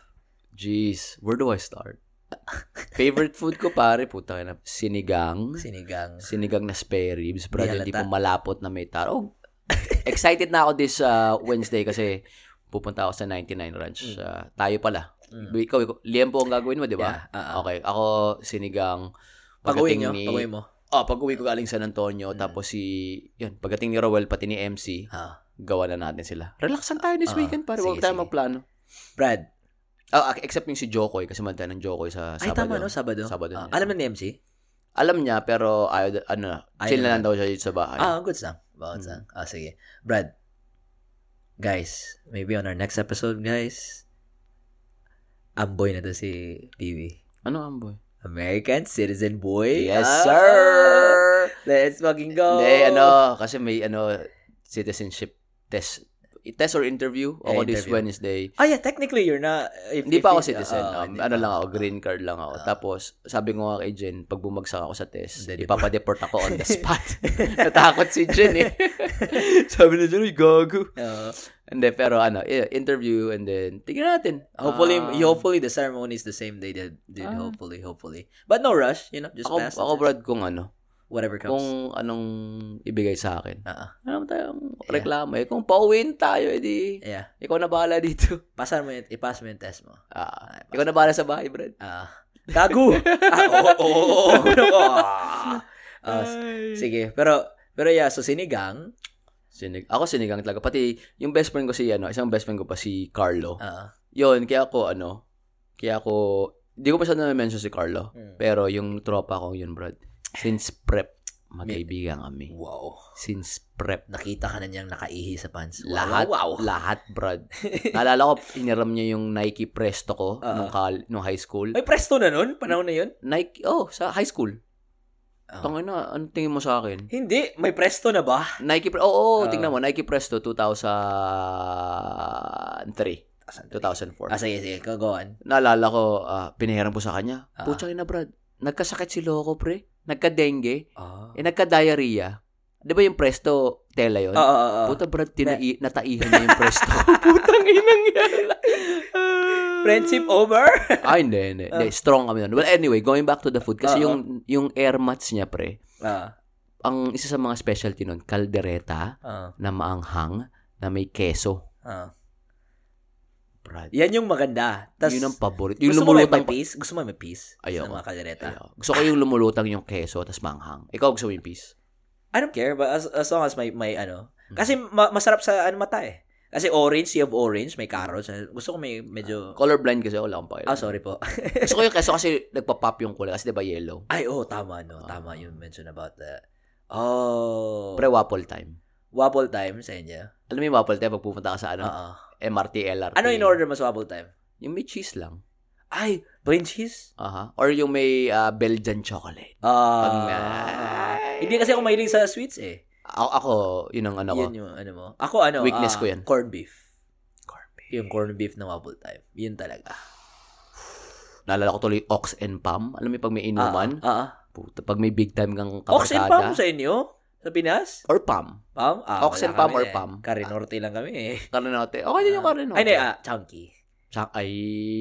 jeez. Where do I start? Favorite food ko, pare, puta na. Sinigang. Sinigang. Sinigang na spare ribs. Bro, Di hindi halata. po malapot na may taro. Oh, excited na ako this ah, Wednesday kasi pupunta ako sa 99 Ranch. Ah, tayo pala. Mm. Ikaw, ikaw. Liam po ang gagawin mo, di Hmm. ba? Yeah, ah, ah. Okay. Ako, sinigang. Pag-uwi Pagdating nyo, ni- pag-uwi mo. Hmm. Oh, pag-uwi ko galing San Antonio, tapos si, yun, pagdating ni Rowell, pati ni MC, Ah. gawa na natin sila. Relaxan tayo this Ah, weekend, para sige, huwag tayo sige. magplano. Brad. Oh, ac- except yung si Jokoy, kasi madala ng Jokoy sa Ay, Sabado. tama no, Sabado. Sabado Ah, na. alam na ni MC? Alam niya, pero ayaw, da- ano, Ayaw chill na. na lang daw siya dito sa bahay. Ah, good sang. Bawat Mm. sang. Ah, sige. Brad. Guys, maybe on our next episode, guys, amboy na to si PB. Ano ang boy? American Citizen Boy. Yes, Ah, sir! Let's fucking go! Hindi, ano, kasi may, ano, citizenship test. Test or interview? Eh, Ako this interview. Wednesday. Ah, yeah, technically, you're not... if- Hindi if pa ako you- citizen. ah, um, hindi ano pa. Ah. lang ako, green card lang ako. Tapos, sabi ko nga kay Jen, pag bumagsak ako sa test, Hindi, ipapadeport ako on the spot. Natakot si Jen eh. sabi na Jen, uy, gago. Oo. Hindi, pero ano, i- interview and then, tingnan natin. hopefully, Um, you- hopefully the ceremony is the same day that did. Ah. hopefully, hopefully. But no rush, you know, just Ako, pass. ako Brad, kung ano, whatever kung comes. anong ibigay sa akin. Ah, ah. Ano ba tayong Yeah. reklamo eh? Kung pauwiin tayo, edi, yeah. ikaw na bahala dito. Pasan mo yun, ipass mo yung test mo. Ah, ikaw na bahala sa bahay, Brad. Ah. gago! ah, oo, oo, oo, oo, oo. Ah. Ah, s- Ay. sige, pero, pero yeah, so sinigang. Sinig ako sinigang talaga. Pati yung best friend ko si ano, isang best friend ko pa si Carlo. Ah. Yun, kaya ako ano, kaya ako, di ko pa siya na-mention si Carlo. Mm. Pero yung tropa ko yun, Brad. Since prep, magkaibigan kami. wow. Since prep. Nakita ka na niyang nakaihi sa pants. Wow, Lahat, Wow, wow. lahat, Brad. Naalala ko, iniram niya yung Nike Presto ko Ah. nung, kal- nung high school. Ay, presto na nun? Panahon na yun? Nike, oh, sa high school. Ah. Tangin na, ano tingin mo sa akin? Hindi, may presto na ba? Nike, Pre- oo, oh, Ah. tingnan mo, Nike Presto 2003, 2004. Ah, sige, sige, go go on. naalala ko, ah, pinahiram ko sa kanya. Ah. Putsa na, Brad. Nagkasakit si Loco, pre. Nagka-dengue. Ah. Eh, nagka-diarrhea. Di ba yung presto tela yun? Oo, oo, oo. Puta, Brad, tinai- nataihan niya yung presto. Putang inang yan. Friendship over? Ah, hindi, hindi. Hindi, strong kami nun. Well, anyway, going back to the food. Kasi Ah, yung yung air mats niya, pre, Ah. ang isa sa mga specialty nun, kaldereta Ah. na maanghang na may keso. Ah. Brad, Yan yung maganda. Tas, yun ang paborito. Yung gusto mo may, may lumulutang piece? Gusto mo may piece? Ayoko. Sa mga kaldereta? Ayaw. Gusto ko yung lumulutang yung keso tapos manghang. Ikaw gusto mo yung peas? I don't care, but as, as long as may, may ano. Hmm. Kasi ma- masarap sa ano, mata eh. Kasi orange, you have orange, may carrots. Gusto ko may medyo... Colorblind kasi wala akong pakialam. Ah, sorry po. gusto ko yung keso kasi nagpa-pop yung kulay kasi 'di ba yellow. Ay, oh, tama, no. Tama, you mentioned about that. Oh. Pre waffle time. Wobble time sa inyo. Alam mo yung waffle time pag pupunta ka sa ano, Oo. MRT LRT. Ah. Ano in order mas wobble time? Yung may cheese lang. Ay, plain cheese? Aha. Or yung may ah, Belgian chocolate. Pag- Ah. hindi kasi ako mahilig sa sweets eh. Ako, ako yun ang ano ko. Yan yung ano mo. Ako ano, Weakness ah, ko yan. Corned beef. Corned beef. Yung corned beef na wobble time. Yun talaga. Naalala ko tuloy ox and pam. Alam mo yung pag may inuman, Ah, ah, ah. Puta, pag may big time kang Ox and Pam kabarkada. sa inyo? Sa Pinas? Or PAM. Pam? Ah, Ox wala and Pam kami or eh. Pam? Ano Carinorte lang kami eh. Karinote. Okay din yung Karinote. Ay, hindi, ah, Chunky. Sa- ay.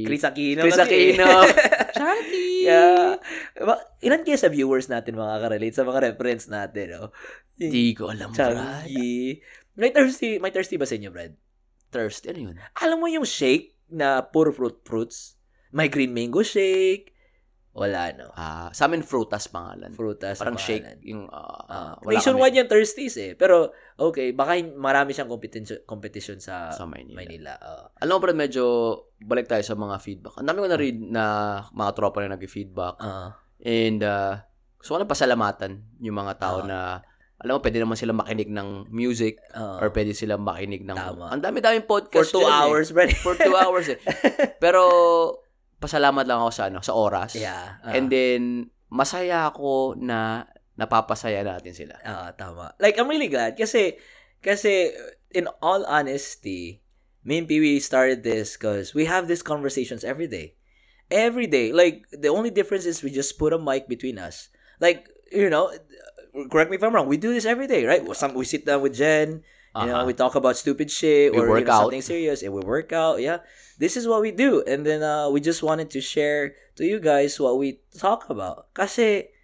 Chris Aquino. Chris kasi eh. Aquino. Chunky. Yeah. Ba- Ilan kaya sa viewers natin makaka-relate sa mga reference natin, no? Yung Di ko alam, Brad. Chunky. May thirsty, may thirsty ba sa inyo, Brad? Thirsty. Ano yun? Alam mo yung shake na puro fruit fruits? May green mango shake. Wala, no? Ah, sa amin, frutas pangalan. Frutas. Parang ang shake. pangalan. Yung, ah, Ah, wala nationwide yung Thursdays eh. Pero, okay, baka hin- marami siyang competition, competition kami sa Sa Maynila. Manila. ah. Oo. Alam mo, Brad, medyo balik tayo sa mga feedback. Ang dami ko na-read na mga tropa na nag-feedback. Ah. And uh, gusto ko lang pasalamatan yung mga tao Ah. na, alam mo, pwede naman sila makinig ng music Oo. or pwede sila makinig ng... Tama. Ang dami-daming Ah. for podcast. two dyan eh. hours, bro. For two hours eh. Pero pasalamat lang ako sa ano, sa oras. yeah. ah. And then, masaya ako na napapasaya natin sila. Ah, tama. Like, I'm really glad kasi, kasi, in all honesty, me and Pee Wee started this because we have these conversations every day. Every day. Like, the only difference is we just put a mic between us. Like, you know, correct me if I'm wrong, we do this every day, right? Some, we sit down with Jen, You Aha. know, we talk about stupid shit Uh-huh. We or work you know, out. something serious, and we work out. Yeah, this is what we do, and then uh, we just wanted to share to you guys what we talk about. Kasi,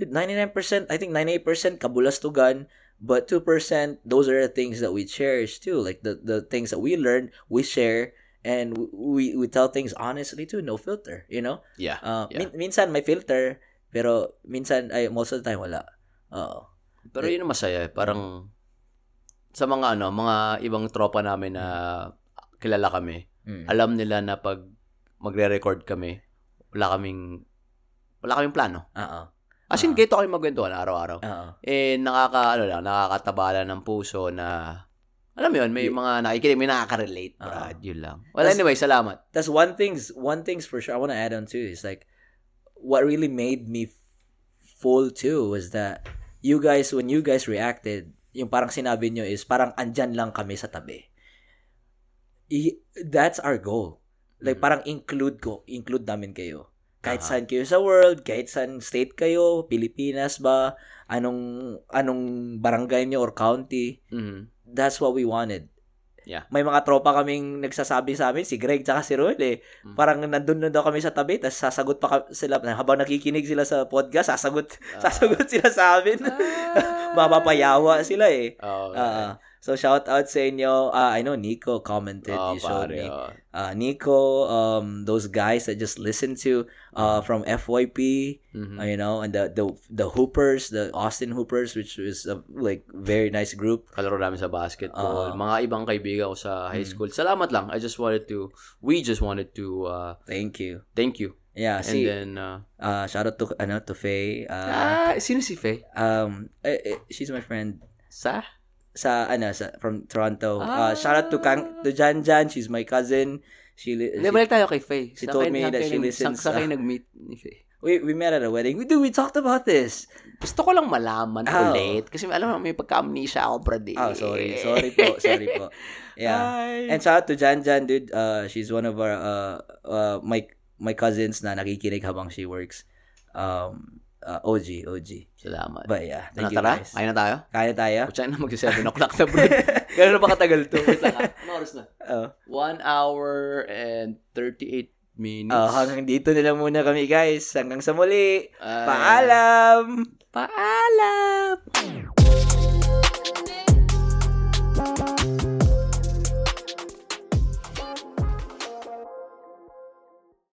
dude, ninety nine percent, I think ninety eight percent kabulastugan, but two percent those are the things that we cherish too, like the the things that we learn, we share, and we we tell things honestly too, no filter. You know, yeah. uh, Yeah. min- minsan may filter, pero minsan ay most of the time wala. Oh. Oo. Pero yun ang masaya. eh. Parang sa mga ano, mga ibang tropa namin na kilala kami, Mm. alam nila na pag magre-record kami, wala kaming wala kaming plano. Oo. As in, Ah. kito kami magkwentuhan araw-araw. Oo. Eh, nakaka, ano lang, nakakatabala ng puso na, alam mo yun, may Y- mga nakikinig, may nakaka-relate, Ah. Brad, yun lang. Well, Tas- anyway, salamat. that's one thing's one thing's for sure. I want to add on too is like what really made me f- full too was that you guys when you guys reacted, yung parang sinabi nyo is parang andyan lang kami sa tabi. I- that's our goal. Like Mhm. parang include ko, include namin kayo. Kahit Aha. saan kayo sa world, kahit saan state kayo, Pilipinas ba, anong anong barangay nyo or county, Mhm. that's what we wanted. Yeah. May mga tropa kaming nagsasabi sa amin, si Greg tsaka si Roel eh. Mm. Parang nandun na daw kami sa tabi, tapos sasagot pa ka- sila. Habang nakikinig sila sa podcast, sasagot, Ah. sasagot sila sa amin. Ah. Mapapayawa sila eh. Oo. Ah, ah. so shout out sa inyo. Ah, I know Nico commented. Oo, you showed pare, oh. me. oo. Ah, Nico, um, those guys that just listened to Mm. uh, from FYP. Mhm. uh, you know, and the the the Hoopers, the Austin Hoopers, which is a like very nice group. kalaro namin sa basketball. Oo. mga ibang kaibigan ko sa high Ah. Mm. school. Salamat lang. I just wanted to, we just wanted to uh, Thank you. thank you. Yeah, And Ah, see, then, uh, Uh, shout out to ano to Faye. Uh, ah, sino si Fe? um, eh, eh, she's my friend Sa? sa ano sa from Toronto. Ah. Uh, shout out to Kang to Jan Jan. She's my cousin. She, li- Hindi, balik tayo kay Fe. Eh, Saan She told kayo- me saan that kayo she nag- listens, Saan, saan kayo ah. nag-meet ni Fe? we we met at a wedding. We do we talked about this. Gusto ko lang malaman Oh. ulit. Kasi alam mo, may pagka-amnesia ako, brad. eh. Oh, sorry. Sorry po. Sorry po. Yeah. Ay. And shout out to Jan Jan dude. Uh, she's one of our uh, uh my my cousins na nakikinig habang she works. Um uh, OG, OG. Salamat. But yeah, Ano thank you tara? guys. Ah. Kaya na tayo? Kaya tayo? Kutsain na mag-7 o'clock na, bro. Gano'n na ba katagal to? Wait lang, ah. Ano oras na? Oh. 1 hour and 38 minutes. Oh, hanggang dito na lang Ah. muna kami guys. Hanggang sa muli. Ay. Paalam! Paalam!